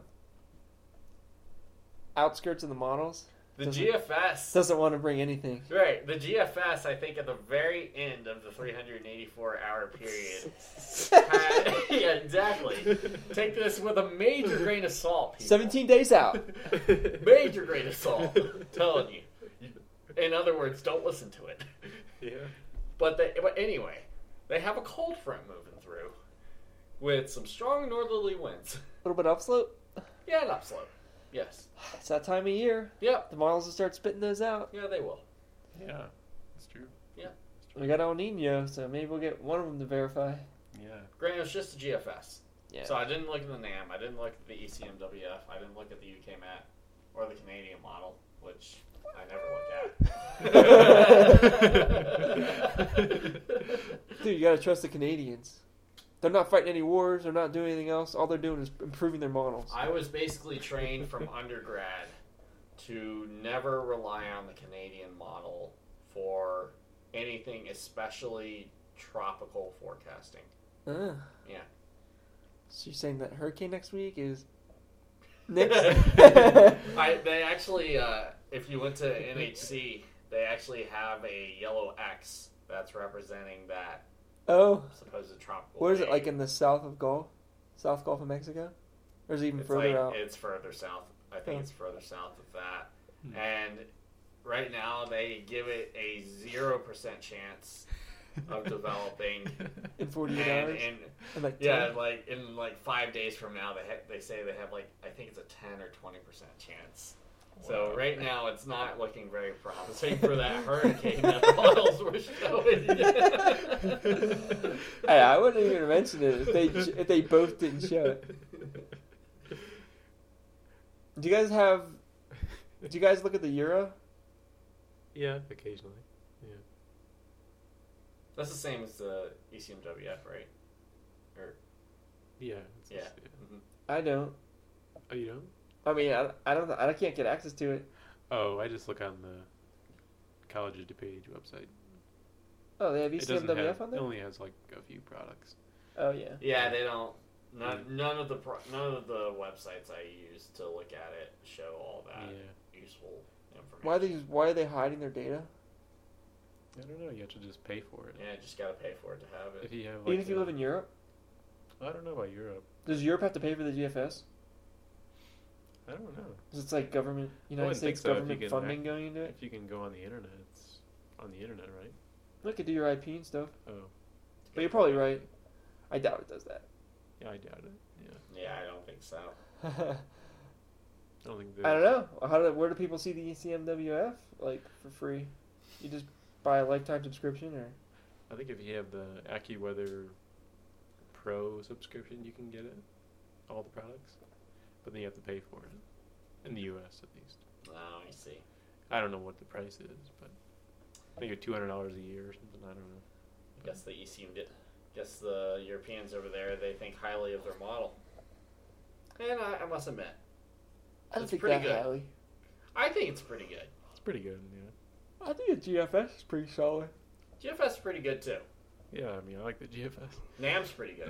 Speaker 1: outskirts of the models
Speaker 4: The
Speaker 1: Doesn't-
Speaker 4: GFS.
Speaker 1: doesn't want to bring anything.
Speaker 4: Right, the GFS, I think, at the very end of the 384 hour period. had- yeah, exactly. Take this with a major grain of salt. people.
Speaker 1: 17 days out.
Speaker 4: Major grain of salt. telling you. In other words, don't listen to it.
Speaker 2: Yeah.
Speaker 4: But they, but anyway, they have a cold front moving through with some strong northerly winds.
Speaker 1: A little bit upslope.
Speaker 4: Yeah, an upslope. Yes.
Speaker 1: It's that time of year.
Speaker 4: Yep.
Speaker 1: The models will start spitting those out.
Speaker 4: Yeah, they will.
Speaker 2: Yeah. That's true.
Speaker 1: We got El Nino, so maybe we'll get one of them to verify.
Speaker 2: Yeah.
Speaker 4: Granted, it's just the GFS.
Speaker 1: Yeah.
Speaker 4: So I didn't look at the NAM. I didn't look at the E ECMWF. I didn't look at the UK map or the Canadian model, which I never look at.
Speaker 1: Dude, you gotta trust the Canadians. They're not fighting any wars. They're not doing anything else. All they're doing is improving their models.
Speaker 4: I was basically trained from undergrad to never rely on the Canadian model for anything, especially tropical forecasting.
Speaker 1: Ah.
Speaker 4: Yeah.
Speaker 1: So you're saying that hurricane next week is next?
Speaker 4: I, they actually, uh, if you went to NHC, they actually have a yellow X that's representing that
Speaker 1: Oh,
Speaker 4: Supposed to tropical.
Speaker 1: where is it? Like
Speaker 4: wave.
Speaker 1: in the south of Gulf, South Gulf of Mexico, or is it even
Speaker 4: it's
Speaker 1: further
Speaker 4: like,
Speaker 1: out?
Speaker 4: It's further south. I think
Speaker 1: Yeah.
Speaker 4: it's further south of that.
Speaker 3: Hmm.
Speaker 4: And right now they give it a zero percent chance of developing.
Speaker 1: in 48
Speaker 4: and
Speaker 1: hours?
Speaker 4: in
Speaker 1: In like
Speaker 4: yeah,
Speaker 1: 10?
Speaker 4: like in like five days from now, they ha- they say they have like I think it's a ten or twenty percent chance. So
Speaker 2: Wow.
Speaker 4: right now it's not looking very promising for that hurricane that the models were showing.
Speaker 1: Hey, I wouldn't even mention it if they if they both didn't show it. Do you guys have? Do you guys look at the euro?
Speaker 2: Yeah, occasionally.
Speaker 4: That's the same as the E ECMWF, right? Or
Speaker 2: Yeah. It's
Speaker 4: yeah.
Speaker 2: just-
Speaker 4: Mhm.
Speaker 1: I don't.
Speaker 2: Oh, you don't?
Speaker 1: I mean, I, I don't. I can't get access to it.
Speaker 2: Oh, I just look on the College of DuPage website.
Speaker 1: Oh, they have
Speaker 2: It doesn't
Speaker 1: ECMWF
Speaker 2: have-
Speaker 1: on there.
Speaker 2: It only has like a few products.
Speaker 1: Oh yeah.
Speaker 4: Yeah, they don't.
Speaker 2: Mm.
Speaker 4: None, none of the pro- none of the websites I use to look at it show all that
Speaker 2: yeah.
Speaker 4: useful information.
Speaker 1: Why are they Why are they hiding their data?
Speaker 2: I don't know. You have to just pay for it.
Speaker 4: Yeah, just gotta pay for it to have
Speaker 2: If
Speaker 4: it.
Speaker 2: you have, like,
Speaker 1: Even if you
Speaker 2: the-
Speaker 1: live in Europe,
Speaker 2: I don't know about Europe.
Speaker 1: does Europe have to pay for the GFS?
Speaker 2: I don't know.
Speaker 1: Because it's like government United
Speaker 2: wouldn't think
Speaker 1: States
Speaker 2: so if you
Speaker 1: government
Speaker 2: can
Speaker 1: funding going into it.
Speaker 2: If you can go on the internet, it's on the internet, right?
Speaker 1: Look, could do your IP and stuff.
Speaker 2: Oh,
Speaker 1: But you're probably right. I doubt it does that.
Speaker 2: yeah, I doubt it. Yeah,
Speaker 4: Yeah, I don't think so.
Speaker 1: I
Speaker 2: I don't think.
Speaker 1: don't
Speaker 2: there's-
Speaker 1: know. How do where do people see the E ECMWF like for free? You just buy a lifetime subscription or
Speaker 2: I think if you have the AccuWeather Pro subscription, you can get it, all the products, but then you have to pay for it in the U.S. at least.
Speaker 4: Oh, I see.
Speaker 2: I don't know what the price is, but I think it's two hundred dollars a year or something. I don't know.
Speaker 4: Guess the ECM did. Guess the Europeans over there they think highly of their model. And I, I must admit,
Speaker 1: I don't
Speaker 4: It's
Speaker 1: think
Speaker 4: pretty
Speaker 1: that
Speaker 4: good.
Speaker 1: highly.
Speaker 4: I think it's pretty good.
Speaker 2: It's pretty good. Yeah.
Speaker 1: I think the GFS is pretty solid.
Speaker 4: GFS is pretty good too.
Speaker 2: Yeah, I mean, I like the GFS.
Speaker 4: Nam's pretty good.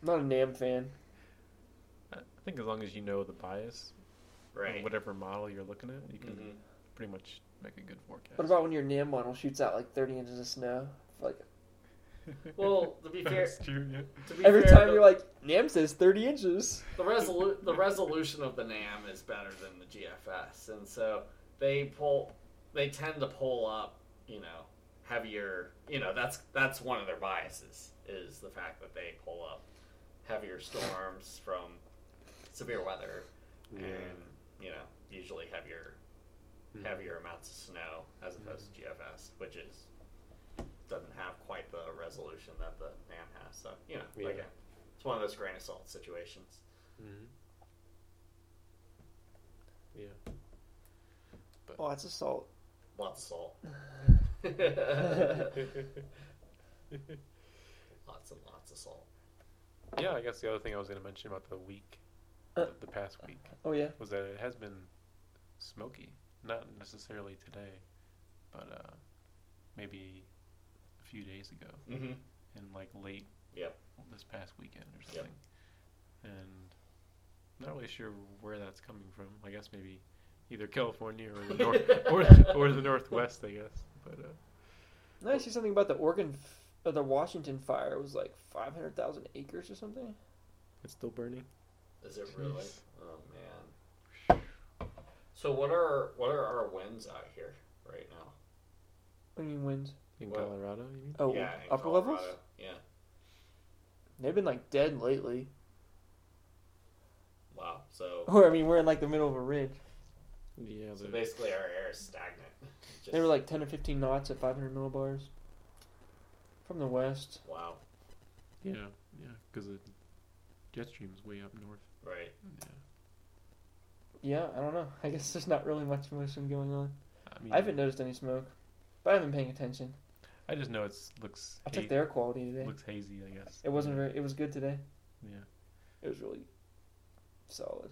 Speaker 1: I'm not a NAM fan.
Speaker 2: I I think as long as you know the bias, of
Speaker 4: Right.
Speaker 2: whatever model you're looking at, you can
Speaker 4: hmm
Speaker 2: pretty much make a good forecast.
Speaker 1: What about when your NAM model shoots out like 30 inches of snow? Like
Speaker 4: Well, to be fair,
Speaker 2: That's true. Yeah.
Speaker 4: to be
Speaker 1: every
Speaker 4: fair,
Speaker 1: time
Speaker 4: the-
Speaker 1: you're like NAM says 30 inches.
Speaker 4: the resolu- the resolution of the NAM is better than the GFS, and so they pull they tend to pull up, you know, heavier. You know, that's that's one of their biases is the fact that they pull up heavier storms from severe weather
Speaker 2: Yeah.
Speaker 4: and you know usually heavier
Speaker 2: Mhm.
Speaker 4: heavier amounts of snow as
Speaker 2: Hmm.
Speaker 4: opposed to GFS, which is doesn't have quite the resolution that the NAM has. So you know, like
Speaker 2: Yeah.
Speaker 4: a, it's one of those grain of salt situations.
Speaker 2: Mhm. Yeah.
Speaker 1: Oh, that's assault.
Speaker 4: Lots of salt. lots and lots of salt.
Speaker 2: Yeah, I guess the other thing I was going to mention about the week,
Speaker 1: Uh.
Speaker 2: the past week,
Speaker 1: Oh yeah.
Speaker 2: was that it has been smoky. Not necessarily today, but uh, maybe a few days ago,
Speaker 4: Mm-hmm.
Speaker 2: and like late
Speaker 4: Yep.
Speaker 2: this past weekend or
Speaker 4: Yep.
Speaker 2: something. And not really sure where that's coming from. I guess maybe either California or the north or, the, or the northwest, I guess. But uh,
Speaker 1: No, I see something about the Oregon, f- uh, the Washington fire was like 500,000 acres or something.
Speaker 2: it's still burning.
Speaker 4: Is it really?
Speaker 2: Jeez.
Speaker 4: Oh man. So what are what are our winds out here right now?
Speaker 1: What do you mean winds?
Speaker 2: In
Speaker 4: Well-
Speaker 2: Colorado, you mean?
Speaker 1: Oh,
Speaker 4: in
Speaker 1: upper
Speaker 4: Colorado.
Speaker 1: levels?
Speaker 4: Yeah.
Speaker 1: They've been like dead lately.
Speaker 4: Wow. So,
Speaker 1: Or, I mean, we're in like the middle of a ridge.
Speaker 2: Yeah,
Speaker 4: so
Speaker 2: the-
Speaker 4: basically our air is stagnant. Just,
Speaker 1: They were like 10 or 15 knots at 500 millibars. From the west.
Speaker 4: wow.
Speaker 2: yeah, yeah, because the jet stream is way up north.
Speaker 4: Right.
Speaker 2: Yeah,
Speaker 1: Yeah, I don't know. I guess there's not really much motion going on.
Speaker 2: I mean,
Speaker 1: I haven't noticed any smoke, but I haven't been paying attention.
Speaker 2: I just know it's looks
Speaker 1: I checked
Speaker 2: ha-
Speaker 1: the air quality today.
Speaker 2: looks hazy. I guess
Speaker 1: It wasn't very, it was good today.
Speaker 2: Yeah,
Speaker 1: It was really solid.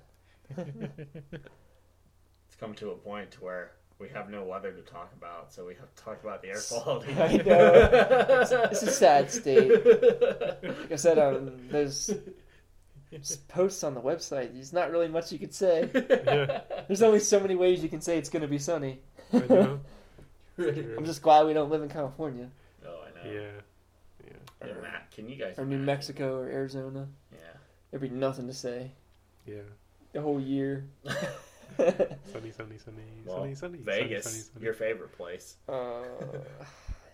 Speaker 4: It's come to a point to where we have no weather to talk about, so we have to talk about the air quality.
Speaker 1: I know. It's, it's a sad state. Like I said, um, there's s- posts on the website. There's not really much you could say.
Speaker 2: yeah,
Speaker 1: There's only so many ways you can say it's going to be sunny.
Speaker 2: I know.
Speaker 1: I'm just glad we don't live in California.
Speaker 4: Oh, I know.
Speaker 2: yeah, yeah.
Speaker 4: Other than that, can you guys?
Speaker 1: or New
Speaker 4: imagine?
Speaker 1: Mexico or Arizona.
Speaker 4: Yeah.
Speaker 1: There'd be nothing to say
Speaker 2: Yeah.
Speaker 1: the whole year. Uh,
Speaker 2: Sunny, sunny, sunny,
Speaker 4: Well,
Speaker 2: sunny, sunny.
Speaker 4: Vegas,
Speaker 2: Sunny, sunny, sunny.
Speaker 4: your favorite place.
Speaker 1: uh,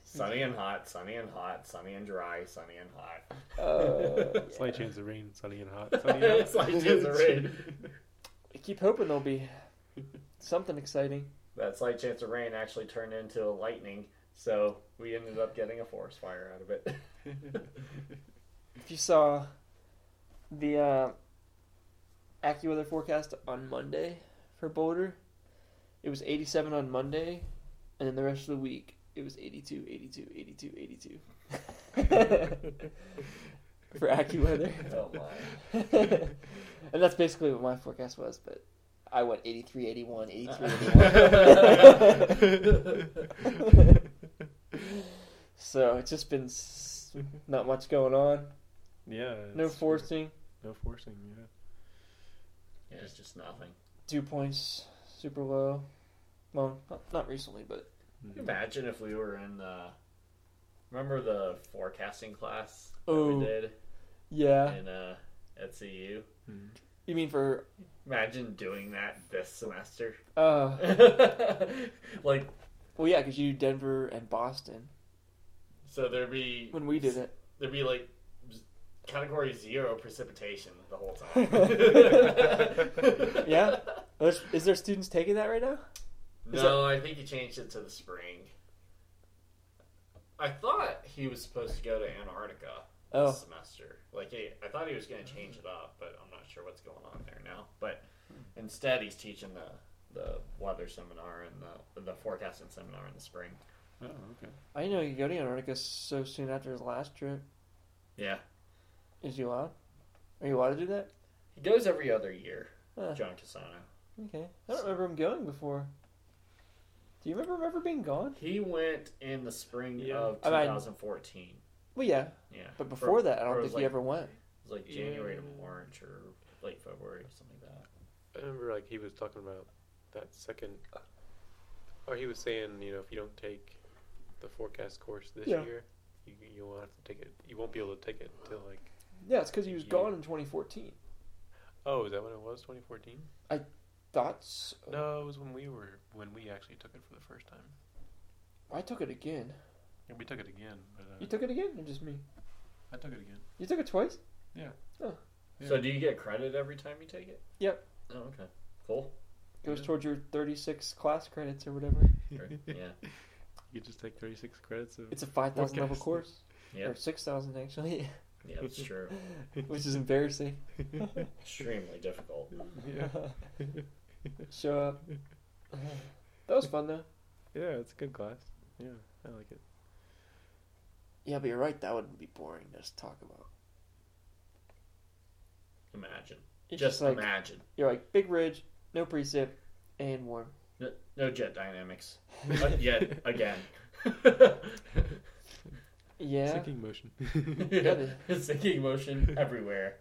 Speaker 4: Sunny and hot, sunny and hot, sunny and dry, sunny and hot.
Speaker 1: uh,
Speaker 2: Slight chance of rain, sunny and hot. Sunny and hot.
Speaker 4: it's like chance of rain.
Speaker 1: I keep hoping there'll be something exciting.
Speaker 4: That slight chance of rain actually turned into a lightning, so we ended up getting a forest fire out of it.
Speaker 1: If you saw the uh, AccuWeather forecast on Monday for Boulder, it was 87 on Monday, and then the rest of the week it was 82, 82, 82, 82. for AccuWeather.
Speaker 4: oh my.
Speaker 1: and that's basically what my forecast was, but I went 83, 81, 83, 81. so it's just been s- not much going on.
Speaker 2: Yeah.
Speaker 1: No
Speaker 2: it's-
Speaker 1: forcing.
Speaker 2: No forcing. Yeah.
Speaker 4: Yeah, it's just nothing.
Speaker 1: Two points, super low. Well, not, not recently, but
Speaker 4: Can you Imagine if we were in the. Remember the forecasting class that
Speaker 1: Oh.
Speaker 4: we did
Speaker 1: yeah.
Speaker 4: in uh, at CU?
Speaker 2: Mm-hmm.
Speaker 1: You mean for
Speaker 4: Imagine doing that this semester.
Speaker 1: uh?
Speaker 4: like,
Speaker 1: Well, yeah, because you do Denver and Boston
Speaker 4: so there'd be
Speaker 1: when we did it.
Speaker 4: there'd be like z- category zero precipitation the whole time.
Speaker 1: Yeah. There's- Is there students taking that right now? Is
Speaker 4: No, I think he changed it to the spring. I thought he was supposed to go to Antarctica
Speaker 1: Oh.
Speaker 4: this semester. Like, he, I thought he was going to change it up, but I'm not sure what's going on there now. But
Speaker 1: Hmm.
Speaker 4: instead, he's teaching the the weather seminar and the the forecasting seminar in the spring.
Speaker 3: Oh, okay.
Speaker 1: I didn't know you could go to Antarctica so soon after his last trip.
Speaker 4: Yeah,
Speaker 1: Is you allowed? Are you allowed to do that?
Speaker 4: he goes every other year.
Speaker 1: Huh.
Speaker 4: John Cassano.
Speaker 1: Okay. I don't remember him going before. Do you remember him ever being gone?
Speaker 4: He went in the spring
Speaker 2: Yeah.
Speaker 4: of
Speaker 1: I mean-
Speaker 4: 2014.
Speaker 1: Well, yeah,
Speaker 4: yeah,
Speaker 1: but
Speaker 4: For-
Speaker 1: before that, I don't
Speaker 4: or it
Speaker 1: think
Speaker 4: was
Speaker 1: he
Speaker 4: like-
Speaker 1: ever went.
Speaker 4: It was like January to
Speaker 2: Yeah.
Speaker 4: March or late February or something like that.
Speaker 2: I remember like he was talking about that second, or he was saying, you know, if you don't take the forecast course this
Speaker 1: Yeah.
Speaker 2: year, you you won't have to take it. You won't be able to take it till like.
Speaker 1: Yeah, it's because he was
Speaker 2: Yeah.
Speaker 1: gone in 2014.
Speaker 2: Oh, is that when it was? 2014?
Speaker 1: Thoughts?
Speaker 2: No, it was when we were when we actually took it for the first time.
Speaker 1: I took it again.
Speaker 2: Yeah, we took it again. But,
Speaker 1: You
Speaker 2: uh,
Speaker 1: took it again, or just me?
Speaker 2: I took it again.
Speaker 1: You took it twice?
Speaker 2: Yeah.
Speaker 4: So do you get credit every time you take it?
Speaker 1: Yep.
Speaker 4: Oh, okay. Cool.
Speaker 1: It was
Speaker 2: Yeah.
Speaker 1: towards your 36 class credits or whatever.
Speaker 4: Great. yeah.
Speaker 2: You just take 36 credits of.
Speaker 1: It's a 5,000 level
Speaker 2: Forecast.
Speaker 1: course,
Speaker 4: Yeah.
Speaker 1: or 6,000 actually,
Speaker 4: Yeah, that's true.
Speaker 1: which is embarrassing.
Speaker 4: Extremely difficult.
Speaker 2: yeah,
Speaker 1: Show up. uh, That was fun though.
Speaker 2: yeah, it's a good class. Yeah, I like it.
Speaker 1: Yeah, but you're right. That would be boring to just talk about.
Speaker 4: Imagine.
Speaker 1: It's
Speaker 4: Just
Speaker 1: like
Speaker 4: imagine.
Speaker 1: you're like big ridge, no precip, and warm.
Speaker 4: No, no jet dynamics. Uh, yet again.
Speaker 1: Yeah,
Speaker 2: Sinking motion.
Speaker 4: Sinking motion everywhere.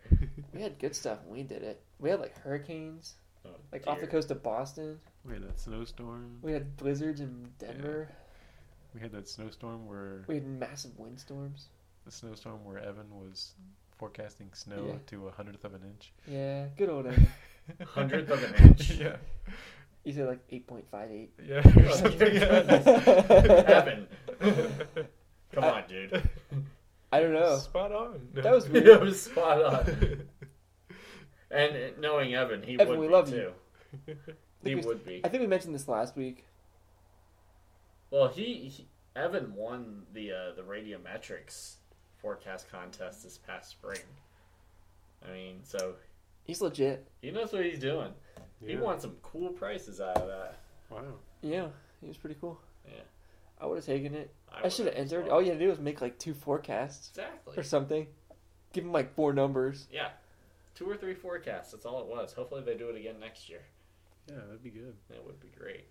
Speaker 1: we had good stuff when we did it. We had like hurricanes,
Speaker 4: Oh,
Speaker 1: like off the
Speaker 4: dear.
Speaker 1: coast of Boston.
Speaker 2: we had that snowstorm.
Speaker 1: We had blizzards in Denver.
Speaker 2: We had that snowstorm where
Speaker 1: We had massive windstorms.
Speaker 2: the snowstorm where Evan was forecasting snow
Speaker 1: Yeah.
Speaker 2: to a hundredth of an inch.
Speaker 1: Yeah, good old Evan.
Speaker 4: Hundredth of an inch.
Speaker 2: yeah,
Speaker 1: You said like eight point five eight.
Speaker 2: yeah. or something, yeah.
Speaker 4: Oh, Heaven. Come on, dude.
Speaker 1: I don't know.
Speaker 2: Spot on.
Speaker 1: That was weird.
Speaker 4: It was spot on. And uh, knowing Evan, he
Speaker 1: Evan,
Speaker 4: would
Speaker 1: we
Speaker 4: be
Speaker 1: love
Speaker 4: too.
Speaker 1: you. I
Speaker 4: He
Speaker 1: think, we,
Speaker 4: would be.
Speaker 1: I think we mentioned this last week.
Speaker 4: Well, he, he Evan won the uh, the radiometrics forecast contest this past spring. I mean, so
Speaker 1: He's legit.
Speaker 4: he knows what he's doing. He
Speaker 2: Yeah.
Speaker 4: won some cool prices out of that.
Speaker 2: Wow.
Speaker 1: Yeah, he was pretty cool.
Speaker 4: Yeah.
Speaker 1: I would have taken it. I
Speaker 4: would
Speaker 1: should have
Speaker 4: as
Speaker 1: entered. Oh,
Speaker 4: well.
Speaker 1: All you had to do was make like two forecasts
Speaker 4: exactly.
Speaker 1: or something. Give him like four numbers.
Speaker 4: Yeah, two or three forecasts. That's all it was. Hopefully, they do it again next year.
Speaker 2: Yeah, that'd be good.
Speaker 4: That would be great.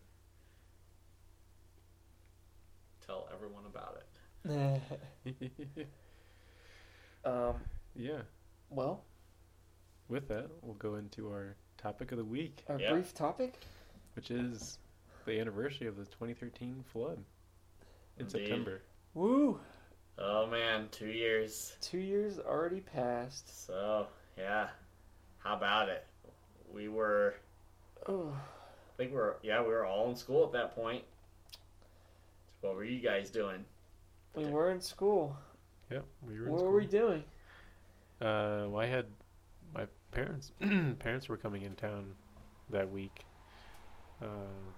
Speaker 4: Tell everyone about it.
Speaker 1: um.
Speaker 2: yeah.
Speaker 1: Well,
Speaker 2: With that, we'll go into our topic of the week,
Speaker 1: our
Speaker 4: Yeah.
Speaker 1: brief topic.
Speaker 2: which is the anniversary of the 2013 flood in
Speaker 4: Indeed.
Speaker 2: September.
Speaker 1: Woo!
Speaker 4: Oh man, two years.
Speaker 1: Two years already passed.
Speaker 4: So yeah, how about it? We were,
Speaker 1: Oh,
Speaker 4: I think we are yeah, we were all in school at that point. What were you guys doing?
Speaker 1: we were in school.
Speaker 2: Yeah, we were.
Speaker 1: What were we doing?
Speaker 2: Uh, well, I had my parents. parents were coming in town that week, uh,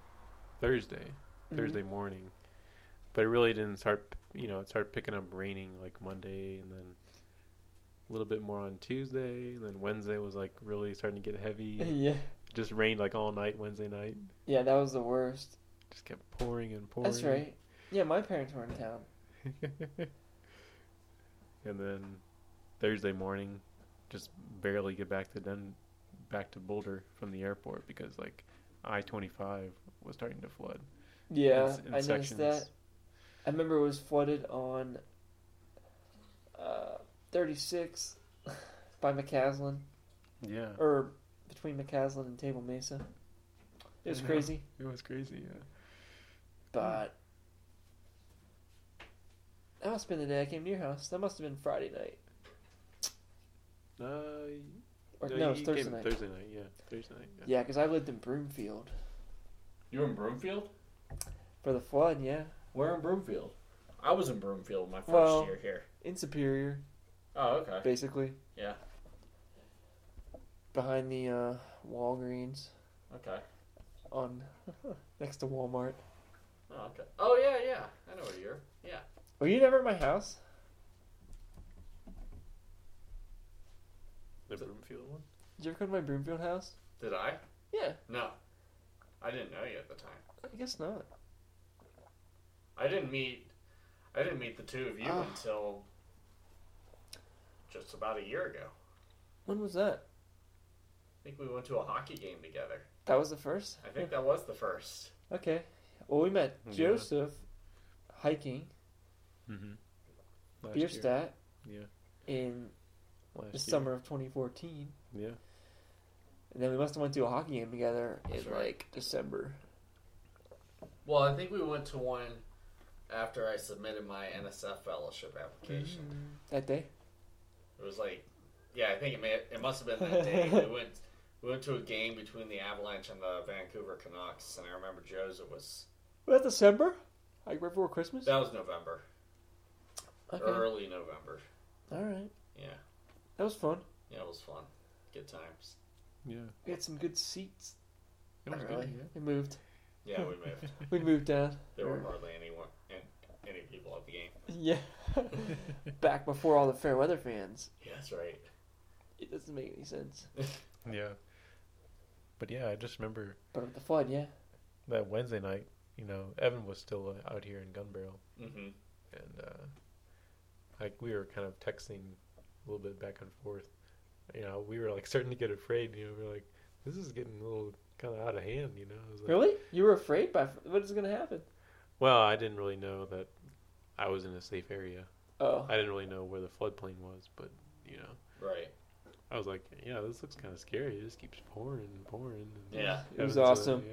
Speaker 2: Thursday,
Speaker 1: Mm-hmm.
Speaker 2: Thursday morning, but it really didn't start. You know, it started picking up raining like Monday, and then a little bit more on Tuesday, and then Wednesday was like really starting to get heavy.
Speaker 1: yeah,
Speaker 2: just rained like all night Wednesday night.
Speaker 1: yeah, that was the worst.
Speaker 2: Just kept pouring and pouring.
Speaker 1: That's right. Yeah, my parents were in town.
Speaker 2: and then Thursday morning, just barely get back to Den- back to Boulder from the airport because like I twenty five was starting to flood. in
Speaker 1: Yeah,
Speaker 2: s- in
Speaker 1: I noticed that. I remember it was flooded on uh, 36 by McCaslin,
Speaker 2: Yeah,
Speaker 1: or between McCaslin and Table Mesa. It was
Speaker 2: Yeah.
Speaker 1: crazy,
Speaker 2: it was crazy. Yeah,
Speaker 1: but that must have been the day I came to your house. That must have been Friday night,
Speaker 2: uh,
Speaker 1: or no, it was
Speaker 2: you
Speaker 1: Thursday
Speaker 2: came
Speaker 1: night.
Speaker 2: Thursday night, yeah, Thursday night. Yeah.
Speaker 1: Yeah, because I lived in Broomfield
Speaker 4: You were in Broomfield?
Speaker 1: for the flood. Yeah,
Speaker 4: Where in Broomfield? I was in Broomfield my first
Speaker 1: Well-
Speaker 4: year here.
Speaker 1: in Superior,
Speaker 4: Oh, okay.
Speaker 1: basically.
Speaker 4: Yeah.
Speaker 1: Behind the uh, Walgreens
Speaker 4: Okay.
Speaker 1: on next to Walmart.
Speaker 4: Oh, okay. Oh yeah, yeah. I know where you're. Yeah.
Speaker 1: Were you never at my house?
Speaker 2: The Broomfield one.
Speaker 1: Did you ever come to my Broomfield house?
Speaker 4: Did I?
Speaker 1: Yeah,
Speaker 4: No. I didn't know you at the time.
Speaker 1: I guess not.
Speaker 4: I didn't meet I didn't meet the two of you
Speaker 1: Ah.
Speaker 4: until just about a year ago.
Speaker 1: When was that?
Speaker 4: I think we went to a hockey game together.
Speaker 1: That was the first?
Speaker 4: I think that was the first.
Speaker 1: Okay. Well, we met
Speaker 2: Yeah.
Speaker 1: Joseph hiking
Speaker 2: Mm-hmm.
Speaker 1: Bierstadt
Speaker 2: Yeah.
Speaker 1: in
Speaker 2: Last
Speaker 1: the
Speaker 2: year.
Speaker 1: summer of 2014.
Speaker 2: Yeah.
Speaker 1: And then we must have went to a hockey game together in
Speaker 4: That's right.
Speaker 1: like December.
Speaker 4: Well, I think we went to one after I submitted my NSF fellowship application.
Speaker 1: That day?
Speaker 4: It was like, yeah, I think it may it must have been that day. we went we went to a game between the Avalanche and the Vancouver Canucks, and I remember Joseph was
Speaker 1: Was that December? Like right before Christmas?
Speaker 4: that was November,
Speaker 1: Okay.
Speaker 4: early November.
Speaker 1: All right.
Speaker 4: Yeah,
Speaker 1: That was fun.
Speaker 4: yeah, it was fun, good times.
Speaker 2: Yeah.
Speaker 1: We had some good seats.
Speaker 2: It was
Speaker 1: Not
Speaker 2: good.
Speaker 1: really. We moved.
Speaker 4: Yeah, we moved.
Speaker 1: We moved down.
Speaker 4: There were
Speaker 1: Or-
Speaker 4: hardly anyone, an- any people at the game.
Speaker 1: Yeah. Back before all the fair weather fans.
Speaker 4: Yeah, that's right.
Speaker 1: It doesn't make any sense.
Speaker 2: Yeah. yeah. But yeah, I just remember
Speaker 1: But with the flood, yeah.
Speaker 2: that Wednesday night. You know, Evan was still uh, out here in Gun Barrel.
Speaker 4: Mm-hmm.
Speaker 2: and uh, like we were kind of texting a little bit back and forth. You know, we were like starting to get afraid. You know, we were like, this is getting a little kind of out of hand. You know, It was like-
Speaker 1: Really? You were afraid by what is going to happen?
Speaker 2: Well, I didn't really know that I was in a safe area.
Speaker 1: Oh.
Speaker 2: I didn't really know where the floodplain was, but you know,
Speaker 4: Right.
Speaker 2: I was like, yeah, this looks kind of scary. It just keeps pouring and pouring. And
Speaker 4: Yeah.
Speaker 1: It was
Speaker 2: Evan's, uh,
Speaker 1: awesome.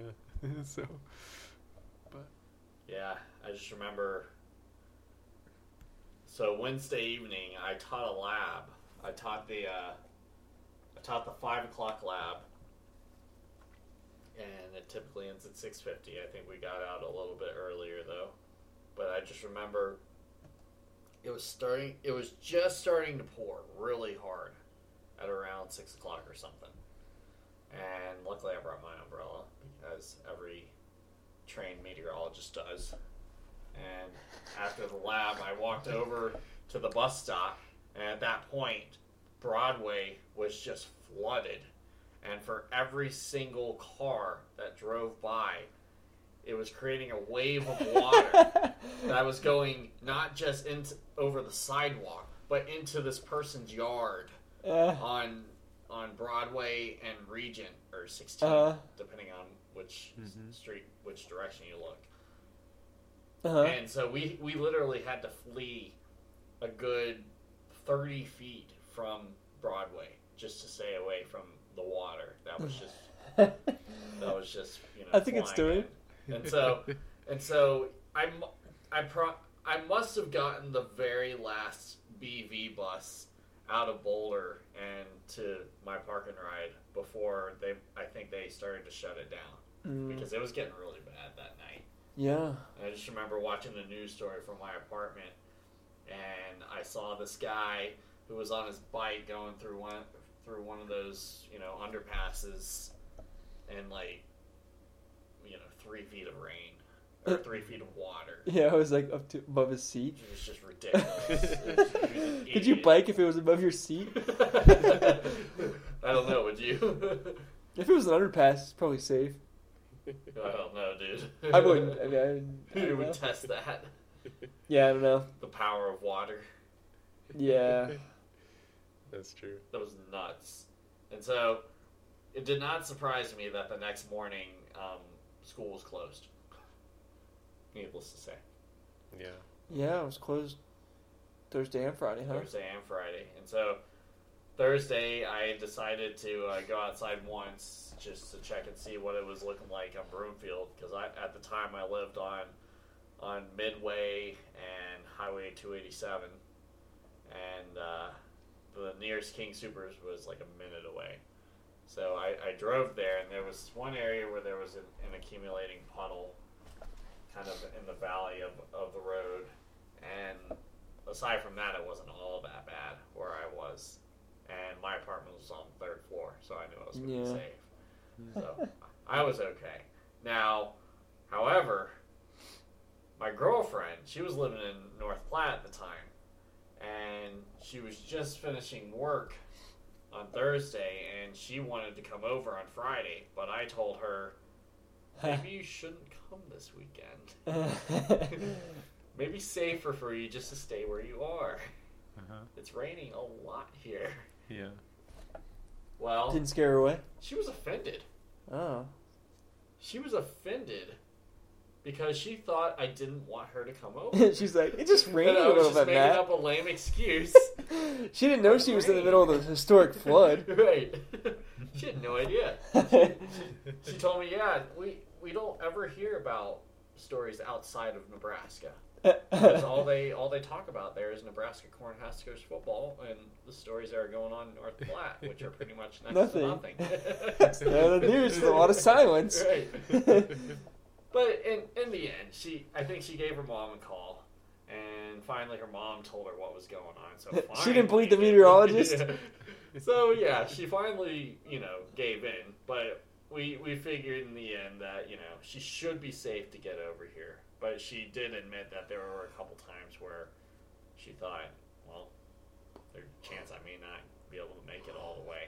Speaker 2: yeah. so
Speaker 4: Yeah, I just remember. So Wednesday evening, I taught a lab. I taught the, uh, I taught the five o'clock lab, and it typically ends at six fifty. I think we got out a little bit earlier though, but I just remember. It was starting. It was just starting to pour really hard, at around six o'clock or something. And luckily, I brought my umbrella because every trained meteorologist does. And after the lab, I walked over to the bus stop, and at that point, Broadway was just flooded. And for every single car that drove by, it was creating a wave of water that was going not just into, over the sidewalk, but into this person's yard
Speaker 1: Uh,
Speaker 4: on on Broadway and Regent or 16,
Speaker 1: Uh-huh.
Speaker 4: depending on which s-
Speaker 2: Mhm.
Speaker 4: street, which direction you look.
Speaker 1: uh-huh.
Speaker 4: And so we we literally had to flee a good thirty feet from Broadway just to stay away from the water. That
Speaker 1: Mm.
Speaker 4: was just that was just you know.
Speaker 1: I think it's
Speaker 4: flying
Speaker 1: doing.
Speaker 4: in. And so and so I'm I pro I must have gotten the very last BV bus out of Boulder and to my park and ride before they. I think they started to shut it down
Speaker 1: Mm,
Speaker 4: because it was getting really bad that night.
Speaker 1: yeah.
Speaker 4: And I just remember watching the news story from my apartment, and I saw this guy who was on his bike going through one through one of those you know underpasses, and like you know three feet of rain or three feet of water.
Speaker 1: Yeah, I was like up to above his seat.
Speaker 4: It was just ridiculous.
Speaker 1: Could you bike if it was above your seat?
Speaker 4: I don't know. Would you?
Speaker 1: If it was an underpass, it's probably safe.
Speaker 4: I don't know, dude.
Speaker 1: I wouldn't. I mean, I, wouldn't- I
Speaker 4: Who
Speaker 1: don't know.
Speaker 4: would test that?
Speaker 1: Yeah, I don't know.
Speaker 4: The power of water.
Speaker 1: Yeah.
Speaker 2: That's true.
Speaker 4: that was nuts. And so it did not surprise me that the next morning um, school was closed. Needless to say,
Speaker 2: Yeah.
Speaker 1: Yeah, it was closed Thursday and Friday, huh?
Speaker 4: Thursday and Friday. And so Thursday, I decided to uh, go outside once just to check and see what it was looking like on Broomfield because I at the time I lived on on Midway and Highway 287, and uh, the nearest King Supers was like a minute away. So I, I drove there, and there was one area where there was an, an accumulating puddle, kind of in the valley of, of the road. And aside from that, it wasn't all that bad where I was. And my apartment was on the third floor, so I knew I was going to
Speaker 1: Yeah.
Speaker 4: be safe. So I was okay. Now, however, my girlfriend, she was living in North Platte at the time, and she was just finishing work on Thursday, and she wanted to come over on Friday, but I told her maybe you shouldn't come this weekend. Maybe safer for you just to stay where you are.
Speaker 2: Uh-huh.
Speaker 4: It's raining a lot here.
Speaker 2: Yeah.
Speaker 4: Well,
Speaker 1: Didn't scare her away.
Speaker 4: she was offended.
Speaker 1: Oh.
Speaker 4: She was offended because she thought I didn't want her to come over.
Speaker 1: She's like, it just rained
Speaker 4: And I
Speaker 1: a
Speaker 4: was
Speaker 1: little bit,
Speaker 4: just making
Speaker 1: Matt.
Speaker 4: up a lame excuse.
Speaker 1: She didn't know she was in the middle of the historic flood.
Speaker 4: right. she had no idea. She told me, "Yeah, we we don't ever hear about stories outside of Nebraska. Because all they all they talk about there is Nebraska Cornhuskers football and the stories that are going on in North Platte, which are pretty much next to
Speaker 1: Nothing.
Speaker 4: nothing.
Speaker 1: Yeah, the news is a lot of silence.
Speaker 4: Right. But in in the end, she I think she gave her mom a call, and finally her mom told her what was going on. So
Speaker 1: She didn't
Speaker 4: finally-
Speaker 1: believe the meteorologist?
Speaker 4: Yeah. So yeah, she finally you know gave in, but we we figured in the end that you know she should be safe to get over here. But she did admit that there were a couple times where she thought, well, there's a chance I may not be able to make it all the way.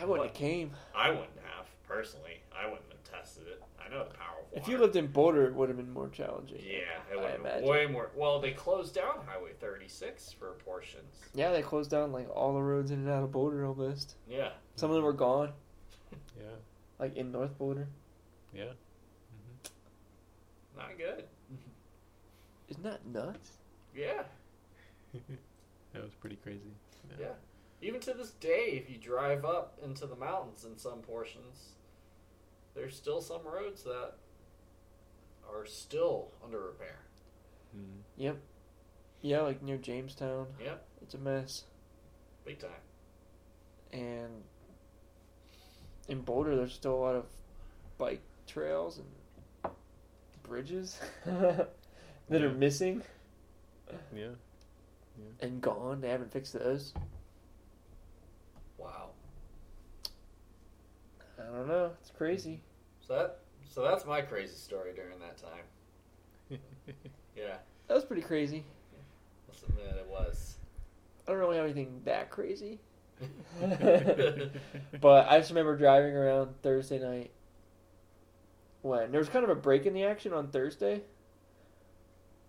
Speaker 1: I wouldn't have came.
Speaker 4: I wouldn't have personally. I wouldn't have tested it. I know the power of water.
Speaker 1: If you lived in Boulder, it would have been more challenging.
Speaker 4: Yeah, it
Speaker 1: I
Speaker 4: would have been
Speaker 1: imagine.
Speaker 4: way more. Well, they closed down Highway 36 for portions.
Speaker 1: Yeah, they closed down like all the roads in and out of Boulder almost.
Speaker 4: Yeah,
Speaker 1: Some of them were gone,
Speaker 2: Yeah.
Speaker 1: like in North Boulder.
Speaker 2: Yeah.
Speaker 4: not good.
Speaker 1: Isn't that nuts?
Speaker 4: Yeah,
Speaker 2: Mm-hmm. That was pretty crazy.
Speaker 4: yeah. Even to this day, if you drive up into the mountains in some portions, there's still some roads that are still under repair.
Speaker 2: Mm.
Speaker 1: Yeah, like near Jamestown.
Speaker 4: Yep.
Speaker 1: It's a mess.
Speaker 4: Big time.
Speaker 1: And in Boulder, there's still a lot of bike trails and bridges that
Speaker 2: Yeah.
Speaker 1: are missing
Speaker 2: Yeah. Mm-hmm.
Speaker 1: and gone. They haven't fixed those.
Speaker 4: Wow.
Speaker 1: I don't know. It's crazy.
Speaker 4: So that so that's my crazy story during that time. Yeah,
Speaker 1: That was pretty crazy.
Speaker 4: let's admit it was.
Speaker 1: I don't really have anything that crazy. But I just remember driving around Thursday night when there was kind of a break in the action on Thursday.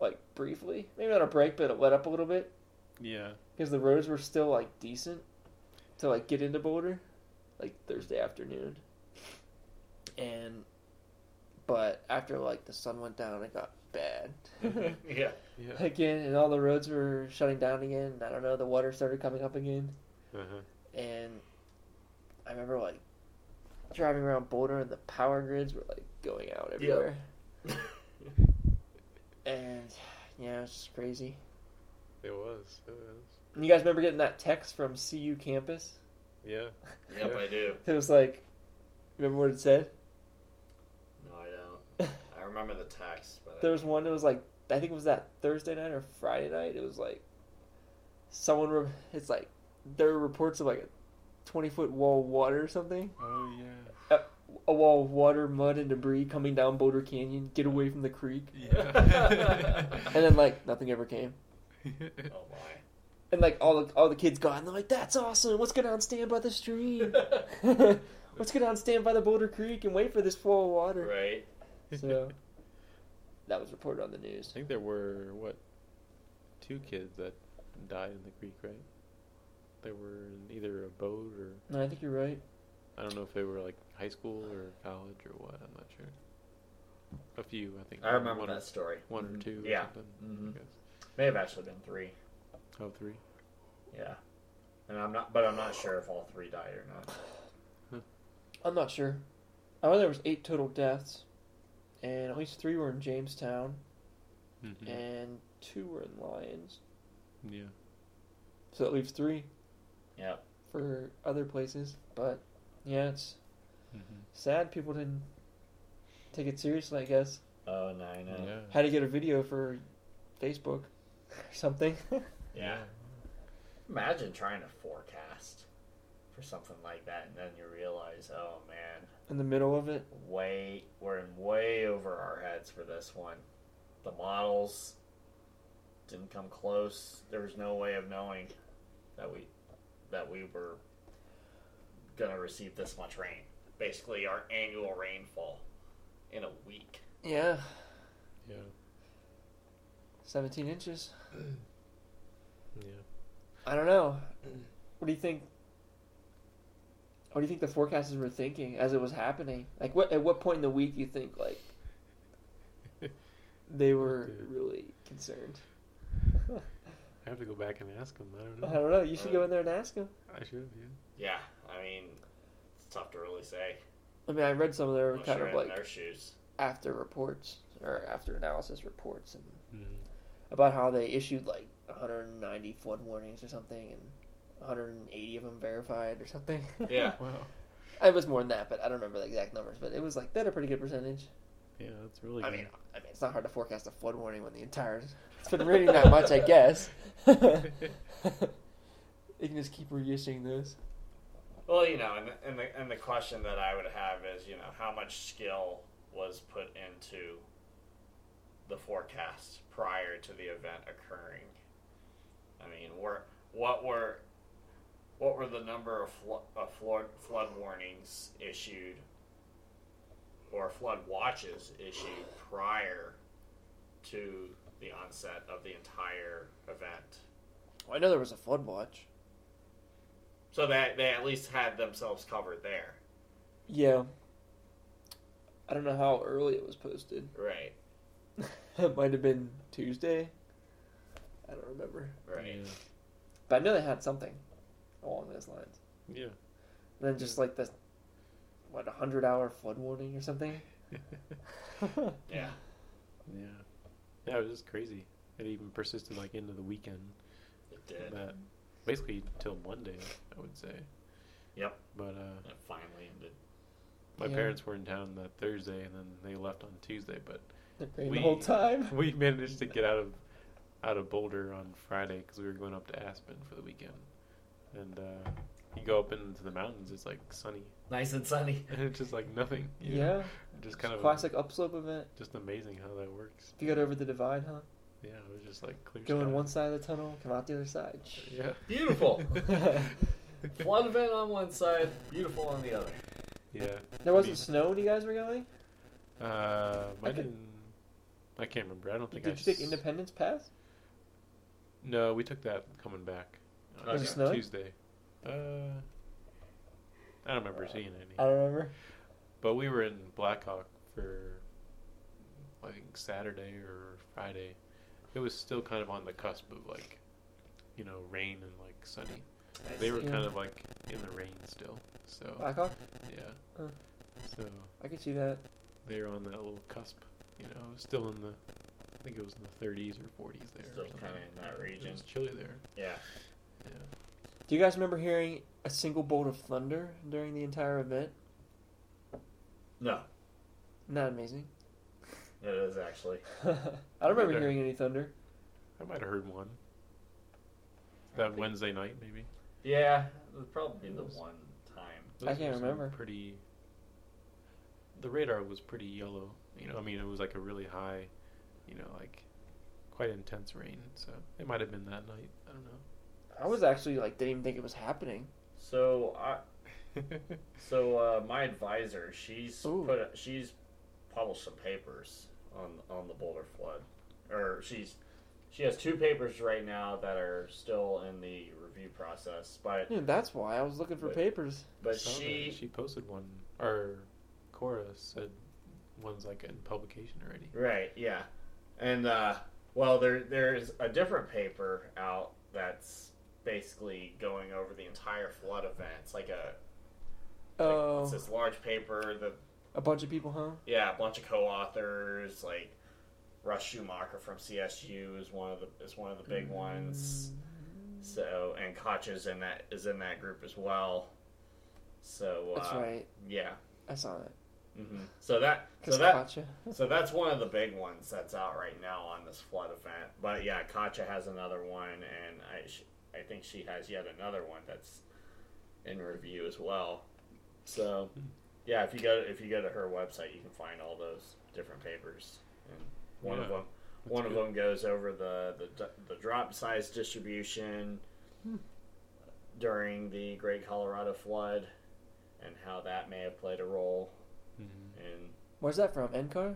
Speaker 1: Like briefly. Maybe not a break, but it let up a little bit
Speaker 2: yeah.
Speaker 1: because the roads were still like decent to like get into Boulder like Thursday afternoon. And but after like the sun went down, it got bad.
Speaker 4: yeah.
Speaker 2: Yeah.
Speaker 1: again, and all the roads were shutting down again. and I don't know, the water started coming up again
Speaker 2: Uh-huh.
Speaker 1: and I remember like driving around Boulder and the power grids were like going out everywhere. And Yeah, it's just crazy.
Speaker 2: It was. It was.
Speaker 1: And you guys remember getting that text from CU campus?
Speaker 2: Yeah.
Speaker 4: Yep, I do.
Speaker 1: It was like, remember what it said?
Speaker 4: No, I don't. I remember the text, but
Speaker 1: There was one that was like, I think it was that Thursday night or Friday night. It was like, someone, re- it's like, there were reports of like a 20 foot wall of water or something.
Speaker 2: Oh yeah.
Speaker 1: A wall of water, mud, and debris coming down Boulder Canyon. Get away from the creek.
Speaker 2: Yeah.
Speaker 1: And then like, nothing ever came.
Speaker 4: oh my.
Speaker 1: And like all the all the kids gone. They're like, "That's awesome! Let's go down, stand by the stream. Let's go down, stand by the Boulder Creek, and wait for this fall of water."
Speaker 4: Right?
Speaker 1: So that was reported on the news.
Speaker 2: I think there were what two kids that died in the creek, right? They were in either a boat or
Speaker 1: No, I think you're right.
Speaker 2: I don't know if they were like high school or college or what. I'm not sure. A few, I think.
Speaker 4: I remember
Speaker 2: one
Speaker 4: that story.
Speaker 2: Or, one or two. Or
Speaker 4: Yeah.
Speaker 2: something,
Speaker 4: Mhm.
Speaker 2: I guess.
Speaker 4: May have actually been three.
Speaker 2: Oh, three.
Speaker 4: Yeah. And I'm not, but I'm not sure if all three died or not.
Speaker 1: I'm not sure. I know there was eight total deaths, and at least three were in Jamestown,
Speaker 2: Mm-hmm.
Speaker 1: and two were in Lyons.
Speaker 2: Yeah.
Speaker 1: So that leaves three
Speaker 4: Yeah.
Speaker 1: for other places. But yeah, it's
Speaker 2: Mm-hmm.
Speaker 1: sad people didn't take it seriously. I guess
Speaker 4: Oh, no, I know.
Speaker 2: Yeah.
Speaker 1: had to get a video for Facebook or something.
Speaker 4: yeah. Imagine trying to forecast for something like that, and then you realize, oh man,
Speaker 1: in the middle of it.
Speaker 4: way we're in way over our heads for this one. The models didn't come close. There was no way of knowing that we that we were gonna receive this much rain. Basically, our annual rainfall in a week.
Speaker 1: Yeah,
Speaker 2: Yeah.
Speaker 1: 17 inches.
Speaker 2: Yeah.
Speaker 1: I don't know. What do you think? What do you think the forecasters were thinking as it was happening? Like, what at what point in the week do you think like they were
Speaker 2: Dude.
Speaker 1: really concerned?
Speaker 2: I have to go back and ask them. I don't know.
Speaker 1: I don't know. You should go in there and ask them.
Speaker 2: I should. Yeah.
Speaker 4: Yeah, I mean, it's tough to really say.
Speaker 1: I mean, I read some of their
Speaker 4: Unless
Speaker 1: kind
Speaker 4: you're
Speaker 1: of
Speaker 4: in
Speaker 1: like
Speaker 4: their shoes.
Speaker 1: after reports or after analysis reports and
Speaker 2: Mm.
Speaker 1: about how they issued like 190 flood warnings or something and 180 of them verified or something.
Speaker 4: Yeah.
Speaker 2: Wow.
Speaker 1: it was more than that, but I don't remember the exact numbers. But it was like they had a pretty good percentage.
Speaker 2: Yeah, that's really.
Speaker 1: I
Speaker 2: good.
Speaker 1: mean, I mean, it's not hard to forecast a flood warning when the entire it's been raining that much, I guess. you can just keep reissuing those.
Speaker 4: Well, you know, and the, and the and the question that I would have is, you know, how much skill was put into the forecast prior to the event occurring? I mean, were what were what were the number of, flo- of flood flood warnings issued or flood watches issued prior to the onset of the entire event?
Speaker 1: I know there was a flood watch.
Speaker 4: So that they at least had themselves covered there,
Speaker 1: Yeah. I don't know how early it was posted.
Speaker 4: right?
Speaker 1: it might have been Tuesday. I don't remember.
Speaker 2: Mm-hmm.
Speaker 4: Right.
Speaker 1: But I know they had something along those lines.
Speaker 2: Yeah.
Speaker 1: And then just like the what, a hundred hour flood warning or something?
Speaker 2: Yeah.
Speaker 4: Yeah.
Speaker 2: yeah. Yeah, it was just crazy. It even persisted like into the weekend.
Speaker 4: It did.
Speaker 2: That basically till Monday, I would say.
Speaker 4: Yep.
Speaker 2: But uh,
Speaker 4: It finally ended.
Speaker 2: my
Speaker 1: Yeah.
Speaker 2: parents were in town that Thursday, and then they left on Tuesday. But
Speaker 1: They're praying
Speaker 2: We-
Speaker 1: the whole time.
Speaker 2: we managed to get out of out of Boulder on Friday because we were going up to Aspen for the weekend. And uh, you go up into the mountains, it's like sunny,
Speaker 4: Nice and sunny.
Speaker 2: and it's just like nothing. you know?
Speaker 1: Yeah.
Speaker 2: Just kind of
Speaker 1: classic upslope event.
Speaker 2: Just amazing how that works.
Speaker 1: If you got over the divide, huh?
Speaker 2: Yeah, it was just like clear.
Speaker 1: Go in
Speaker 2: sky.
Speaker 1: one side of the tunnel, come out the other side.
Speaker 2: Yeah.
Speaker 4: Beautiful. Flood event on one side, beautiful on the other.
Speaker 2: Yeah.
Speaker 1: There wasn't snow when you guys were going?
Speaker 2: Uh, I,
Speaker 1: I could-
Speaker 2: didn't. I can't remember. I don't think
Speaker 1: Did you
Speaker 2: I.
Speaker 1: take
Speaker 2: s-
Speaker 1: Independence Pass?
Speaker 2: No, we took that coming back.
Speaker 5: Oh,
Speaker 2: on
Speaker 4: Was it
Speaker 1: snowing?
Speaker 2: Tuesday. Uh, I don't
Speaker 5: Uh,
Speaker 2: remember seeing any.
Speaker 1: I don't remember.
Speaker 2: But we were in Blackhawk for, I think Saturday or Friday. It was still kind of on the cusp of like, you know, rain and like sunny. They were
Speaker 1: Yeah.
Speaker 2: kind of like in the rain still.
Speaker 4: Oh.
Speaker 2: So
Speaker 1: Blackhawk?
Speaker 2: yeah.
Speaker 1: Huh.
Speaker 2: So
Speaker 1: I could see that.
Speaker 2: they were on that little cusp. You know, still in the think it was in the 30s or 40s there.
Speaker 5: Still
Speaker 2: or something.
Speaker 5: kinda in that
Speaker 2: It
Speaker 5: region.
Speaker 2: was chilly there.
Speaker 5: Yeah.
Speaker 2: Yeah.
Speaker 1: Do you guys remember hearing a single bolt of thunder during the entire event?
Speaker 5: No,
Speaker 1: Not amazing.
Speaker 5: it is actually.
Speaker 1: I don't remember
Speaker 2: Neither.
Speaker 1: hearing any thunder.
Speaker 2: I might have heard one. That Wednesday night, maybe.
Speaker 5: Yeah, it would probably
Speaker 2: be the
Speaker 5: one time.
Speaker 1: I
Speaker 2: Those
Speaker 1: can't
Speaker 2: were some
Speaker 1: remember.
Speaker 2: Pretty. The radar was pretty yellow. You know, I mean, it was like a really high, you know, like quite intense rain. So it might have been that night. I don't
Speaker 1: I was actually like didn't even think it was happening.
Speaker 4: So I,
Speaker 2: know.
Speaker 4: so uh, my advisor, she's
Speaker 1: Ooh.
Speaker 4: put she's published some papers on on the Boulder flood, or she's she has two papers right now that are still in the review process, but
Speaker 1: Yeah, that's why I was looking for
Speaker 4: Wait.
Speaker 1: papers.
Speaker 4: but
Speaker 2: Saw that.
Speaker 4: she
Speaker 2: she posted one, or Cora said one's like in publication already.
Speaker 4: Right, yeah. And uh well there there's a different paper out that's basically going over the entire flood event. It's like a like,
Speaker 1: Oh,
Speaker 4: it's this large paper that
Speaker 1: a bunch of people, huh?
Speaker 4: yeah, a bunch of co authors, like Russ Schumacher from CSU is one of the is one of the big ones. So and Koch is in that is in that group as well. So uh,
Speaker 1: That's right.
Speaker 4: yeah.
Speaker 1: I saw that.
Speaker 4: hmm So that so
Speaker 1: Cause
Speaker 4: that
Speaker 1: gotcha.
Speaker 4: so that's one of the big ones that's out right now on this flood event. But yeah, Katja has another one, and I, sh- I think she has yet another one that's in review as well. So yeah, if you go if you go to her website, you can find all those different papers. And one of
Speaker 2: Yeah,
Speaker 4: them one of
Speaker 2: good.
Speaker 4: them goes over the the, d- the drop size distribution during the Great Colorado Flood and how that may have played a role
Speaker 2: Mhm.
Speaker 4: in
Speaker 1: Where's that from? NCAR?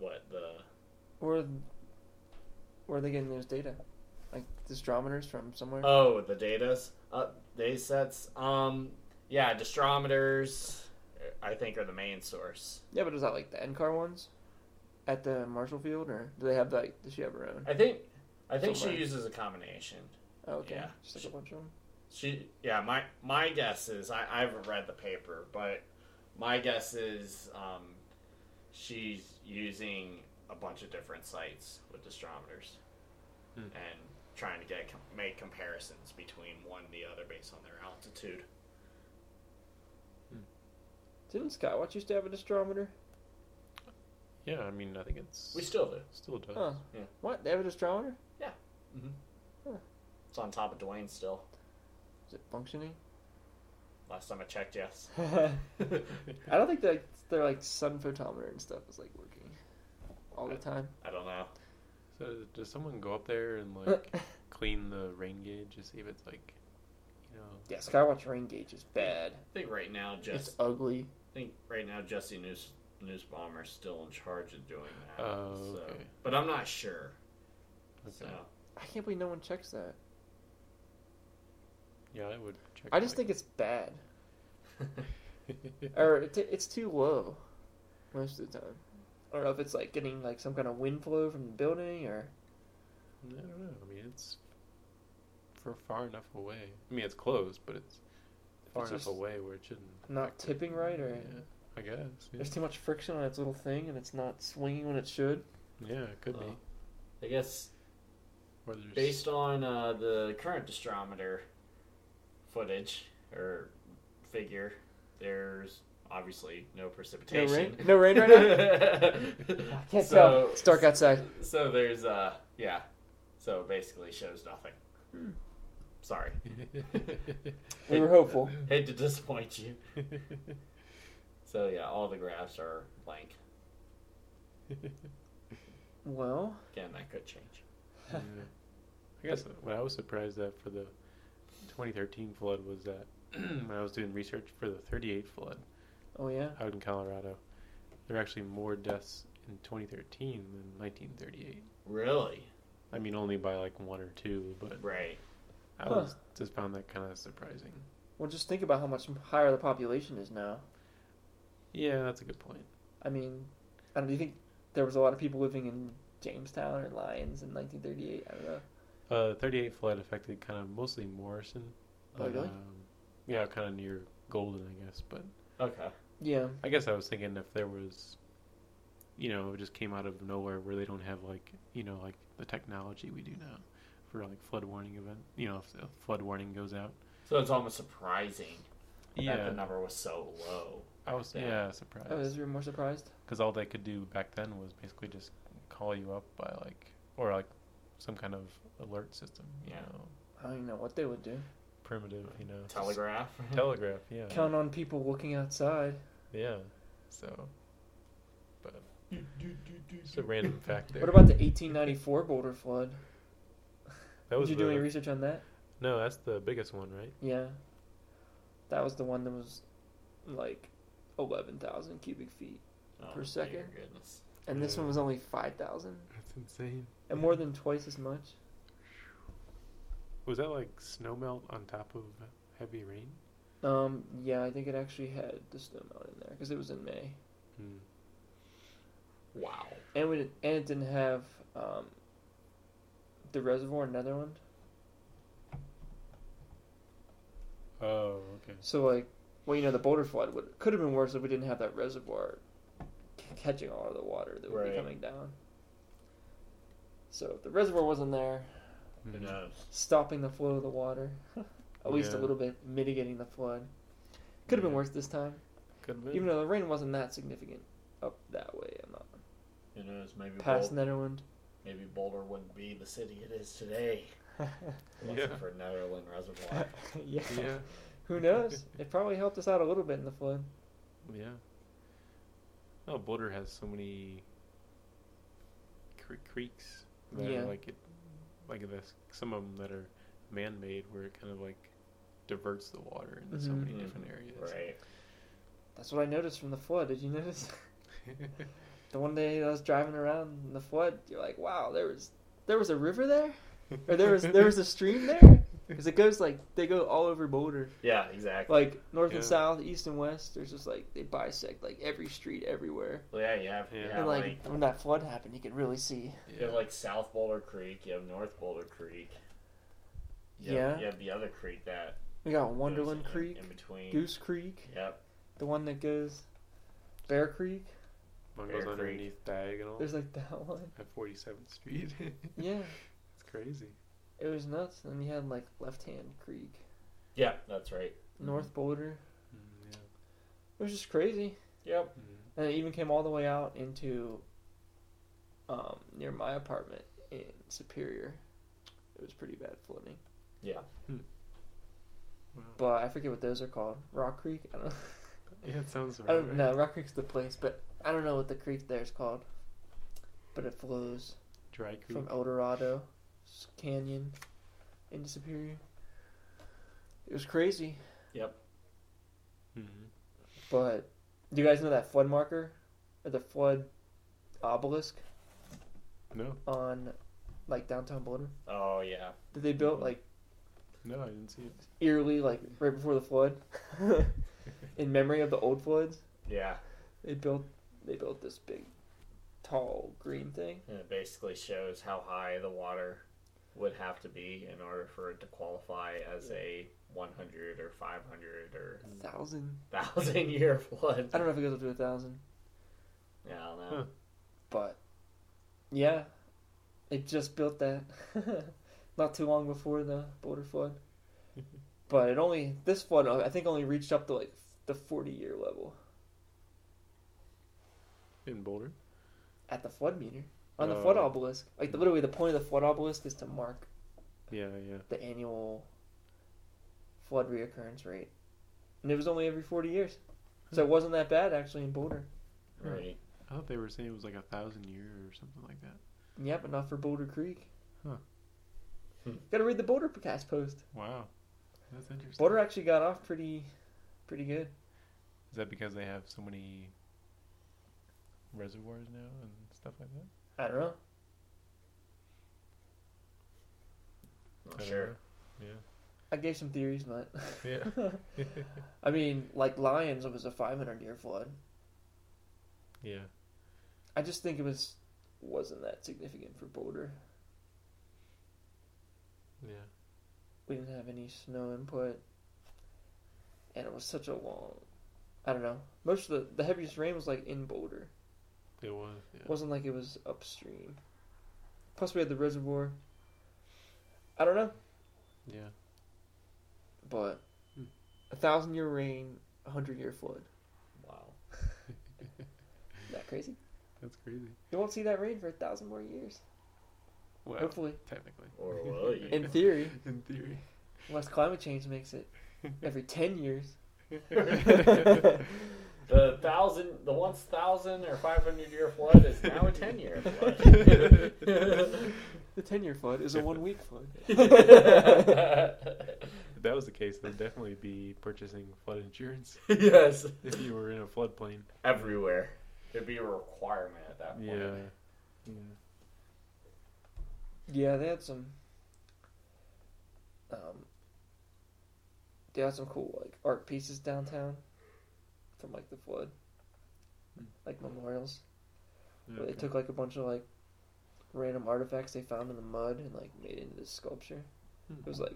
Speaker 4: what the
Speaker 1: Where, where are they getting those data? Like distrometers from somewhere?
Speaker 4: Oh, the datas, uh, data sets. Um, yeah, distrometers. I think are the main source.
Speaker 1: yeah, but is that like the NCAR ones? At the Marshall Field, or do they have like does she have her own?
Speaker 4: I think, I think
Speaker 1: Somewhere.
Speaker 4: she uses a combination.
Speaker 1: Oh, okay,
Speaker 4: Yeah.
Speaker 1: just like a bunch of them.
Speaker 4: She, yeah. My my guess is I, I haven't read the paper, but my guess is um, she's using a bunch of different sites with distrometers
Speaker 2: Hmm.
Speaker 4: and trying to get com- make comparisons between one and the other based on their altitude.
Speaker 1: Didn't Scott watch used to have a distrometer? Mm-hmm.
Speaker 2: Yeah, I mean, I think it's
Speaker 4: We still do.
Speaker 2: still does.
Speaker 1: Huh?
Speaker 4: Yeah.
Speaker 1: What? They have a distrometer?
Speaker 4: It's on top of Dwayne still.
Speaker 1: Is it functioning?
Speaker 4: Last time I checked, yes.
Speaker 1: I don't think that their like sun photometer and stuff is like working all the time.
Speaker 4: I don't know.
Speaker 2: So does someone go up there and like clean the rain gauge to see if it's like, you know,
Speaker 1: yeah, Skywatch rain gauge is bad.
Speaker 4: I think right now, just
Speaker 1: It's ugly.
Speaker 4: I think right now Jesse News Newsbomber's still in charge of doing that.
Speaker 2: Oh,
Speaker 4: so-
Speaker 2: okay.
Speaker 4: But I'm not sure.
Speaker 2: okay.
Speaker 4: So
Speaker 1: I can't believe no one checks that.
Speaker 2: yeah, I would check.
Speaker 1: I just
Speaker 2: like-
Speaker 1: think it's bad, or it, it's too low most of the time. I don't know if it's like getting like some kind of wind flow from the building, or
Speaker 2: I don't know. I mean, it's for far enough away. I mean, it's close, but it's far
Speaker 1: It's
Speaker 2: enough
Speaker 1: just
Speaker 2: away where it shouldn't.
Speaker 1: not tipping right, or
Speaker 2: Yeah, I guess. Yeah,
Speaker 1: there's too much friction on its little thing, and it's not swinging when it should.
Speaker 2: yeah it could be.
Speaker 4: Uh, I guess
Speaker 2: Or there's
Speaker 4: based on uh, the current distrometer footage or figure, there's obviously no
Speaker 1: No
Speaker 4: precipitation.
Speaker 1: rain, no rain right now. I can't
Speaker 4: so,
Speaker 1: tell. It's dark outside.
Speaker 4: So there's uh yeah. So it basically shows nothing.
Speaker 1: Hmm.
Speaker 4: Sorry.
Speaker 1: We were hopeful.
Speaker 4: Hate to disappoint you. So yeah, all the graphs are blank.
Speaker 1: Well,
Speaker 4: Again, that could change.
Speaker 2: Yeah. I guess uh, what I was surprised at for the 2013 flood was that when I was doing research for the 38 flood
Speaker 1: oh yeah.
Speaker 2: out in Colorado, there were actually more deaths in 2013 than 1938.
Speaker 4: Really?
Speaker 2: I mean, only by like one or two, but
Speaker 4: Right.
Speaker 2: I
Speaker 1: Huh.
Speaker 2: was just found that kind of surprising.
Speaker 1: Well, just think about how much higher the population is now.
Speaker 2: Yeah, that's a good point.
Speaker 1: I mean, I don't. Do you think there was a lot of people living in Jamestown or Lyons in 1938? I don't know.
Speaker 2: Uh, the 38 flood affected kind of mostly Morrison.
Speaker 1: Oh, really?
Speaker 2: Um, yeah, kind of near Golden, I guess. But
Speaker 4: Okay.
Speaker 1: Yeah,
Speaker 2: I guess I was thinking if there was you know, it just came out of nowhere where they don't have like, you know, like the technology we do now for like flood warning event. You know, if a flood warning goes out.
Speaker 6: So it's almost surprising that
Speaker 2: Yeah.
Speaker 6: the number was so low.
Speaker 2: I was
Speaker 6: Yeah.
Speaker 2: yeah
Speaker 1: Oh,
Speaker 2: surprised
Speaker 1: is you more surprised?
Speaker 2: because all they could do back then was basically just call you up by like or like some kind of alert system. You
Speaker 6: Yeah.
Speaker 2: know,
Speaker 1: I don't even know what they would do.
Speaker 2: primitive. You know,
Speaker 6: Telegraph.
Speaker 1: Mm-hmm.
Speaker 2: telegraph. Yeah,
Speaker 1: Count on people walking outside.
Speaker 2: yeah. So, but it's a random fact there.
Speaker 1: What about the 1894 Boulder flood?
Speaker 2: that was
Speaker 1: Did you do
Speaker 2: the-
Speaker 1: any research on that?
Speaker 2: No, that's the biggest one, right?
Speaker 1: Yeah. That was the one that was like 11,000 cubic feet.
Speaker 6: Oh,
Speaker 1: Per second.
Speaker 6: dear goodness.
Speaker 1: And this
Speaker 2: Yeah.
Speaker 1: one was only 5,000.
Speaker 2: That's insane.
Speaker 1: And more than twice as much.
Speaker 2: Was that like snow melt on top of heavy rain?
Speaker 1: Um, yeah, I think it actually had the snow melt in there because it was in May.
Speaker 2: Hmm.
Speaker 6: Wow.
Speaker 1: And, we didn't, and it didn't have um, the reservoir in Netherland.
Speaker 2: Oh, okay.
Speaker 1: So, like, well, you know, the Boulder flood would, could have been worse if we didn't have that reservoir c- catching all of the water that would be
Speaker 6: Right.
Speaker 1: coming down. So, if the reservoir wasn't there,
Speaker 6: Who
Speaker 2: Hmm.
Speaker 6: knows?
Speaker 1: stopping the flow of the water, at least a
Speaker 2: Yeah.
Speaker 1: little bit, mitigating the flood. Could have been
Speaker 2: Yeah.
Speaker 1: worse this time,
Speaker 2: Could have been.
Speaker 1: even though the rain wasn't that significant up that way. I'm not
Speaker 6: Who knows? Maybe
Speaker 1: past
Speaker 6: Boulder,
Speaker 1: Netherland.
Speaker 6: maybe Boulder wouldn't be the city it is today. if it wasn't
Speaker 2: Yeah.
Speaker 6: For Netherland Reservoir.
Speaker 1: yeah.
Speaker 2: yeah,
Speaker 1: Who knows? It probably helped us out a little bit in the flood.
Speaker 2: yeah. Oh, Boulder has so many cre- creeks that
Speaker 1: Yeah.
Speaker 2: are like it, like this. Some of them that are man-made, where it kind of like diverts the water into so
Speaker 1: Mhm.
Speaker 2: many
Speaker 6: Mm,
Speaker 2: different areas.
Speaker 6: right.
Speaker 1: That's what I noticed from the flood. Did you notice? the one day I was driving around in the flood, you're like, "Wow, there was there was a river there, or there was there was a stream there." Because it goes like they go all over Boulder.
Speaker 6: Yeah, exactly.
Speaker 1: like north
Speaker 2: Yeah.
Speaker 1: and south, east and west. There's just like they bisect like every street everywhere.
Speaker 6: Well, yeah, you have,
Speaker 2: Yeah.
Speaker 6: You
Speaker 1: and
Speaker 6: have
Speaker 1: like,
Speaker 6: like,
Speaker 1: when that flood happened, you could really see.
Speaker 6: You have like South Boulder Creek, you have North Boulder Creek. You have-
Speaker 1: Yeah.
Speaker 6: You have the other creek that
Speaker 1: We got
Speaker 6: goes
Speaker 1: Wonderland
Speaker 6: in,
Speaker 1: Creek,
Speaker 6: in between.
Speaker 1: Goose Creek,
Speaker 6: Yep.
Speaker 1: the one that goes Bear Creek.
Speaker 2: One
Speaker 6: Bear
Speaker 2: goes
Speaker 6: Creek.
Speaker 2: underneath diagonal
Speaker 1: There's like that one.
Speaker 2: at 47th Street.
Speaker 1: Yeah,
Speaker 2: it's crazy.
Speaker 1: it was nuts. And then you had like Left Hand Creek,
Speaker 6: Yep, that's right.
Speaker 1: North Boulder.
Speaker 2: Mm, yeah.
Speaker 1: It was just crazy.
Speaker 6: Yep.
Speaker 2: Mm.
Speaker 1: And it even came all the way out into um, near my apartment in Superior. It was pretty bad flooding. Hmm.
Speaker 6: Yeah.
Speaker 2: Wow.
Speaker 1: But I forget what those are called. Rock Creek? I don't know.
Speaker 2: Yeah, it sounds right.
Speaker 1: I don't
Speaker 2: right?
Speaker 1: know. Rock Creek's the place, but I don't know what the creek there is called. But it flows
Speaker 2: Dry Creek.
Speaker 1: from El Dorado s- Canyon into Superior. It was crazy,
Speaker 2: Mhm.
Speaker 1: but do you guys know that flood marker or the flood obelisk
Speaker 2: No,
Speaker 1: on like downtown Boulder
Speaker 6: Oh yeah.
Speaker 1: that they built
Speaker 2: Mhm.
Speaker 1: like
Speaker 2: no, I didn't see it.
Speaker 1: eerily like right before the flood in memory of the old floods?
Speaker 6: Yeah.
Speaker 1: They built they built this big tall green thing.
Speaker 6: And it basically shows how high the water would have to be in order for it to qualify as a 100 or 500 or
Speaker 1: Thousand.
Speaker 6: 1000 year flood.
Speaker 1: I don't know if it goes up to a thousand.
Speaker 6: Yeah, I don't know.
Speaker 2: Huh.
Speaker 1: But yeah, it just built that not too long before the border flood. but it only this flood uh, I think only reached up to like the 40 year level
Speaker 2: In Boulder.
Speaker 1: at the flood meter on the flood
Speaker 2: Oh.
Speaker 1: obelisk. Like the, literally the point of the flood obelisk is to mark
Speaker 2: Yeah, yeah.
Speaker 1: the annual flood reoccurrence rate. And it was only every 40 years. So
Speaker 2: Hmm.
Speaker 1: it wasn't that bad actually in Boulder.
Speaker 6: Right.
Speaker 2: I thought they were saying it was like a thousand year or something like that.
Speaker 1: Yeah, but not for Boulder Creek.
Speaker 2: Huh.
Speaker 6: Hmm.
Speaker 1: Got to read the Boulder cast post.
Speaker 2: Wow, that's interesting.
Speaker 1: Boulder actually got off pretty, pretty good.
Speaker 2: Is that because they have so many reservoirs now and stuff like that?
Speaker 1: I don't know.
Speaker 6: Not
Speaker 2: I
Speaker 4: Oh,
Speaker 2: don't
Speaker 6: sure.
Speaker 2: know.
Speaker 1: I gave some theories, but
Speaker 2: Yeah. Yeah.
Speaker 1: I mean, like Lions, it was a 500 year flood.
Speaker 2: yeah.
Speaker 1: I just think it was wasn't that significant for Boulder.
Speaker 2: Yeah.
Speaker 1: We didn't have any snow input, and it was such a long. I don't know. Most of the the heaviest rain was like in Boulder,
Speaker 2: It was. Yeah.
Speaker 1: It wasn't like it was upstream. Plus, we had the reservoir. I don't know,
Speaker 2: yeah.
Speaker 1: but a thousand year rain, a hundred year flood.
Speaker 4: Wow.
Speaker 1: Is that crazy?
Speaker 2: That's crazy.
Speaker 1: You won't see that rain for a thousand more years.
Speaker 2: Well,
Speaker 1: Hopefully,
Speaker 2: technically.
Speaker 4: Or will you?
Speaker 1: in theory,
Speaker 2: In theory.
Speaker 1: unless climate change makes it every ten years.
Speaker 4: The thousand, the once thousand or five hundred year flood is now a ten year flood.
Speaker 1: The ten year flood is a one week flood.
Speaker 2: If that was the case, they'd definitely be purchasing flood insurance
Speaker 4: yes,
Speaker 2: if you were in a floodplain.
Speaker 4: everywhere. It'd be a requirement at that point.
Speaker 2: Yeah. Yeah.
Speaker 1: Yeah, they had some. Um, they had some cool like art pieces downtown, from like the flood, like memorials. Where they
Speaker 2: Hmm. Okay.
Speaker 1: took like a bunch of like random artifacts they found in the mud and like made into this sculpture.
Speaker 2: Hmm.
Speaker 1: It was like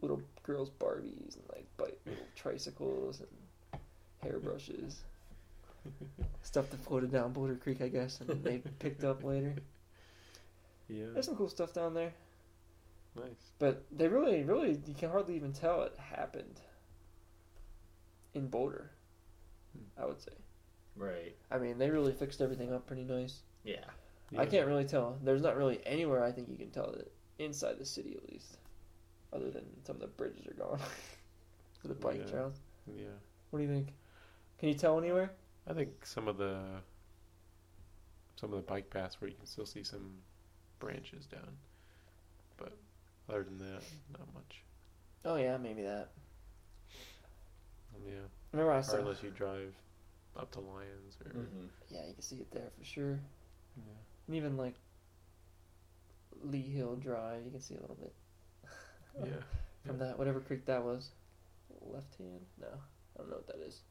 Speaker 1: little girls' Barbies and like bike little tricycles and hairbrushes, stuff that floated down Boulder Creek, I guess, and then they picked up later.
Speaker 2: Yeah.
Speaker 1: There's some cool stuff down there.
Speaker 2: Nice.
Speaker 1: But they really, really, you can hardly even tell it happened in Boulder, I would say.
Speaker 4: Right.
Speaker 1: I mean, they really fixed everything up pretty nice.
Speaker 4: Yeah.
Speaker 1: I
Speaker 2: Yeah.
Speaker 1: can't really tell. There's not really anywhere I think you can tell that inside the city, at least, other than some of the bridges are gone, the bike
Speaker 2: Yeah.
Speaker 1: trails.
Speaker 2: Yeah.
Speaker 1: What do you think? Can you tell anywhere?
Speaker 2: I think some of the some of the bike paths where you can still see some branches down, but other than that, not much.
Speaker 1: Oh yeah, maybe that.
Speaker 2: Um, Yeah.
Speaker 1: Remember I
Speaker 2: Or
Speaker 1: saw.
Speaker 2: unless you drive up to Lions or
Speaker 4: Mm-hmm.
Speaker 1: Yeah, you can see it there for sure. Mm.
Speaker 2: yeah.
Speaker 1: And even like Lee Hill Drive, you can see a little bit
Speaker 2: Yeah.
Speaker 1: from that whatever creek that was. Left hand? No, I don't know what that is.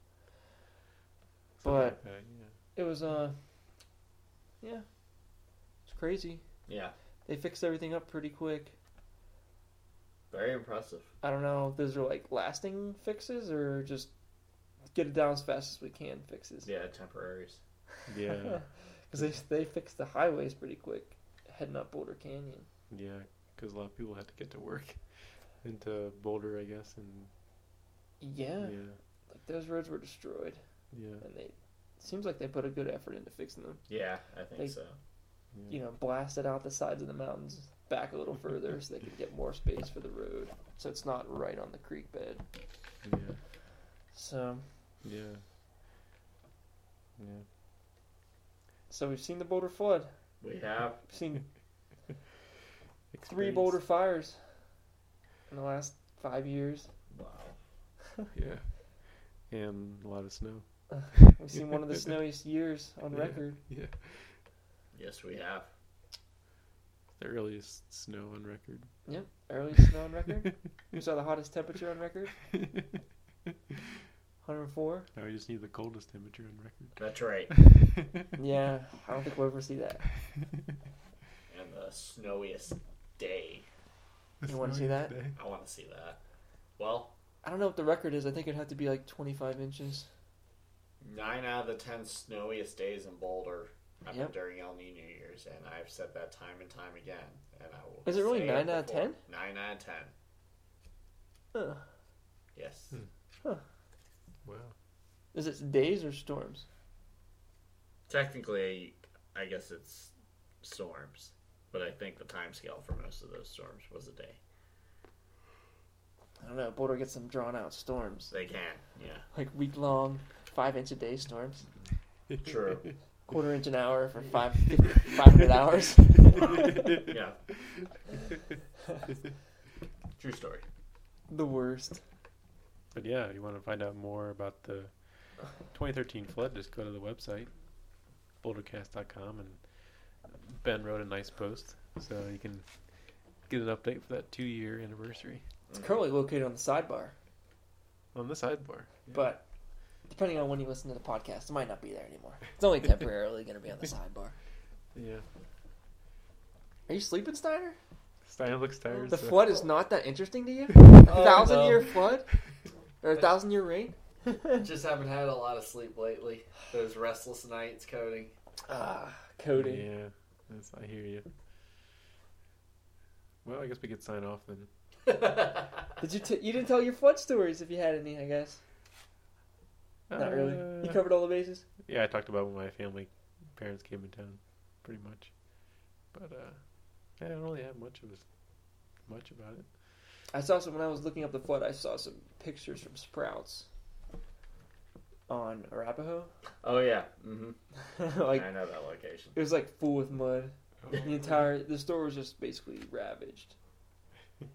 Speaker 2: Something
Speaker 1: But-
Speaker 2: like that,
Speaker 1: It
Speaker 2: yeah.
Speaker 1: was uh, yeah, it's crazy.
Speaker 4: Yeah.
Speaker 1: They fixed everything up pretty quick.
Speaker 4: Very impressive.
Speaker 1: I don't know if those are like lasting fixes or just get it down as fast as we can fixes.
Speaker 4: Yeah. Temporaries.
Speaker 2: Yeah.
Speaker 1: Because they, they fixed the highways pretty quick heading up Boulder Canyon.
Speaker 2: Yeah, because a lot of people had to get to work into Boulder, I guess, and
Speaker 1: Yeah,
Speaker 2: yeah,
Speaker 1: like those roads were destroyed
Speaker 2: yeah,
Speaker 1: and they seems like they put a good effort into fixing them.
Speaker 4: Yeah, I think
Speaker 1: They-
Speaker 4: so.
Speaker 2: yeah.
Speaker 1: You know, blasted out the sides of the mountains back a little further so they could get more space for the road. So it's not right on the creek bed.
Speaker 2: yeah,
Speaker 1: So
Speaker 2: yeah, yeah.
Speaker 1: so we've seen the Boulder flood.
Speaker 4: We have.
Speaker 1: We've seen three
Speaker 2: Experience.
Speaker 1: Boulder fires in the last five years.
Speaker 4: Wow.
Speaker 2: Yeah, and a lot of snow.
Speaker 1: We've seen one of the snowiest years on
Speaker 2: Yeah.
Speaker 1: record.
Speaker 2: Yeah,
Speaker 4: Yes, we have.
Speaker 2: the earliest snow on record.
Speaker 1: Yep, earliest snow on record. We saw the hottest temperature on record. 104.
Speaker 2: Now we just need the coldest temperature on record.
Speaker 4: That's right.
Speaker 1: Yeah, I don't think we'll ever see that.
Speaker 4: And the snowiest day.
Speaker 1: You wanna see that?
Speaker 2: Today.
Speaker 4: I want to see that. Well,
Speaker 1: I don't know what the record is. I think it'd have to be like 25 inches.
Speaker 4: Nine out of the ten snowiest days in Boulder happened
Speaker 1: Yep.
Speaker 4: during El Nino years, and I've said that time and time again. And I will.
Speaker 1: Is it really
Speaker 4: say
Speaker 1: nine out of
Speaker 4: before.
Speaker 1: 10?
Speaker 4: Nine out of ten.
Speaker 1: Huh.
Speaker 4: Yes.
Speaker 2: Hmm. Wow.
Speaker 1: Is it days or storms?
Speaker 4: Technically, I guess it's storms, but I think the time scale for most of those storms was a day.
Speaker 1: I don't know. Boulder gets some drawn out storms.
Speaker 4: They can. Yeah.
Speaker 1: Like week long, 5 inch a day storms.
Speaker 4: True.
Speaker 1: Quarter inch an hour for five, 500 hours.
Speaker 4: yeah. True story.
Speaker 1: The worst.
Speaker 2: But yeah, if you want to find out more about the 2013 flood, just go to the website, bouldercast.com, and Ben wrote a nice post, so you can get an update for that two-year anniversary
Speaker 1: It's currently located on the sidebar,
Speaker 2: on the sidebar.
Speaker 1: but depending on when you listen to the podcast, it might not be there anymore. It's only temporarily going to be on the sidebar.
Speaker 2: Yeah,
Speaker 1: Are you sleeping, Steiner?
Speaker 2: Steiner looks tired.
Speaker 1: The
Speaker 2: so-
Speaker 1: flood is not that interesting to you? A thousand
Speaker 4: no.
Speaker 1: year flood? Or a thousand year rain?
Speaker 6: Just haven't had a lot of sleep lately. Those restless nights, coding.
Speaker 1: Ah, Cody.
Speaker 2: Yeah, that's, I hear you. Well, I guess we could sign off then.
Speaker 1: Did you t- you didn't tell your flood stories if you had any? I guess not really. You
Speaker 2: Uh,
Speaker 1: covered all the bases.
Speaker 2: Yeah, I talked about when my family parents came in town, pretty much. But uh, yeah, I don't really have much of a, much about it.
Speaker 1: I saw some when I was looking up the flood. I saw some pictures from Sprouts on Arapaho.
Speaker 4: Oh yeah, mm-hmm.
Speaker 1: like
Speaker 4: I know that location.
Speaker 1: it was like full with mud. The entire the store was just basically ravaged.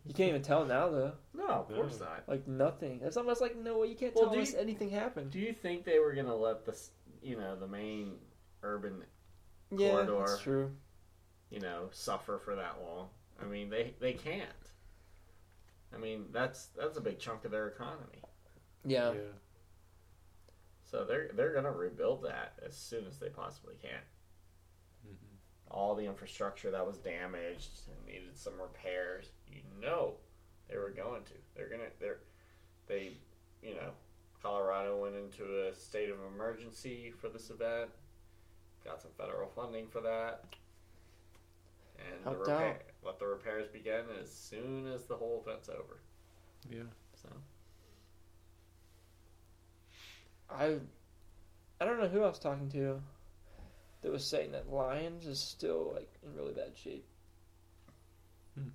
Speaker 1: You can't even tell now though.
Speaker 4: No, of
Speaker 2: No.
Speaker 4: course not.
Speaker 1: Like nothing. That's almost like no way you can't
Speaker 4: Well,
Speaker 1: tell
Speaker 4: do
Speaker 1: us
Speaker 4: you-
Speaker 1: anything happened.
Speaker 4: Do you think they were gonna let the s- you know the main urban
Speaker 1: Yeah,
Speaker 4: Corridor.
Speaker 1: that's true.
Speaker 4: you know suffer for that long? I mean they they can't. I mean that's that's a big chunk of their economy.
Speaker 1: Yeah.
Speaker 4: So they're they're gonna rebuild that as soon as they possibly can.
Speaker 2: Mhm.
Speaker 4: All the infrastructure that was damaged and needed some repairs.
Speaker 6: You know, they were going to. They're gonna. They're. They, you know, Colorado went into a state of emergency for this event. Got some federal funding for that. And the
Speaker 1: Helped
Speaker 6: repair, let the repairs begin as soon as the whole event's over.
Speaker 2: yeah,
Speaker 6: So
Speaker 1: I I don't know who I was talking to that was saying that Lions is still like in really bad shape.
Speaker 2: Hmm.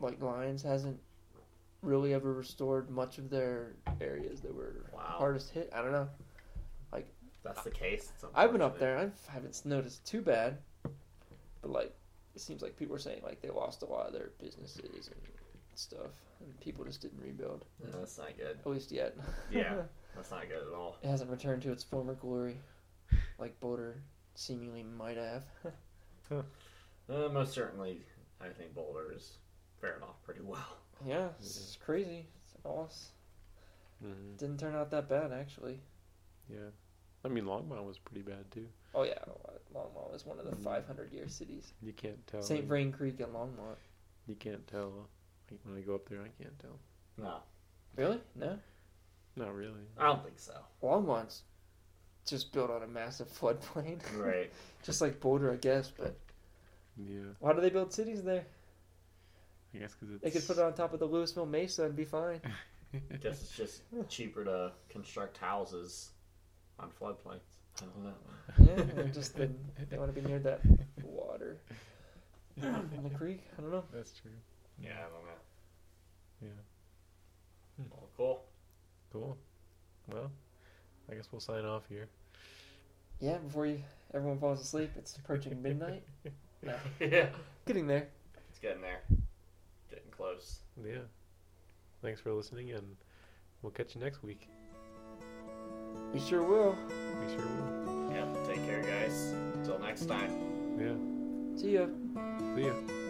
Speaker 1: Like Lions hasn't really ever restored much of their areas that were
Speaker 4: Wow.
Speaker 1: hardest hit. I don't know.
Speaker 4: If that's the case. it's
Speaker 1: I've been up
Speaker 4: unfortunate.
Speaker 1: there. I've, I haven't s- noticed too bad, but like it seems like people are saying like they lost a lot of their businesses and stuff, and people just didn't rebuild
Speaker 4: No, that's not good.
Speaker 1: at least yet.
Speaker 4: Yeah. That's not good at all.
Speaker 1: it hasn't returned to its former glory, like Boulder seemingly might have.
Speaker 4: Uh, most certainly, I think Boulder is faring off pretty well.
Speaker 1: yeah, it's crazy. It's almost
Speaker 2: hmm
Speaker 1: didn't turn out that bad actually.
Speaker 2: yeah. I mean, Longmont was pretty bad too.
Speaker 1: Oh yeah, Longmont is one of the 500 year cities.
Speaker 2: You can't tell.
Speaker 1: St. Vrain Creek and Longmont.
Speaker 2: You can't tell. Like when I go up there, I can't tell.
Speaker 4: No,
Speaker 1: Really? No.
Speaker 2: Not really.
Speaker 1: Uh,
Speaker 4: I don't think so.
Speaker 1: Longmont's just built on a massive floodplain.
Speaker 4: Right.
Speaker 1: Just like Boulder, I guess, but
Speaker 2: Yeah,
Speaker 1: why do they build cities there?
Speaker 2: I guess because it's.
Speaker 1: They could put it on top of the Louisville Mesa and be fine.
Speaker 4: Guess it's just cheaper to construct houses on floodplains. I don't know.
Speaker 1: Yeah, or just the, they want to be near that water in the creek. I don't know.
Speaker 2: That's true.
Speaker 4: Yeah, I don't know. Hmm.
Speaker 6: well, cool.
Speaker 2: Cool. Well, I guess we'll sign off here.
Speaker 1: Yeah, before you everyone falls asleep, it's approaching midnight.
Speaker 6: yeah,
Speaker 1: Getting there.
Speaker 6: it's getting there. Getting close.
Speaker 2: Yeah. Thanks for listening, and we'll catch you next week.
Speaker 1: We sure will.
Speaker 2: We sure will.
Speaker 6: Yeah. Take care, guys. Until next time.
Speaker 2: Yeah.
Speaker 1: See ya.
Speaker 2: See ya.